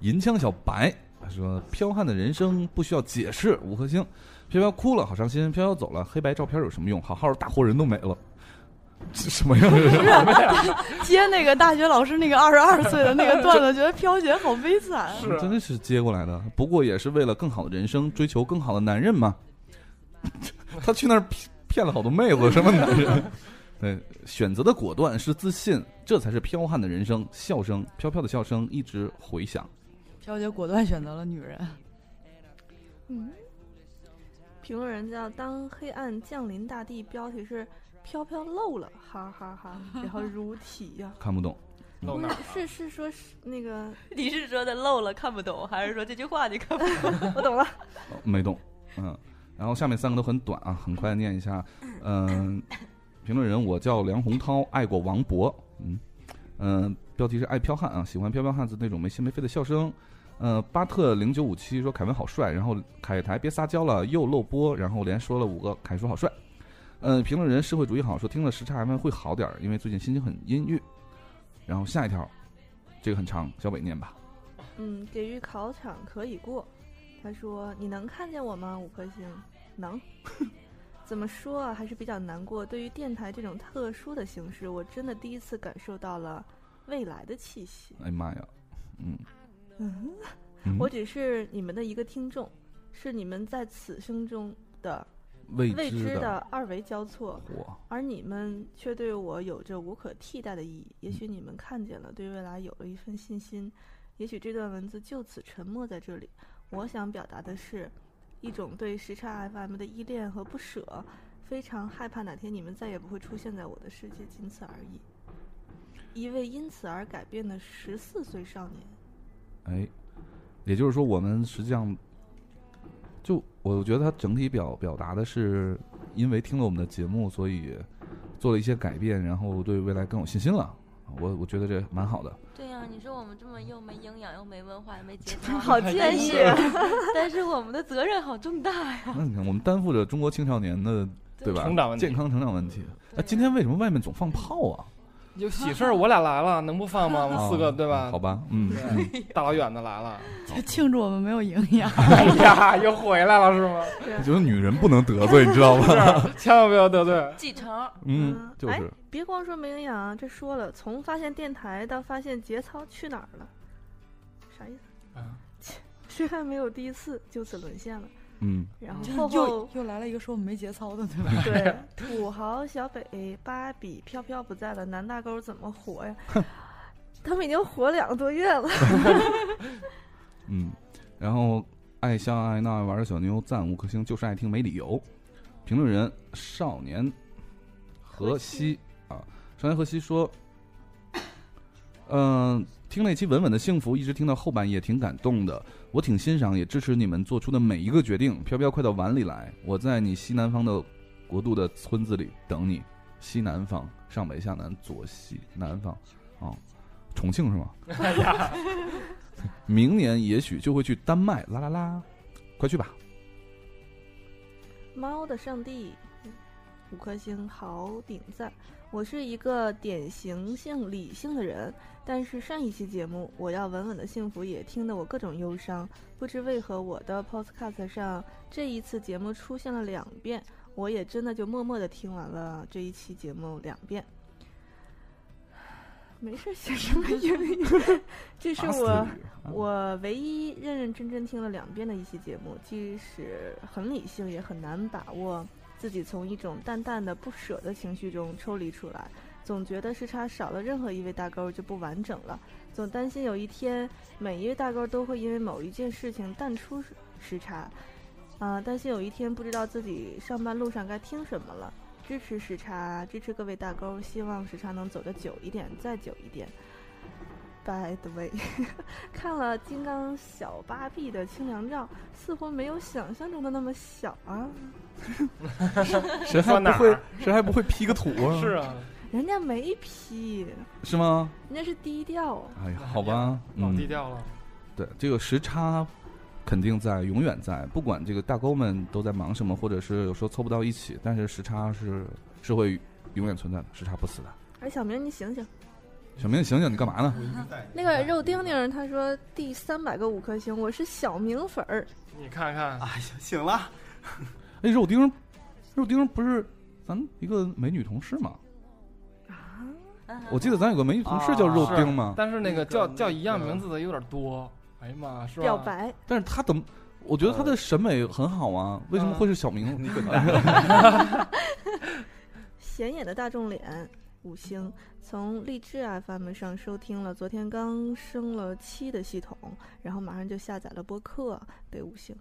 Speaker 2: 银枪小白他说：“彪悍的人生不需要解释。”五颗星，飘飘哭了，好伤心。飘飘走了，黑白照片有什么用？好好的大活人都没了，这什么样的人？
Speaker 4: 啊接那个大学老师那个二十二岁的那个段子，觉得飘姐好悲惨。
Speaker 6: 是
Speaker 2: 嗯真的是接过来的。不过也是为了更好的人生，追求更好的男人嘛。 他去那儿骗骗了好多妹子，什么男人？ 对，选择的果断是自信，这才是彪悍的人生。笑声，飘飘的笑声一直回响。
Speaker 4: 飘姐果断选择了女人。
Speaker 7: 嗯，评论人叫“当黑暗降临大地”，标题是“飘飘漏了”，哈哈哈然后如体呀、
Speaker 2: 看不懂，
Speaker 6: 露哪
Speaker 7: 不
Speaker 6: 儿啊
Speaker 7: 是
Speaker 6: 了？
Speaker 7: 是是说是那个，
Speaker 10: 你是说的漏了看不懂，还是说这句话你看不懂？
Speaker 7: 我懂了，
Speaker 2: 哦没动，嗯。然后下面三个都很短啊，很快念一下。嗯、 评论人我叫梁洪涛，爱过王勃，嗯嗯、呃标题是爱飘悍啊，喜欢飘飘汉子那种没心没肺的笑声。呃，巴特零九五七说凯文好帅，然后凯台别撒娇了，又漏播，然后连说了五个凯叔好帅。嗯、评论人社会主义好说听了时差 FM 会好点儿，因为最近心情很阴郁。然后下一条，这个很长，小北念吧。
Speaker 7: 嗯，给予考场可以过。他说：“你能看见我吗？”五颗星，能。 怎么说啊，还是比较难过。对于电台这种特殊的形式，我真的第一次感受到了未来的气息。
Speaker 2: 哎呀妈呀，嗯，
Speaker 7: 嗯，
Speaker 2: 嗯
Speaker 7: 我只是你们的一个听众，是你们在此生中的
Speaker 2: 未
Speaker 7: 未
Speaker 2: 知
Speaker 7: 知的
Speaker 2: 的
Speaker 7: 二维交错，
Speaker 2: 火。
Speaker 7: 而你们却对我有着无可替代的意义。也许你们看见了，对未来有了一份信心。也许这段文字就此沉默在这里。我想表达的是，一种对时差 FM 的依恋和不舍，非常害怕哪天你们再也不会出现在我的世界，仅此而已。一位因此而改变的十四岁少年，
Speaker 2: 哎，也就是说，我们实际上，就我觉得他整体表表达的是，因为听了我们的节目，所以做了一些改变，然后对未来更有信心了。我我觉得这蛮好的，
Speaker 5: 对呀、你说我们这么又没营养，又没文化，又没节操，
Speaker 7: 好啊
Speaker 5: 但
Speaker 7: 见识
Speaker 5: 是！ 但是我们的责任好重大呀。
Speaker 2: 那你看，我们担负着中国青少年的，对吧？
Speaker 6: 成长问题
Speaker 2: 健康成长问题。哎、
Speaker 5: 对
Speaker 2: 今天为什么外面总放炮啊？
Speaker 6: 有喜事儿，我俩来了，能不放吗？我们四
Speaker 2: 啊
Speaker 6: 个对吧
Speaker 2: 好？吧，嗯，嗯
Speaker 6: 大老远的来了，
Speaker 4: 就庆祝我们没有营养。
Speaker 6: 哎呀，又回来了是吗？
Speaker 2: 我觉得女人不能得罪，你知 道吗？
Speaker 6: 千万不要得 罪。
Speaker 5: 继承，
Speaker 2: 嗯，就
Speaker 7: 哎
Speaker 2: 是，
Speaker 7: 别光说没营养啊，这说了，从发现电台到发现节操去哪儿了，啥意思？
Speaker 6: 啊
Speaker 7: 谁还没有第一次，就此沦陷了。
Speaker 2: 嗯，
Speaker 7: 然
Speaker 4: 又
Speaker 7: 后
Speaker 4: 又
Speaker 7: 后
Speaker 4: 又来了一个说我们没节操的，对吧？
Speaker 7: 对 土豪小北、芭比、飘飘不在了，南大沟怎么 活呀？他们已经活两个多月了。
Speaker 2: 嗯，然后爱笑爱闹爱玩的小妞赞五颗星，就是爱听没理由。评论人少年河西啊，少年河西说， 嗯、听那期稳稳的幸福，一直听到后半夜，挺感动的。我挺欣赏，也支持你们做出的每一个决定。飘飘，快到碗里来，我在你西南方的国度的村子里等你。西南方，上北下南，左西南方，哦，重庆是吗？
Speaker 6: 哎呀，
Speaker 2: 明年也许就会去丹麦，啦啦啦，快 去吧！
Speaker 7: 猫的上帝，五颗星好顶赞。我是一个典型性理性的人，但是上一期节目我要稳稳的幸福也听得我各种忧伤。不知为何，我的 Podcast 上这一次节目出现了两遍，我也真的就默默的听完了这一期节目两遍。没事，写什么英语？ 这是我。我唯一认认真真听了两遍的一期节目，即使很理性，也很难把握自己从一种淡淡的不舍的情绪中抽离出来。总觉得时差少了任何一位大勾就不完整了，总担心有一天每一位大勾都会因为某一件事情淡出时差，啊，但是有一天不知道自己上班路上该听什么了。支持时差，支持各位大钩，希望时差能走得久一点，再久一点。By the way，看了《金刚小八臂》的清凉照，似乎没有想象中的那么小啊。
Speaker 2: 谁还
Speaker 9: 说哪
Speaker 6: 啊
Speaker 2: 不
Speaker 9: 儿
Speaker 2: 会谁还不会 P 个图啊？
Speaker 9: 是啊，
Speaker 7: 人家没批，
Speaker 2: 是吗？
Speaker 7: 人家是低调。
Speaker 2: 哎呀，好吧，
Speaker 6: 老
Speaker 2: 嗯
Speaker 6: 低调了。
Speaker 2: 对，这个时差肯定在，永远在，不管这个大沟们都在忙什么，或者是有时候凑不到一起，但是时差是是会永远存在的，时差不死的。
Speaker 7: 哎，小明，你醒醒。
Speaker 2: 小明，你醒醒，你干嘛呢？
Speaker 7: 那个肉丁丁他说第三百个五颗星，我是小明粉儿。
Speaker 6: 你看看，
Speaker 8: 哎呀，醒了，
Speaker 2: 哎，肉丁儿，肉丁儿不是咱一个美女同事吗？我记得咱有个美女同事叫肉丁吗？
Speaker 6: 啊哦但是那个叫
Speaker 8: 那个
Speaker 6: 叫一样名字的有点多。哎呀妈，是吧？
Speaker 7: 表白，
Speaker 2: 但是她怎么？我觉得她的审美很好啊，为什么会是小明？
Speaker 8: 你滚蛋！
Speaker 7: 显眼的大众脸，五星。从励志 FM 上收听了，昨天刚升了七的系统，然后马上就下载了播客，得五星。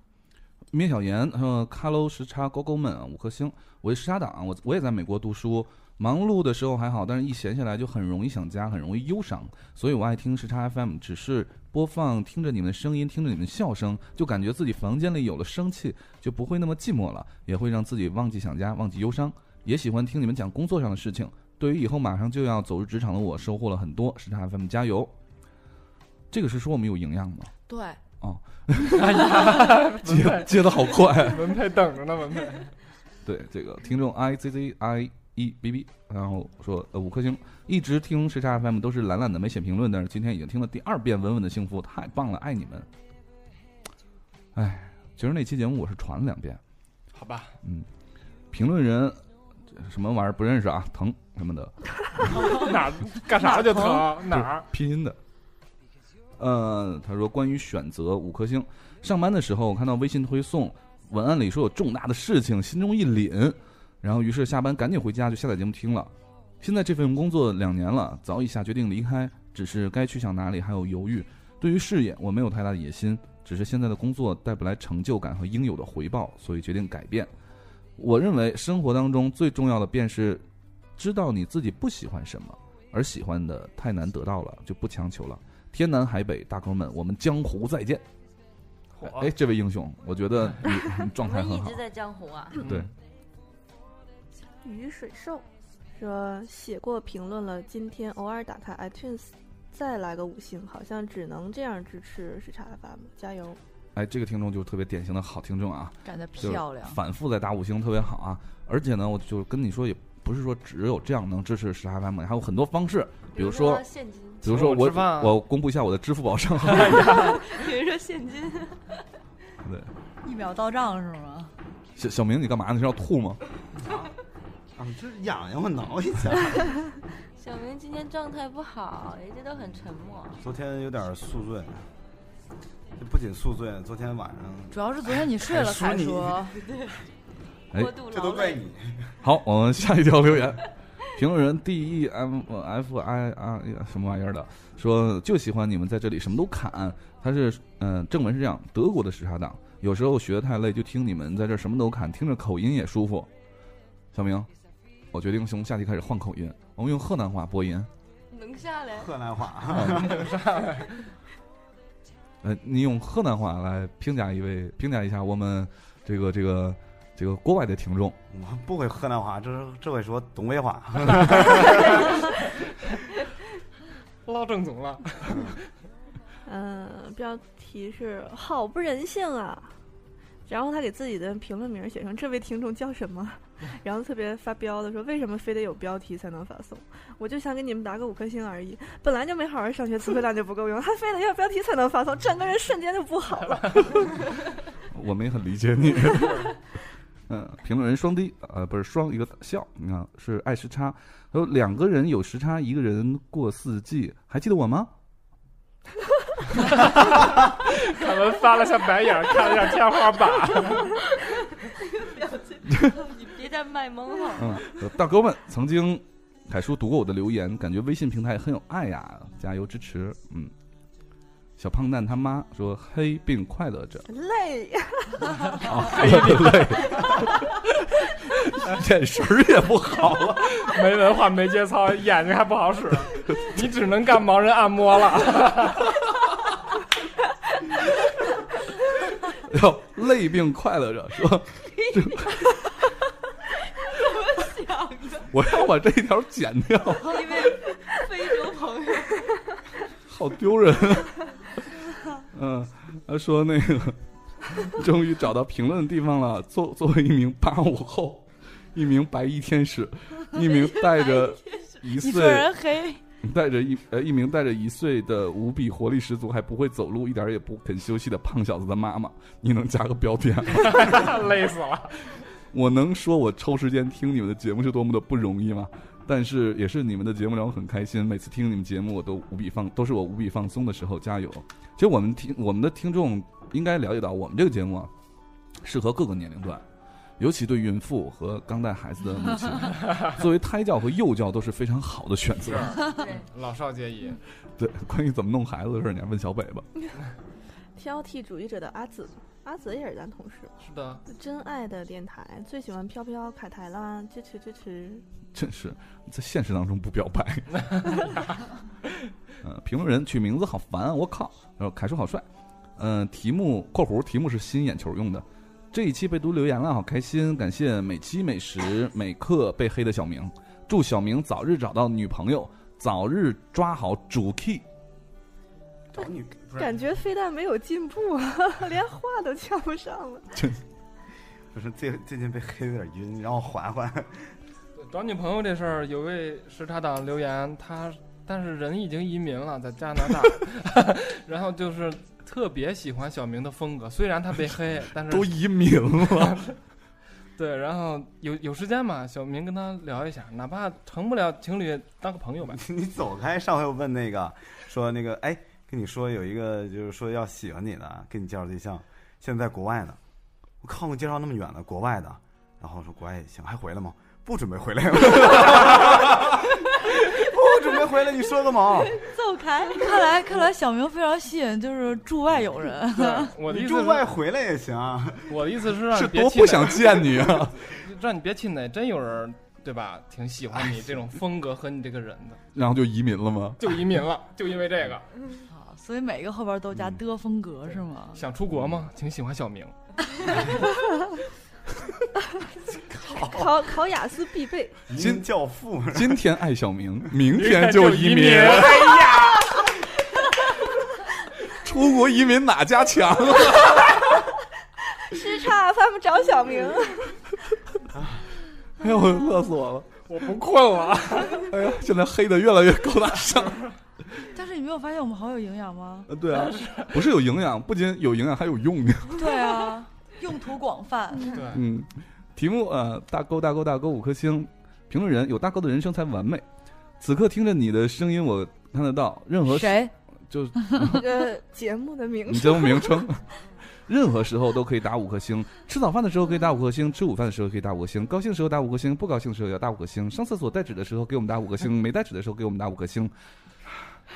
Speaker 2: 灭小言，还有卡喽时差勾勾们啊五颗星。我是时差党，我我也在美国读书，忙碌的时候还好，但是一闲下来就很容易想家，很容易忧伤，所以我爱听时差 FM，只是播放听着你们的声音，听着你们的笑声，就感觉自己房间里有了生气，就不会那么寂寞了，也会让自己忘记想家，忘记忧伤。也喜欢听你们讲工作上的事情，对于以后马上就要走入职场的我，收获了很多。时差 FM 加油！这个是说我们有营养吗？哦
Speaker 4: 对，
Speaker 6: 哎
Speaker 2: 接接的好快。
Speaker 6: 文佩等着呢，文 佩。
Speaker 2: 对这个听众 i z z i e b b，然后说呃五颗星，一直听时差 FM 都是懒懒的没写评论，但是今天已经听了第二遍，稳稳的幸福，太棒了，爱你们。哎，其实那期节目我是传了两遍，
Speaker 6: 好吧，
Speaker 2: 嗯，评论人这什么玩意儿不认识啊，疼什么的，
Speaker 9: 哪儿干啥就 疼哪
Speaker 2: 哪
Speaker 9: 儿。
Speaker 2: 拼音的。呃，他说关于选择五颗星，上班的时候看到微信推送文案里说有重大的事情，心中一凛，然后于是下班赶紧回家就下载节目听了。现在这份工作两年了，早已下决定离开，只是该去向哪里还有犹豫。对于事业，我没有太大的野心，只是现在的工作带不来成就感和应有的回报，所以决定改变。我认为生活当中最重要的便是知道你自己不喜欢什么。而喜欢的太难得到了，就不强求了。天南海北，大哥们，我们江湖再见。
Speaker 6: 火
Speaker 2: 哎，这位英雄，我觉得你 你状态
Speaker 5: 们
Speaker 2: 很
Speaker 5: 一
Speaker 2: 好
Speaker 5: 直。在江湖啊，
Speaker 2: 对，
Speaker 7: 雨嗯水兽说写过评论了，今天偶尔打开 iTunes，再来个五星，好像只能这样支持时差 FM，加油！
Speaker 2: 哎，这个听众就是特别典型的好听众啊，
Speaker 4: 长得
Speaker 2: 就是
Speaker 4: 漂亮，
Speaker 2: 反复在打五星，特别好啊。而且呢，我就跟你说，也不是说只有这样能支持时差 FM，还有很多方式，比如说，
Speaker 10: 现金，
Speaker 2: 比如说
Speaker 6: 请我吃饭啊
Speaker 2: 我公布一下我的支付宝账号。
Speaker 10: 比如说现金，
Speaker 2: 对，
Speaker 4: 一秒到账是吗？
Speaker 2: 小小明，你干嘛呢？你是要吐吗？
Speaker 8: 啊，这痒痒，我挠一下。
Speaker 5: 小明今天状态不好，人家都很沉默。
Speaker 8: 昨天有点宿醉，这不仅宿醉，昨天晚上
Speaker 4: 主要是昨天你睡了，
Speaker 8: 凯叔
Speaker 4: 凯
Speaker 8: 你
Speaker 4: 叔，
Speaker 2: 哎
Speaker 10: 过度
Speaker 8: 这都
Speaker 10: 劳
Speaker 8: 怪
Speaker 10: 累，
Speaker 8: 你。
Speaker 2: 好，我们下一条留言，评论人 D E M F I R 哎什么玩意儿的说就喜欢你们在这里什么都砍。他是嗯、呃正文是这样，德国的时差党，有时候学得太累就听你们在这儿什么都砍，听着口音也舒服。小明，我决定从下期开始换口音，我们用河南话播音。
Speaker 10: 能下 来。
Speaker 8: 河南话，嗯
Speaker 2: 呃，你用河南话来评价一位，评价一下我们这个这个这个国外的听众。
Speaker 8: 我不会河南话，这是这会说东北 话。
Speaker 6: 唠正宗 了。
Speaker 7: 嗯，标题是“好不人性啊”，然后他给自己的评论名写成“这位听众叫 什么”，然后特别发飙的说：“为什么非得有标题才能发送？我就想给你们打个五颗星而已，本来就没好好上学，词汇量就不够用，还非得要标题才能发送，整个人瞬间就不好了。
Speaker 2: 我们也很理解你。 嗯，评论人双低，呃，不是双一个笑，你看是爱时差，还有两个人有时差，一个人过四季，还记得我吗？
Speaker 9: 凯文翻了下白眼儿，看 了下天花 板。
Speaker 10: 你别再卖萌了，
Speaker 2: 嗯，呃大哥们，曾经凯叔读过我的留言，感觉微信平台很有爱呀，加油支持。嗯，小胖蛋他妈说黑并快乐着。
Speaker 7: 累呀！
Speaker 2: 啊，黑 累， 眼神儿也不好啊了，
Speaker 9: 没文化没节操，眼睛还不好使，你只能干盲人按 摩了。
Speaker 2: 哟，累并快乐着，说
Speaker 10: 怎么想的？
Speaker 2: 我要把这一条剪掉，
Speaker 10: 一位非洲朋友，
Speaker 2: 好丢人。嗯，他说那个终于找到评论的地方了。作作为一名八五后，一名白衣天使，一 名带着一
Speaker 4: 你说
Speaker 2: 岁。
Speaker 4: 人黑，
Speaker 2: 带着一呃一名带着一岁的无比活力十足还不会走路一点儿也不肯休息的胖小子的妈妈，你能加个标点吗？
Speaker 9: 累死了。
Speaker 2: 我能说我抽时间听你们的节目是多么的不容易吗？但是也是你们的节目让我很开心，每次听你们节目我都无比放，都是我无比放松的时候。加油！其实我们听我们的听众应该了解到，我们这个节目啊，适合各个年龄段，尤其对孕妇和刚带孩子的母亲， 作为胎教和幼教都是非常好的选择。
Speaker 7: 啊
Speaker 9: 对，老少皆宜。
Speaker 2: 对，关于怎么弄孩子的事儿，你还问小北吧。
Speaker 7: 挑剔主义者的阿紫，阿紫也是咱同事。
Speaker 9: 是的，
Speaker 7: 真爱的电台最喜欢飘飘凯台啦，支持支持。
Speaker 2: 真是在现实当中不表白。嗯，评论人取名字好烦啊！我靠，然后凯叔好帅。嗯、题目（括弧题目是新眼球用的）。这一期被读留言了，好开心！感谢每期每时每刻被黑的小明，祝小明早日找到女朋友，早日抓好主 key。
Speaker 8: 找女不是
Speaker 7: 感觉非但没有进步 啊，连话都呛不上了。
Speaker 8: 不是最最近被黑的有点晕，让我缓缓。
Speaker 9: 找女朋友这事儿，有位时差党留言，他但是人已经移民了，在加拿 大，然后就是特别喜欢小明的风格，虽然他被黑，但是
Speaker 2: 都移民了，
Speaker 9: 对，然后有有时间嘛，小明跟他聊一下，哪怕成不了情侣，当个朋 友呗。
Speaker 8: 你走开！上回我问那个，说那个，哎，跟你说有一个就是说要喜欢你的，给你介绍对象，现在在国外呢。我靠，给我介绍那么远的国外的，然后说国外也行，还回来吗？不准备回来 了，不准备回来，你说个毛？
Speaker 4: 走开！看来看来小明非常吸引，就是驻外友人。
Speaker 9: 对，我 的意
Speaker 8: 你
Speaker 9: 思
Speaker 8: 住
Speaker 9: 是
Speaker 8: 外回来也行啊。
Speaker 9: 我的意思是让
Speaker 2: 是
Speaker 9: 你别
Speaker 2: 多
Speaker 9: 气
Speaker 2: 不
Speaker 9: 馁
Speaker 2: 想见你啊！
Speaker 9: 让你别气馁，真有人对吧？挺喜欢
Speaker 2: 哎
Speaker 9: 你这种风格和你这个人的，
Speaker 2: 然后就移民了吗？
Speaker 9: 就移民了，就因为这个
Speaker 4: 啊所以每个后边都加的风格是吗？
Speaker 9: 想出国吗？挺喜欢小明，
Speaker 7: 考考雅思必备，
Speaker 8: 金教父，
Speaker 2: 今天爱小 明，明天就移民，
Speaker 9: 哎 呀，
Speaker 2: 出国移民哪家强啊？
Speaker 7: 时差 FM 找小明。
Speaker 2: 哎呦，乐死我了！
Speaker 9: 啊我不困了。
Speaker 2: 哎呀，现在黑的越来越高大 上。
Speaker 4: 但是你没有发现我们好有营养吗？
Speaker 2: 呃对啊， 不是有营养，不仅有营养，还有用呢。
Speaker 4: 对啊，用途广泛。
Speaker 9: 对，
Speaker 2: 嗯，题目呃，大勾大勾大勾五颗星，评论人有大勾的人生才完美。此刻听着你的声音，我看得到任何
Speaker 4: 谁？
Speaker 2: 就是
Speaker 7: 这个节目的名
Speaker 2: 你
Speaker 7: 字
Speaker 2: 节目名称， 任何时候都可以打五颗星。吃早饭的时候可以打五颗星，吃午饭的时候可以打五颗星，高兴的时候打五颗星，不高兴的时候也要打五颗星。上厕所带纸的时候给我们打五颗星，没带纸的时候给我们打五颗星。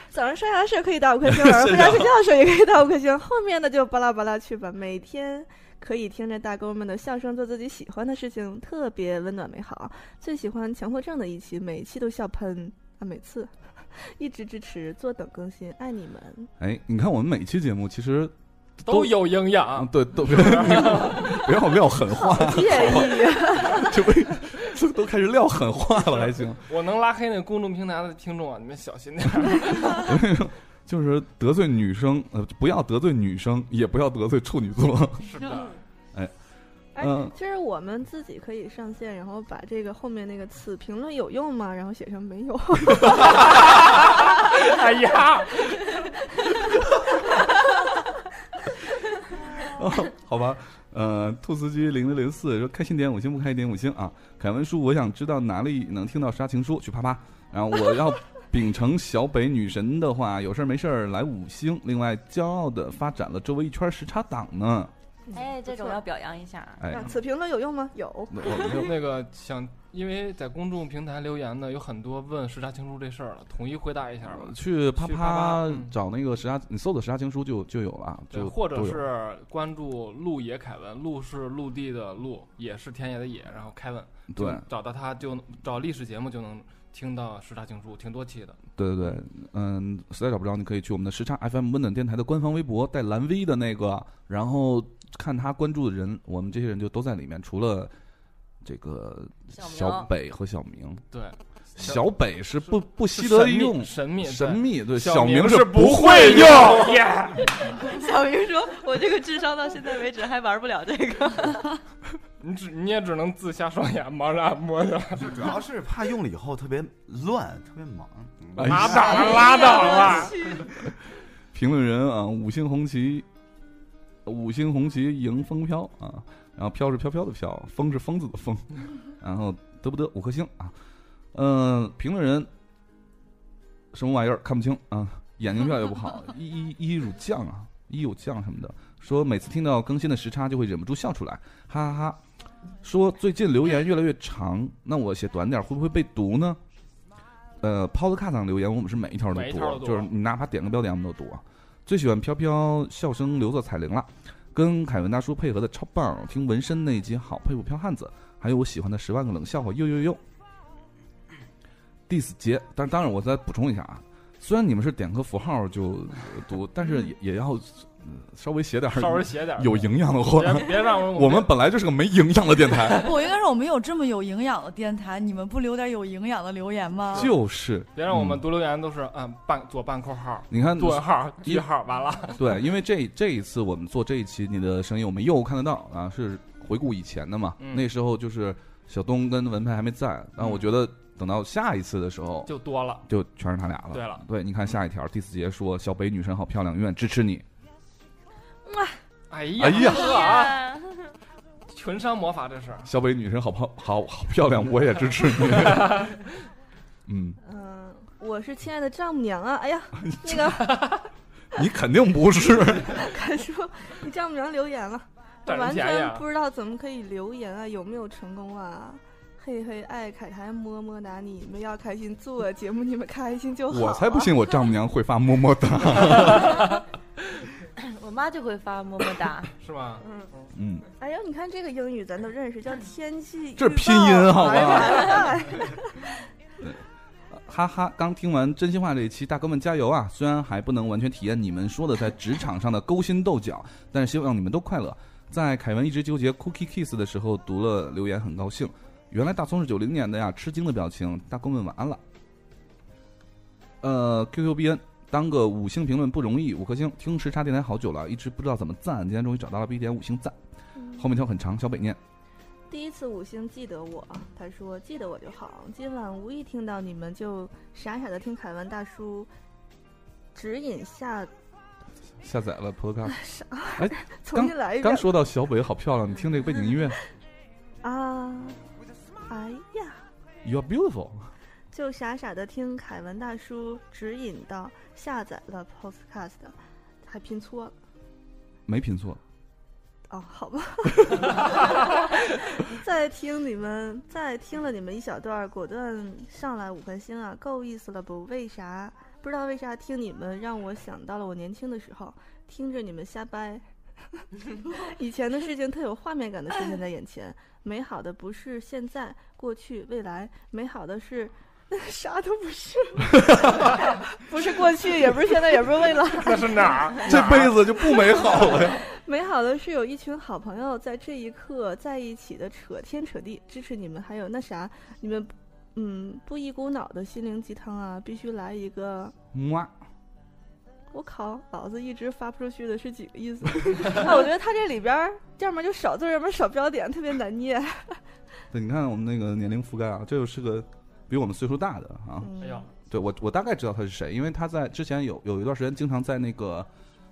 Speaker 7: 早上刷牙时候可以打五 颗星，晚上回家睡觉的时候也可以打五颗星，后面的就巴拉巴拉去吧。每天可以听着大哥们的笑声，做自己喜欢的事情，特别温暖美好。最喜欢强迫症的一期，每期都笑喷啊，每次 一直支持，坐等更新，爱你们。
Speaker 2: 哎，你看我们每期节目其实
Speaker 9: 都有营
Speaker 2: 啊，
Speaker 9: 养，
Speaker 2: 对，都不要撂狠话，
Speaker 7: 建议
Speaker 2: 就被就都开始撂狠话了，还行。
Speaker 9: 我能拉黑那公众平台的听众啊，你们小心点儿。
Speaker 2: 就是得罪女生，呃，不要得罪女生，也不要得罪处女座。
Speaker 9: 是的，
Speaker 7: 哎
Speaker 2: 嗯，
Speaker 7: 其实我们自己可以上线，然后把这个后面那个“此评论有用吗？”然后写上没有。
Speaker 9: 哎呀，
Speaker 2: 哦 好吧，呃，兔司机零零零四说开心点五星不开一点五星啊。凯文叔，我想知道哪里能听到杀情书，去啪啪。然后我要秉承小北女神的话，有事儿没事儿来五星。另外，骄傲的发展了周围一圈时差党呢。
Speaker 5: 哎，这种
Speaker 7: 不错
Speaker 5: 要表扬一下啊。
Speaker 2: 哎
Speaker 7: 啊，此评论有用吗？有，
Speaker 2: 那 我
Speaker 9: 那个想，因为在公众平台留言呢，有很多问时差情书这事儿了，统一回答一下吧。
Speaker 2: 去啪
Speaker 9: 呃去啪
Speaker 2: 啪
Speaker 9: 啪嗯
Speaker 2: 找那个时差，你搜的时差情书就就有了，啊
Speaker 9: 对，
Speaker 2: 就
Speaker 9: 或者
Speaker 2: 都有
Speaker 9: 是关注陆野凯文，陆是陆地的陆，野是田野的野，然后凯文，就
Speaker 2: 对
Speaker 9: 找到他就找历史节目就能听到时差情书，挺多期的。
Speaker 2: 对对对，嗯，实在找不着，你可以去我们的时差 FM 温暖电台的官方微博，带蓝 V 的那个，然后看他关注的人，我们这些人就都在里面，除了这个
Speaker 5: 小明
Speaker 2: 小北和小明。
Speaker 9: 对，
Speaker 2: 小北是不不
Speaker 9: 是
Speaker 2: 惜得
Speaker 9: 神秘
Speaker 2: 用
Speaker 9: 神秘
Speaker 2: 神
Speaker 9: 对
Speaker 2: 秘，对
Speaker 9: 小
Speaker 2: 明
Speaker 9: 是
Speaker 2: 不
Speaker 9: 会
Speaker 2: 用。
Speaker 9: 耶
Speaker 10: 小明说：“我这个智商到现在为止还玩不了这个。
Speaker 9: 你只你也只能自瞎双眼，忙着按摩去了。
Speaker 8: 主要是怕用了以后特别乱，特别忙。
Speaker 2: 哎
Speaker 9: 拉
Speaker 2: 呀，
Speaker 9: 倒吧，拉倒吧。
Speaker 2: 评论人啊，五星红旗，五星红旗迎风飘啊，然后飘是飘飘的飘，风是疯子的风，啊然后得不得五颗星啊？嗯、评论人什么玩意儿看不清啊，眼睛越来越不好，一一一乳酱啊，一有酱什么的，说每次听到更新的时差就会忍不住笑出来，哈哈哈。说最近留言越来越长，那我写短点儿会不会被读呢？呃，抛的卡上留言，我们是每一条都
Speaker 9: 每一
Speaker 2: 读，啊
Speaker 9: 条都读啊
Speaker 2: 就是你哪怕点个标点，我们都读啊。最喜欢飘飘笑声刘作彩铃了，跟凯文大叔配合的超棒，听纹身那一集好佩服飘汉子，还有我喜欢的十万个冷笑话，呦呦呦。diss 节，但是当然我再补充一下啊，虽然你们是点个符号就呃读，但是也也要、呃稍微写点儿
Speaker 9: 稍微写点儿
Speaker 2: 有营养的话。
Speaker 9: 别别让我
Speaker 2: 我们本来就是个没营养的电台，
Speaker 4: 不应该是我们有这么有营养的电台，你们不留点有营养的留言吗？
Speaker 2: 就是
Speaker 9: 别让我们
Speaker 2: 嗯
Speaker 9: 读留言都是按半左半括号、
Speaker 2: 你看
Speaker 9: 顿号、句号，完了。
Speaker 2: 嗯对，因为这这一次我们做这一期你的声音，我们又看得到啊，是回顾以前的嘛。
Speaker 9: 嗯
Speaker 2: 那时候就是小东跟文佩还没在，但我觉得等到下一次的时候，
Speaker 9: 就多了。
Speaker 2: 就全是他俩了。
Speaker 9: 对了，
Speaker 2: 对，你看下一条，第四节说小北女神好漂亮，永远支持 你。
Speaker 9: 哎呀，
Speaker 2: 哎呀
Speaker 9: 呵啊，纯商魔法这是。
Speaker 2: 小北女神好漂好好漂亮，我也支持 你。嗯，
Speaker 7: 嗯、我是亲爱的丈母娘啊！哎呀，那个
Speaker 2: 你肯定不是。
Speaker 7: 凯叔，你丈母娘留言了，
Speaker 9: 占人
Speaker 7: 完
Speaker 9: 便宜
Speaker 7: 全
Speaker 9: 啊
Speaker 7: 不知道怎么可以留言啊，有没有成功啊？嘿嘿，爱凯台么么哒，你们要开心做节目，你们开心就
Speaker 9: 啊
Speaker 7: 好、啊
Speaker 2: 我才不！信我丈母娘会发么么哒。
Speaker 5: 我妈就会发么么哒，
Speaker 9: 是吧？
Speaker 2: 嗯，
Speaker 7: 哎呦，你看这个英语咱都认识，叫天气预报。
Speaker 2: 这是拼音啊好吧
Speaker 7: 哎哎 哎
Speaker 2: 哈哈，刚听完真心话这一期，大哥们加油啊！虽然还不能完全体验你们说的在职场上的勾心斗角，但是希望你们都快乐。在凯文一直纠结 Cookie Kiss 的时候，读了留言很高兴。原来大葱是九零年的呀，吃惊的表情。大哥们晚安了。呃，QQBN 当个五星评论不容易，五颗星。听时差电台好久了，一直不知道怎么赞，今天终于找到了 B 点五星赞。后面条很长，小北念。
Speaker 7: 第一次五星记得我，他说记得我就好。今晚无意听到你们，就傻傻的听凯文大叔指引下，
Speaker 2: 下载了 Podcast，哎
Speaker 7: 重新来一遍
Speaker 2: 刚说到小北好漂亮，你听这个背景音乐
Speaker 7: 啊！哎呀，
Speaker 2: ，You're beautiful。
Speaker 7: 就傻傻的听凯文大叔指引到下载了 Podcast，还拼错了
Speaker 2: 没拼错，
Speaker 7: 哦，好吧。 再听你们，再听了你们一小段儿，果断上来五颗星啊，够意思了不？为啥？不知道为啥听你们让我想到了我年轻的时候，听着你们瞎掰。 以前的事情特有画面感的出现在眼前，美好的不是现在、过去、未来，美好的是 啥都不是， 不是过去，也不是现在，也不是未来，
Speaker 9: 那是哪儿？
Speaker 2: 这辈子就不美好了呀。
Speaker 7: 美好的是有一群好朋友在这一刻在一起的扯天扯地，支持你们，还有那啥，你们，嗯，不一股脑的心灵鸡汤啊，必须来一个。
Speaker 2: 哇，
Speaker 7: 我靠，老子一直发不出去的是几 个意思？啊，我觉得他这里边儿要么就少字儿，要么少标点，特别难念。
Speaker 2: 哎对，你看我们那个年龄覆盖啊，这又是个比我们岁数大的啊。
Speaker 7: 嗯
Speaker 9: 哎呀，
Speaker 2: 对我，我大概知道他是谁，因为他在之前有有一段时间经常在那个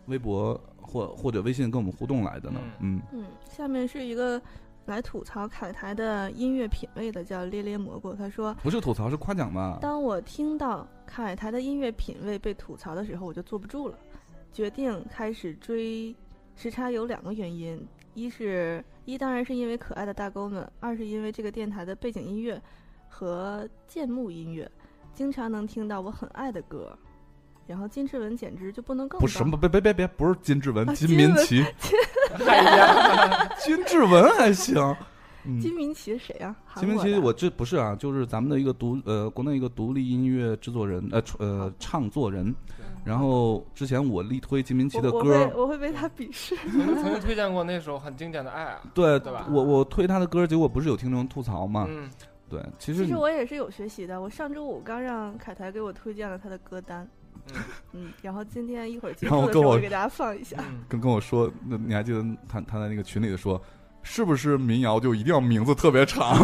Speaker 2: 微博或或者微信跟我们互动来的呢。嗯，
Speaker 7: 嗯，下面是一个来吐槽凯台的音乐品味的，叫烈烈蘑菇，他说。
Speaker 2: 不是吐槽，是夸奖吧？
Speaker 7: 当我听到凯台的音乐品味被吐槽的时候，我就坐不住了，决定开始追时差有两个原因，一是一当然是因为可爱的大哥们，二是因为这个电台的背景音乐和建幕音乐，经常能听到我很爱的歌。然后金志文简直就不能更
Speaker 2: 不是什
Speaker 7: 棒
Speaker 2: 么，别别别别，不是金志文，
Speaker 7: 啊
Speaker 2: 金
Speaker 7: 金
Speaker 2: 民
Speaker 7: 文
Speaker 2: 奇，
Speaker 9: 哎呀，
Speaker 2: 金志文还 行。嗯，
Speaker 7: 金明奇是谁啊？韩
Speaker 2: 金明
Speaker 7: 国
Speaker 2: 奇，
Speaker 7: 的
Speaker 2: 我这不是啊，就是咱们的一个独呃，国内一个独立音乐制作人，呃呃，唱作人。然后之前我力推金明奇的
Speaker 7: 我我
Speaker 2: 歌
Speaker 7: 会
Speaker 2: 儿，
Speaker 7: 我会被他鄙 视。
Speaker 9: 曾
Speaker 2: 嗯
Speaker 9: 经曾经推荐过那首很经典的《爱》啊，
Speaker 2: 对
Speaker 9: 对吧
Speaker 2: 我我推他的歌儿，结果不是有听众吐槽嘛？
Speaker 9: 嗯，
Speaker 2: 对，其实
Speaker 7: 其
Speaker 2: 你
Speaker 7: 实我也是有学习的，我上周五刚让凯台给我推荐了他的歌单，
Speaker 9: 嗯
Speaker 7: 嗯，然后今天一会儿结
Speaker 2: 然后
Speaker 7: 束的时
Speaker 2: 跟
Speaker 7: 候
Speaker 2: 我
Speaker 7: 我给大家放一下。
Speaker 9: 嗯
Speaker 2: 跟跟我说，那你还记得他他在那个群里说，是不是民谣就一定要名字特别长？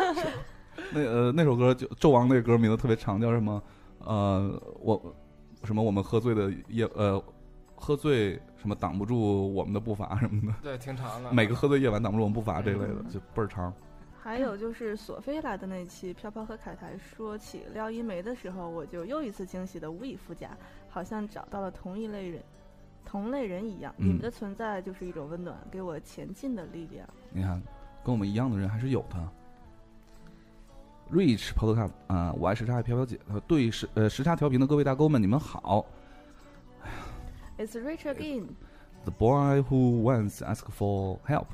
Speaker 2: 那呃那首歌就纣王那歌名字特别长，叫什么？呃，我什么我们喝醉的夜呃，喝醉什么挡不住我们的步伐什么的，
Speaker 9: 对，挺长的。嗯
Speaker 2: 每个喝醉夜晚挡不住我们步伐这类的，就倍儿长。
Speaker 7: 还有就是索菲来的那期，飘飘和凯台说起廖一梅的时候，我就又一次惊喜的无以复加，好像找到了同一类人，同类人一样，
Speaker 2: 嗯
Speaker 7: 你们的存在就是一种温暖，给我前进的力量。
Speaker 2: 你看，跟我们一样的人还是有的。Rich Podcast 啊、我爱时差爱飘飘姐，她说对时呃时差调频的各位大哥们，你们好。
Speaker 7: It's rich again，
Speaker 2: The boy who once asked for help，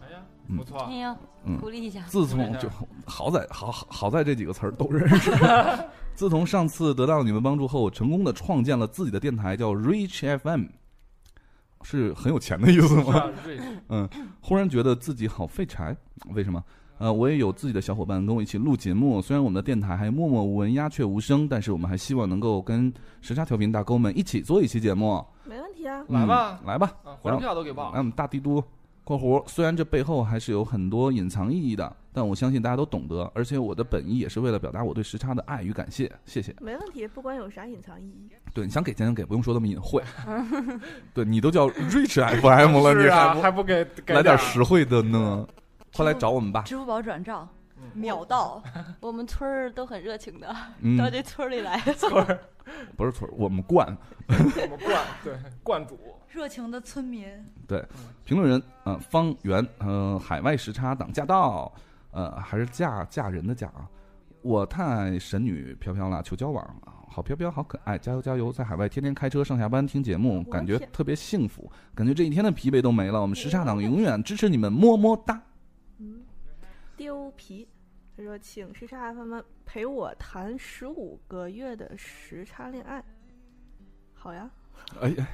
Speaker 9: 哎呀，
Speaker 2: 嗯
Speaker 9: 不错
Speaker 5: 哎，呀
Speaker 2: 嗯，
Speaker 5: 鼓励一下，
Speaker 2: 自从就好在好好好在这几个词儿都认 识。自从上次得到你们帮助后，成功的创建了自己的电台，叫 Rich FM，是很有钱的意思
Speaker 9: 是啊
Speaker 2: 吗？ 嗯
Speaker 9: ，Rich，
Speaker 2: 忽然觉得自己好废柴，为什么？呃，我也有自己的小伙伴跟我一起录节目，虽然我们的电台还默默无闻、鸦雀无声，但是我们还希望能够跟时差调频大哥们一起做一期节目。
Speaker 7: 没问题啊。
Speaker 9: 来吧
Speaker 2: 嗯来吧。嗯
Speaker 9: 啊，火车票都给报
Speaker 2: 来，我们大帝都（括弧）虽然这背后还是有很多隐藏意义的，但我相信大家都懂得。而且我的本意也是为了表达我对时差的爱与感谢，谢谢。
Speaker 7: 没问题，不管有啥隐藏意义，
Speaker 2: 对，你想给钱就给，不用说那么隐 晦。对你都叫 Rich FM 了，
Speaker 9: 是
Speaker 2: 你
Speaker 9: 啊，
Speaker 2: 还
Speaker 9: 还不给给
Speaker 2: 来点
Speaker 9: 点儿
Speaker 2: 实惠的呢？快来找我们吧。
Speaker 4: 支付宝转账
Speaker 9: 嗯，
Speaker 4: 秒到。
Speaker 5: 我们村儿都很热情的，
Speaker 2: 嗯，
Speaker 5: 到这村儿里来。
Speaker 2: 不是村儿，我们惯。
Speaker 9: 我们冠对冠主，
Speaker 4: 热情的村民，
Speaker 7: 嗯
Speaker 2: 评论人啊、呃方圆，呃，海外时差党驾到，呃，还是嫁嫁人的嫁啊！我太神女飘飘了，求交往啊！好飘飘，好可爱，加油加油！在海外天天开车上下班听节目，
Speaker 7: 的
Speaker 2: 感觉
Speaker 7: 天
Speaker 2: 特别幸福，感觉这一天的疲惫都没了。我们时差党永远支持你们，么么哒！
Speaker 7: 嗯，丢皮。他说：“请时差 FM 陪我谈十五个月的时差恋爱。”好呀，
Speaker 2: 哎呀，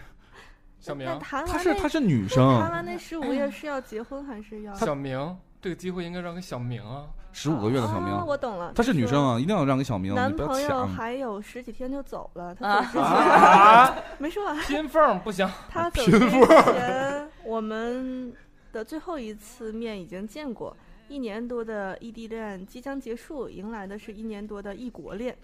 Speaker 9: 小明，
Speaker 7: 但谈完
Speaker 2: 她是
Speaker 7: 那
Speaker 2: 她是女
Speaker 7: 谈
Speaker 2: 生，
Speaker 7: 完那十五页是要结婚还是要？
Speaker 9: 小明，这个机会应该让给小明啊，
Speaker 2: 十五个月的小
Speaker 7: 啊
Speaker 2: 明，
Speaker 7: 我懂了，
Speaker 2: 她是女生
Speaker 7: 啊。
Speaker 2: 啊，一定要让给小明，
Speaker 7: 男
Speaker 2: 你不要
Speaker 7: 朋友
Speaker 2: 抢。
Speaker 7: 还有十几天就走了，他
Speaker 5: 啊
Speaker 7: 走之前、
Speaker 9: 啊，
Speaker 7: 没说完，
Speaker 9: 拼缝不行，
Speaker 7: 他走之前我们的最后一次面已经见过，一年多的异地恋即将结束，迎来的是一年多的异国恋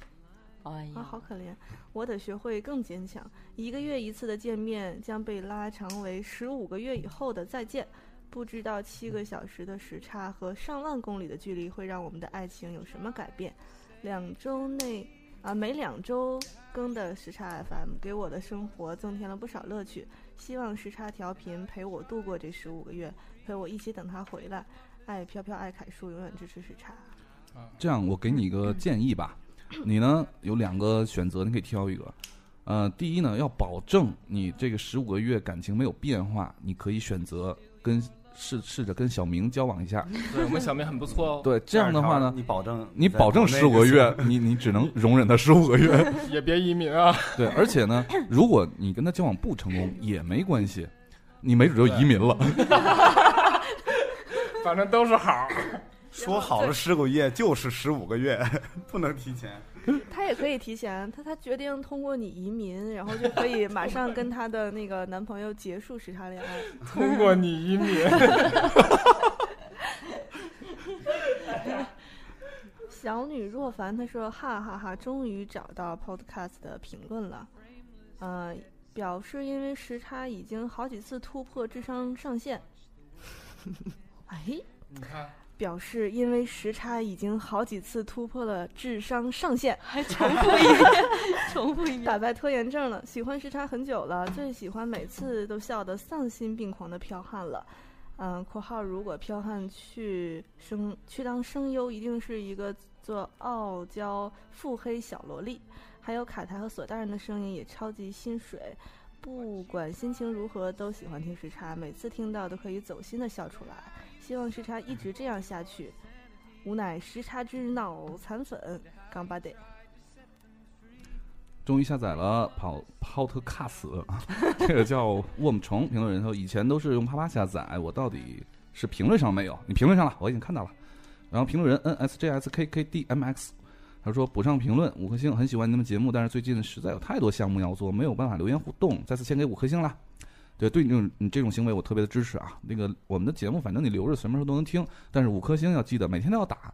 Speaker 5: 哎
Speaker 7: 啊，
Speaker 5: 呀，
Speaker 7: 好可怜，我得学会更坚强。一个月一次的见面将被拉长为十五个月以后的再见。不知道七个小时的时差和上万公里的距离会让我们的爱情有什么改变？两周内啊，每两周更的时差 FM 给我的生活增添了不少乐趣。希望时差调频陪我度过这十五个月，陪我一起等他回来。爱飘飘，爱凯叔，永远支持时差。啊
Speaker 2: 这样，我给你一个建议吧，你呢有两个选择，你可以挑一个。呃，第一呢，要保证你这个十五个月感情没有变化，你可以选择跟试试着跟小明交往一下。
Speaker 9: 对我们小明很不错哦，
Speaker 2: 对，这样的话呢，
Speaker 8: 你保证
Speaker 2: 你保证
Speaker 8: 在
Speaker 2: 十
Speaker 8: 国
Speaker 2: 五
Speaker 8: 内
Speaker 2: 个
Speaker 8: 就行
Speaker 2: 月，你你只能容忍他十五个月。
Speaker 9: 也别移民啊，
Speaker 2: 对，而且呢，如果你跟他交往不成功也没关系，你没准就移民了。
Speaker 9: 反正都是好儿，
Speaker 8: 说好了十个月就是十五个月，不能提前。
Speaker 7: 他也可以提前，他他决定通过你移民，然后就可以马上跟他的那个男朋友结束时差恋爱。
Speaker 9: 通过你移民，
Speaker 7: 小女若凡她说：“哈哈哈终于找到 Podcast 的评论了。”呃，表示因为时差 已经好几次突破智商上限。哎，
Speaker 9: 你看
Speaker 7: 表示因为时差已经好几次突破了智商上限，
Speaker 10: 还重复一遍，重复一遍。
Speaker 7: 打败拖延症了，喜欢时差很久了，最喜欢每次都笑得丧心病狂的彪悍了。嗯、括号如果彪悍去声去当声优，一定是一个做傲娇腹黑小萝莉。还有卡台和索大人的声音也超级心水，不管心情如何都喜欢听时差，每次听到都可以走心的笑出来。希望时差一直这样下去。吾乃时差之脑残粉，刚巴得。
Speaker 2: 终于下载了跑 Podcast，这 个叫卧母虫评论人说，以前都是用啪啪下载，我到底是评论上没有？你评论上了，我已经看到了。然后评论人 N S J S K K D M X，他说补上评论五颗星，很喜欢你们节目，但是最近实在有太多项目要做，没有办法留言互动，再次先给五颗星啦。对，对你这种你这种行为我特别的支持啊。那个我们的节目，反正你留着什么时候都能听，但是五颗星要记得每天都要打。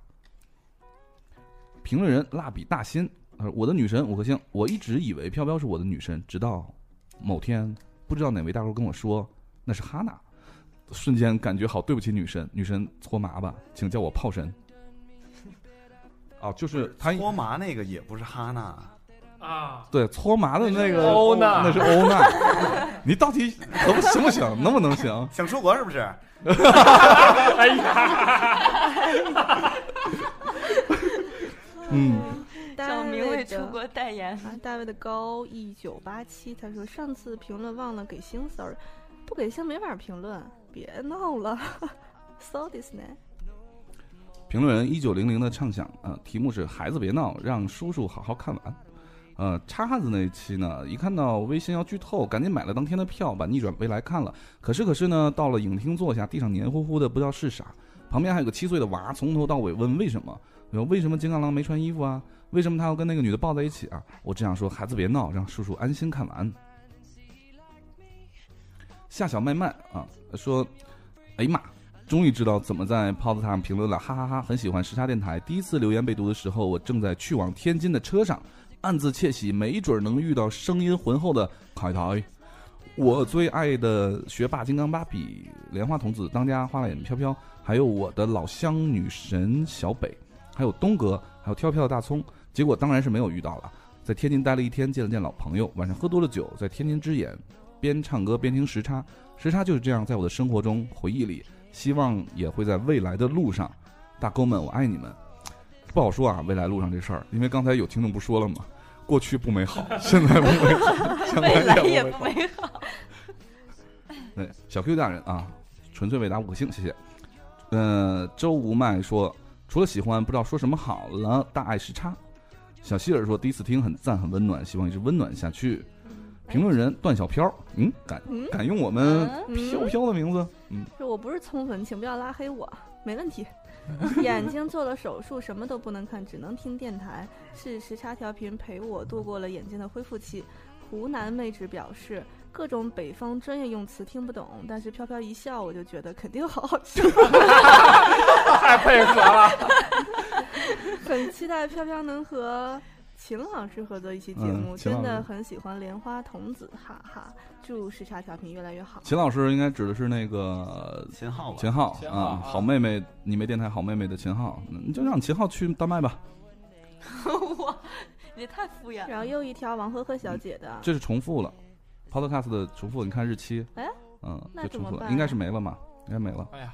Speaker 2: 评论人蜡笔大新，他说我的女神五颗星，我一直以为飘飘是我的女神，直到某天不知道哪位大叔跟我说那是哈娜，瞬间感觉好对不起女神，女神搓麻吧，请叫我炮神。哦，就是他
Speaker 8: 搓麻那个也不是哈娜，
Speaker 9: 啊，
Speaker 2: 对搓麻的那个
Speaker 9: 欧娜
Speaker 2: 那是欧娜， 你到底能不行不行，能不能行？
Speaker 8: 想出国是不是？
Speaker 9: 哎呀，
Speaker 2: 嗯，
Speaker 10: 小明为出
Speaker 7: 国。
Speaker 10: 国代言，
Speaker 7: 啊，大卫的高一九八七，他说上次评论忘了给星 Sir，不给星没法评论，别闹了。So this 呢？
Speaker 2: 评论人一九零零的畅想啊、呃题目是“孩子别闹，让叔叔好好看完”。呃，叉汉子那一期呢，一看到微信要剧透，赶紧买了当天的票，把《逆转未来》看了。可是可是呢，到了影厅坐下，地上黏糊糊的，不知道是啥。旁边还有个七岁的娃，从头到尾问为什么，然后为什么金刚狼没穿衣服啊？为什么他要跟那个女的抱在一起啊？我只想说，孩子别闹，让叔叔安心看完。夏小麦麦啊，说，哎呀妈，终于知道怎么在 Pod 上评论了，哈哈哈！很喜欢时差电台。第一次留言被读的时候，我正在去往天津的车上，暗自窃喜，没准能遇到声音浑厚的凯台。我最爱的学霸金刚芭比、莲花童子、当家花脸飘飘，还有我的老乡女神小北，还有东哥，还有跳票的大葱。结果当然是没有遇到了，在天津待了一天，见了见老朋友。晚上喝多了酒，在天津之眼边唱歌边听时差，时差就是这样，在我的生活中、回忆里希望也会在未来的路上，大哥们，我爱你们。不好说啊，未来路上这事儿，因为刚才有听众不说了嘛，过去不美好，现在不 美好，现
Speaker 10: 未来
Speaker 2: 在
Speaker 10: 也
Speaker 2: 不美
Speaker 10: 不美
Speaker 2: 好。
Speaker 10: 好。
Speaker 2: 对，哎小 Q 大人啊，纯粹为答五颗星，谢谢。呃，周无麦说，除了喜欢，不知道说什么好了。大爱时差，小希尔说，第一次听很赞，很温暖，希望一直温暖下去。评论人段小飘，嗯，敢
Speaker 7: 嗯
Speaker 2: 敢用我们
Speaker 7: 嗯
Speaker 2: 飘飘的名字，嗯，
Speaker 7: 说我不是葱粉，请不要拉黑我，没问 题。眼睛做了手术，什么都不能看，只能听电台。是时差调频陪我度过了眼睛的恢复期。湖南妹纸表示，各种北方专业用词听不懂，但是飘飘一笑，我就觉得肯定好好 笑。
Speaker 9: 太配合了，
Speaker 7: 很期待飘飘能和秦老师合作一期节目，
Speaker 2: 嗯秦
Speaker 7: 真
Speaker 2: 老
Speaker 7: 的
Speaker 2: 师
Speaker 7: 很喜欢莲花童子，哈哈！祝时差调频越来越好。
Speaker 2: 秦老师应该指的是那个
Speaker 8: 秦昊吧，
Speaker 2: 秦昊
Speaker 9: 秦昊
Speaker 2: 啊，
Speaker 9: 啊
Speaker 2: 好妹妹，你没电台好妹妹的秦昊，嗯你就让秦昊去丹麦吧，
Speaker 10: 哇，你太敷衍了。
Speaker 7: 然后又一条王呵呵小
Speaker 9: 嗯
Speaker 7: 姐的，
Speaker 2: 这是重复了，Podcast 的重复，你看日期，
Speaker 7: 哎，
Speaker 2: 嗯，
Speaker 7: 那
Speaker 2: 就
Speaker 7: 怎
Speaker 2: 重
Speaker 7: 么
Speaker 2: 复了，
Speaker 7: 办啊
Speaker 2: 应该是没了嘛，应该没了。
Speaker 9: 哎呀，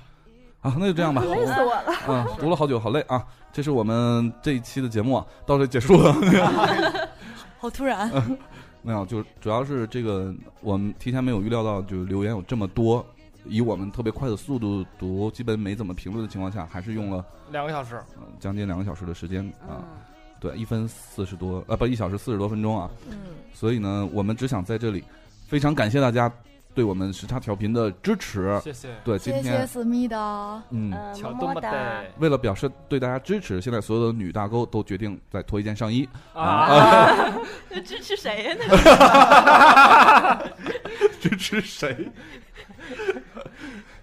Speaker 2: 啊，那就这样吧，
Speaker 7: 累死我了。
Speaker 2: 嗯，读了好久，好累啊！这是我们这一期的节目啊，到这结束了。
Speaker 4: 好突然，
Speaker 2: 没有，就主要是这个我们提前没有预料到，就是留言有这么多，以我们特别快的速度读，基本没怎么评论的情况下，还是用了、
Speaker 9: 两个小时，
Speaker 2: 呃将近两个小时的时间啊，
Speaker 5: 嗯，
Speaker 2: 对，一分四十多，啊不，一小时四十多分钟啊。
Speaker 7: 嗯，
Speaker 2: 所以呢，我们只想在这里非常感谢大家对我们时差调频的支持。
Speaker 9: 谢谢，
Speaker 2: 对，今
Speaker 4: 谢谢
Speaker 2: 天
Speaker 4: 思密达。
Speaker 2: 嗯。
Speaker 5: 呃
Speaker 9: 巧
Speaker 5: 么
Speaker 9: 多
Speaker 5: 么
Speaker 9: 么
Speaker 5: 哒。
Speaker 9: 得
Speaker 2: 为了表示对大家支持，现在所有的女大沟都决定再脱一件上衣，
Speaker 9: 啊，
Speaker 10: 那支持谁呀？那
Speaker 2: 支持谁？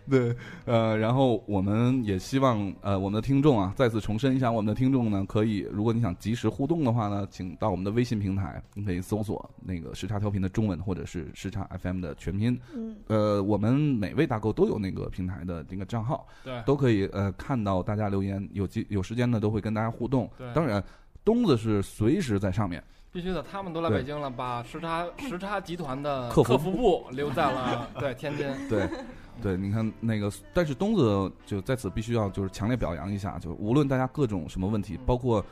Speaker 2: 对，呃，然后我们也希望呃我们的听众啊，再次重申一下，我们的听众呢，可以如果你想及时互动的话呢，请到我们的微信平台，你可以搜索那个时差调频的中文或者是时差 FM 的全拼。
Speaker 7: 嗯，
Speaker 2: 呃，我们每位大狗都有那个平台的那个账号，
Speaker 9: 对
Speaker 2: 都可以呃看到大家留言，有机有时间呢都会跟大家互动。
Speaker 9: 对
Speaker 2: 当然，东子是随时在上面。
Speaker 9: 必须的，他们都来
Speaker 2: 对
Speaker 9: 北京了，把时差时差集团的
Speaker 2: 客
Speaker 9: 客
Speaker 2: 服
Speaker 9: 服部留在 了对天津。
Speaker 2: 对，对，你看那个，但是东子就在此必须要就是强烈表扬一下，就是无论大家各种什么问
Speaker 9: 嗯
Speaker 2: 题，包括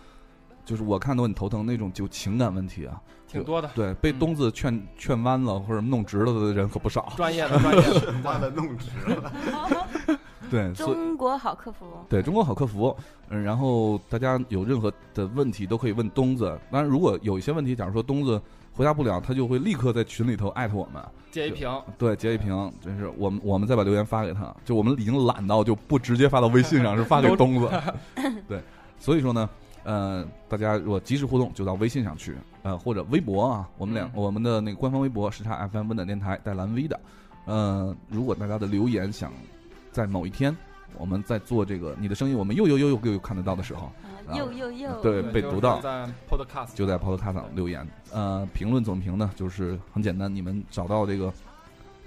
Speaker 2: 就是我看都很头疼那种就情感问题啊，
Speaker 9: 挺多的嗯
Speaker 2: 对，被东子劝劝弯了或者弄直了的人可不少。
Speaker 9: 专业的专业 的，
Speaker 8: 把它弄直了。
Speaker 2: 对，所以
Speaker 5: 中国好客服，
Speaker 2: 对中国好客服，嗯，然后大家有任何的问题都可以问东子。当然，如果有一些问题，假如说东子回答不了，他就会立刻在群里头艾特我们。
Speaker 9: 接一瓶。
Speaker 2: 对，截一屏，真是我们我们再把留言发给他，就我们已经懒到就不直接发到微信上，是发给东子。对，所以说呢，呃，大家如果及时互动，就到微信上去，呃，或者微博啊，我们两、
Speaker 9: 嗯
Speaker 2: 我们的那个官方微博时差 FM 温暖电台带蓝 V 的，呃，如果大家的留言想在某一天。我们在做这个，你的声音我们又又又又又看得到的时候，
Speaker 5: 啊又又又，
Speaker 2: 对被
Speaker 9: 就是
Speaker 2: 读到
Speaker 9: 在 Podcast
Speaker 2: 就在 Podcast 上留言。呃，评论怎么评呢？就是很简单，你们找到这个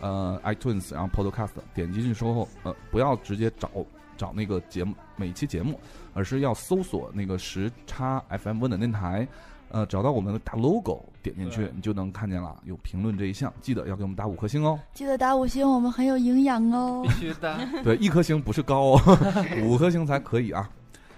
Speaker 2: 呃 iTunes，然后 Podcast 点击进去之后，呃，不要直接找找那个节目每一期节目，而是要搜索那个时差 FM 温暖电台。呃，找到我们的大 logo，点进去
Speaker 9: 对
Speaker 2: 你就能看见了，有评论这一项，记得要给我们打五颗星哦。
Speaker 4: 记得打五星，我们很有营养哦
Speaker 9: 必。须的。
Speaker 2: 对，一颗星不是高、哦， 五颗星才可以啊。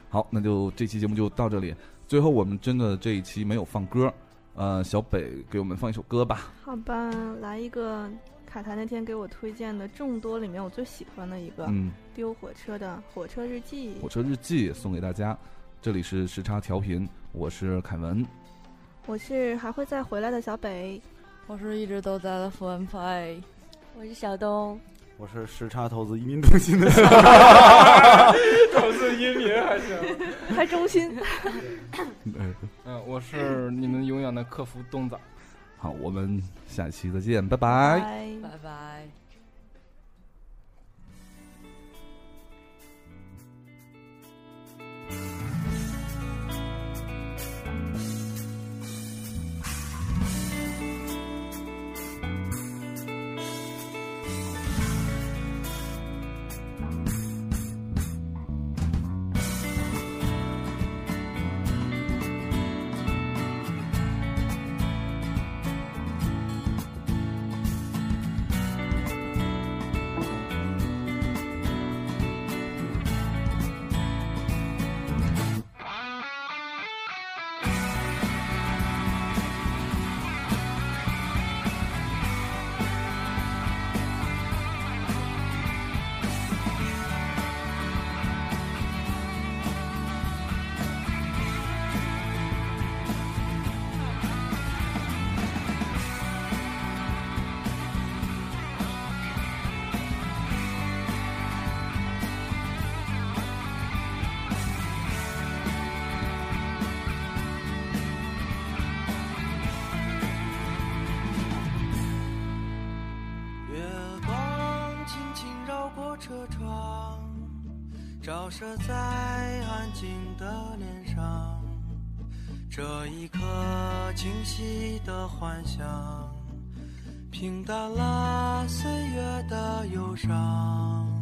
Speaker 2: 好，那就这期节目就到这里。最后我们真的这一期没有放歌，呃，小北给我们放一首歌吧。
Speaker 7: 好吧，来一个卡塔那天给我推荐的众多里面我最喜欢的一个、
Speaker 2: 嗯，
Speaker 7: 丢火车的《火车日记》。
Speaker 2: 《火车日记》送给大家。这里是时差调频，我是凯文。
Speaker 7: 我是还会再回来的小北，
Speaker 4: 我是一直都在的福恩派，
Speaker 5: 我是 小 东，
Speaker 8: 我是时差投资移民中心的 小
Speaker 9: 投资音频还行。
Speaker 7: 还中心。
Speaker 9: 嗯，我是你们永远的客服东子。
Speaker 2: 好，我们下期再见，拜拜。
Speaker 7: 拜
Speaker 4: 拜拜。
Speaker 11: 月光轻轻绕过车窗，照射在安静的脸上。这一刻清晰的幻想，平淡了岁月的忧伤。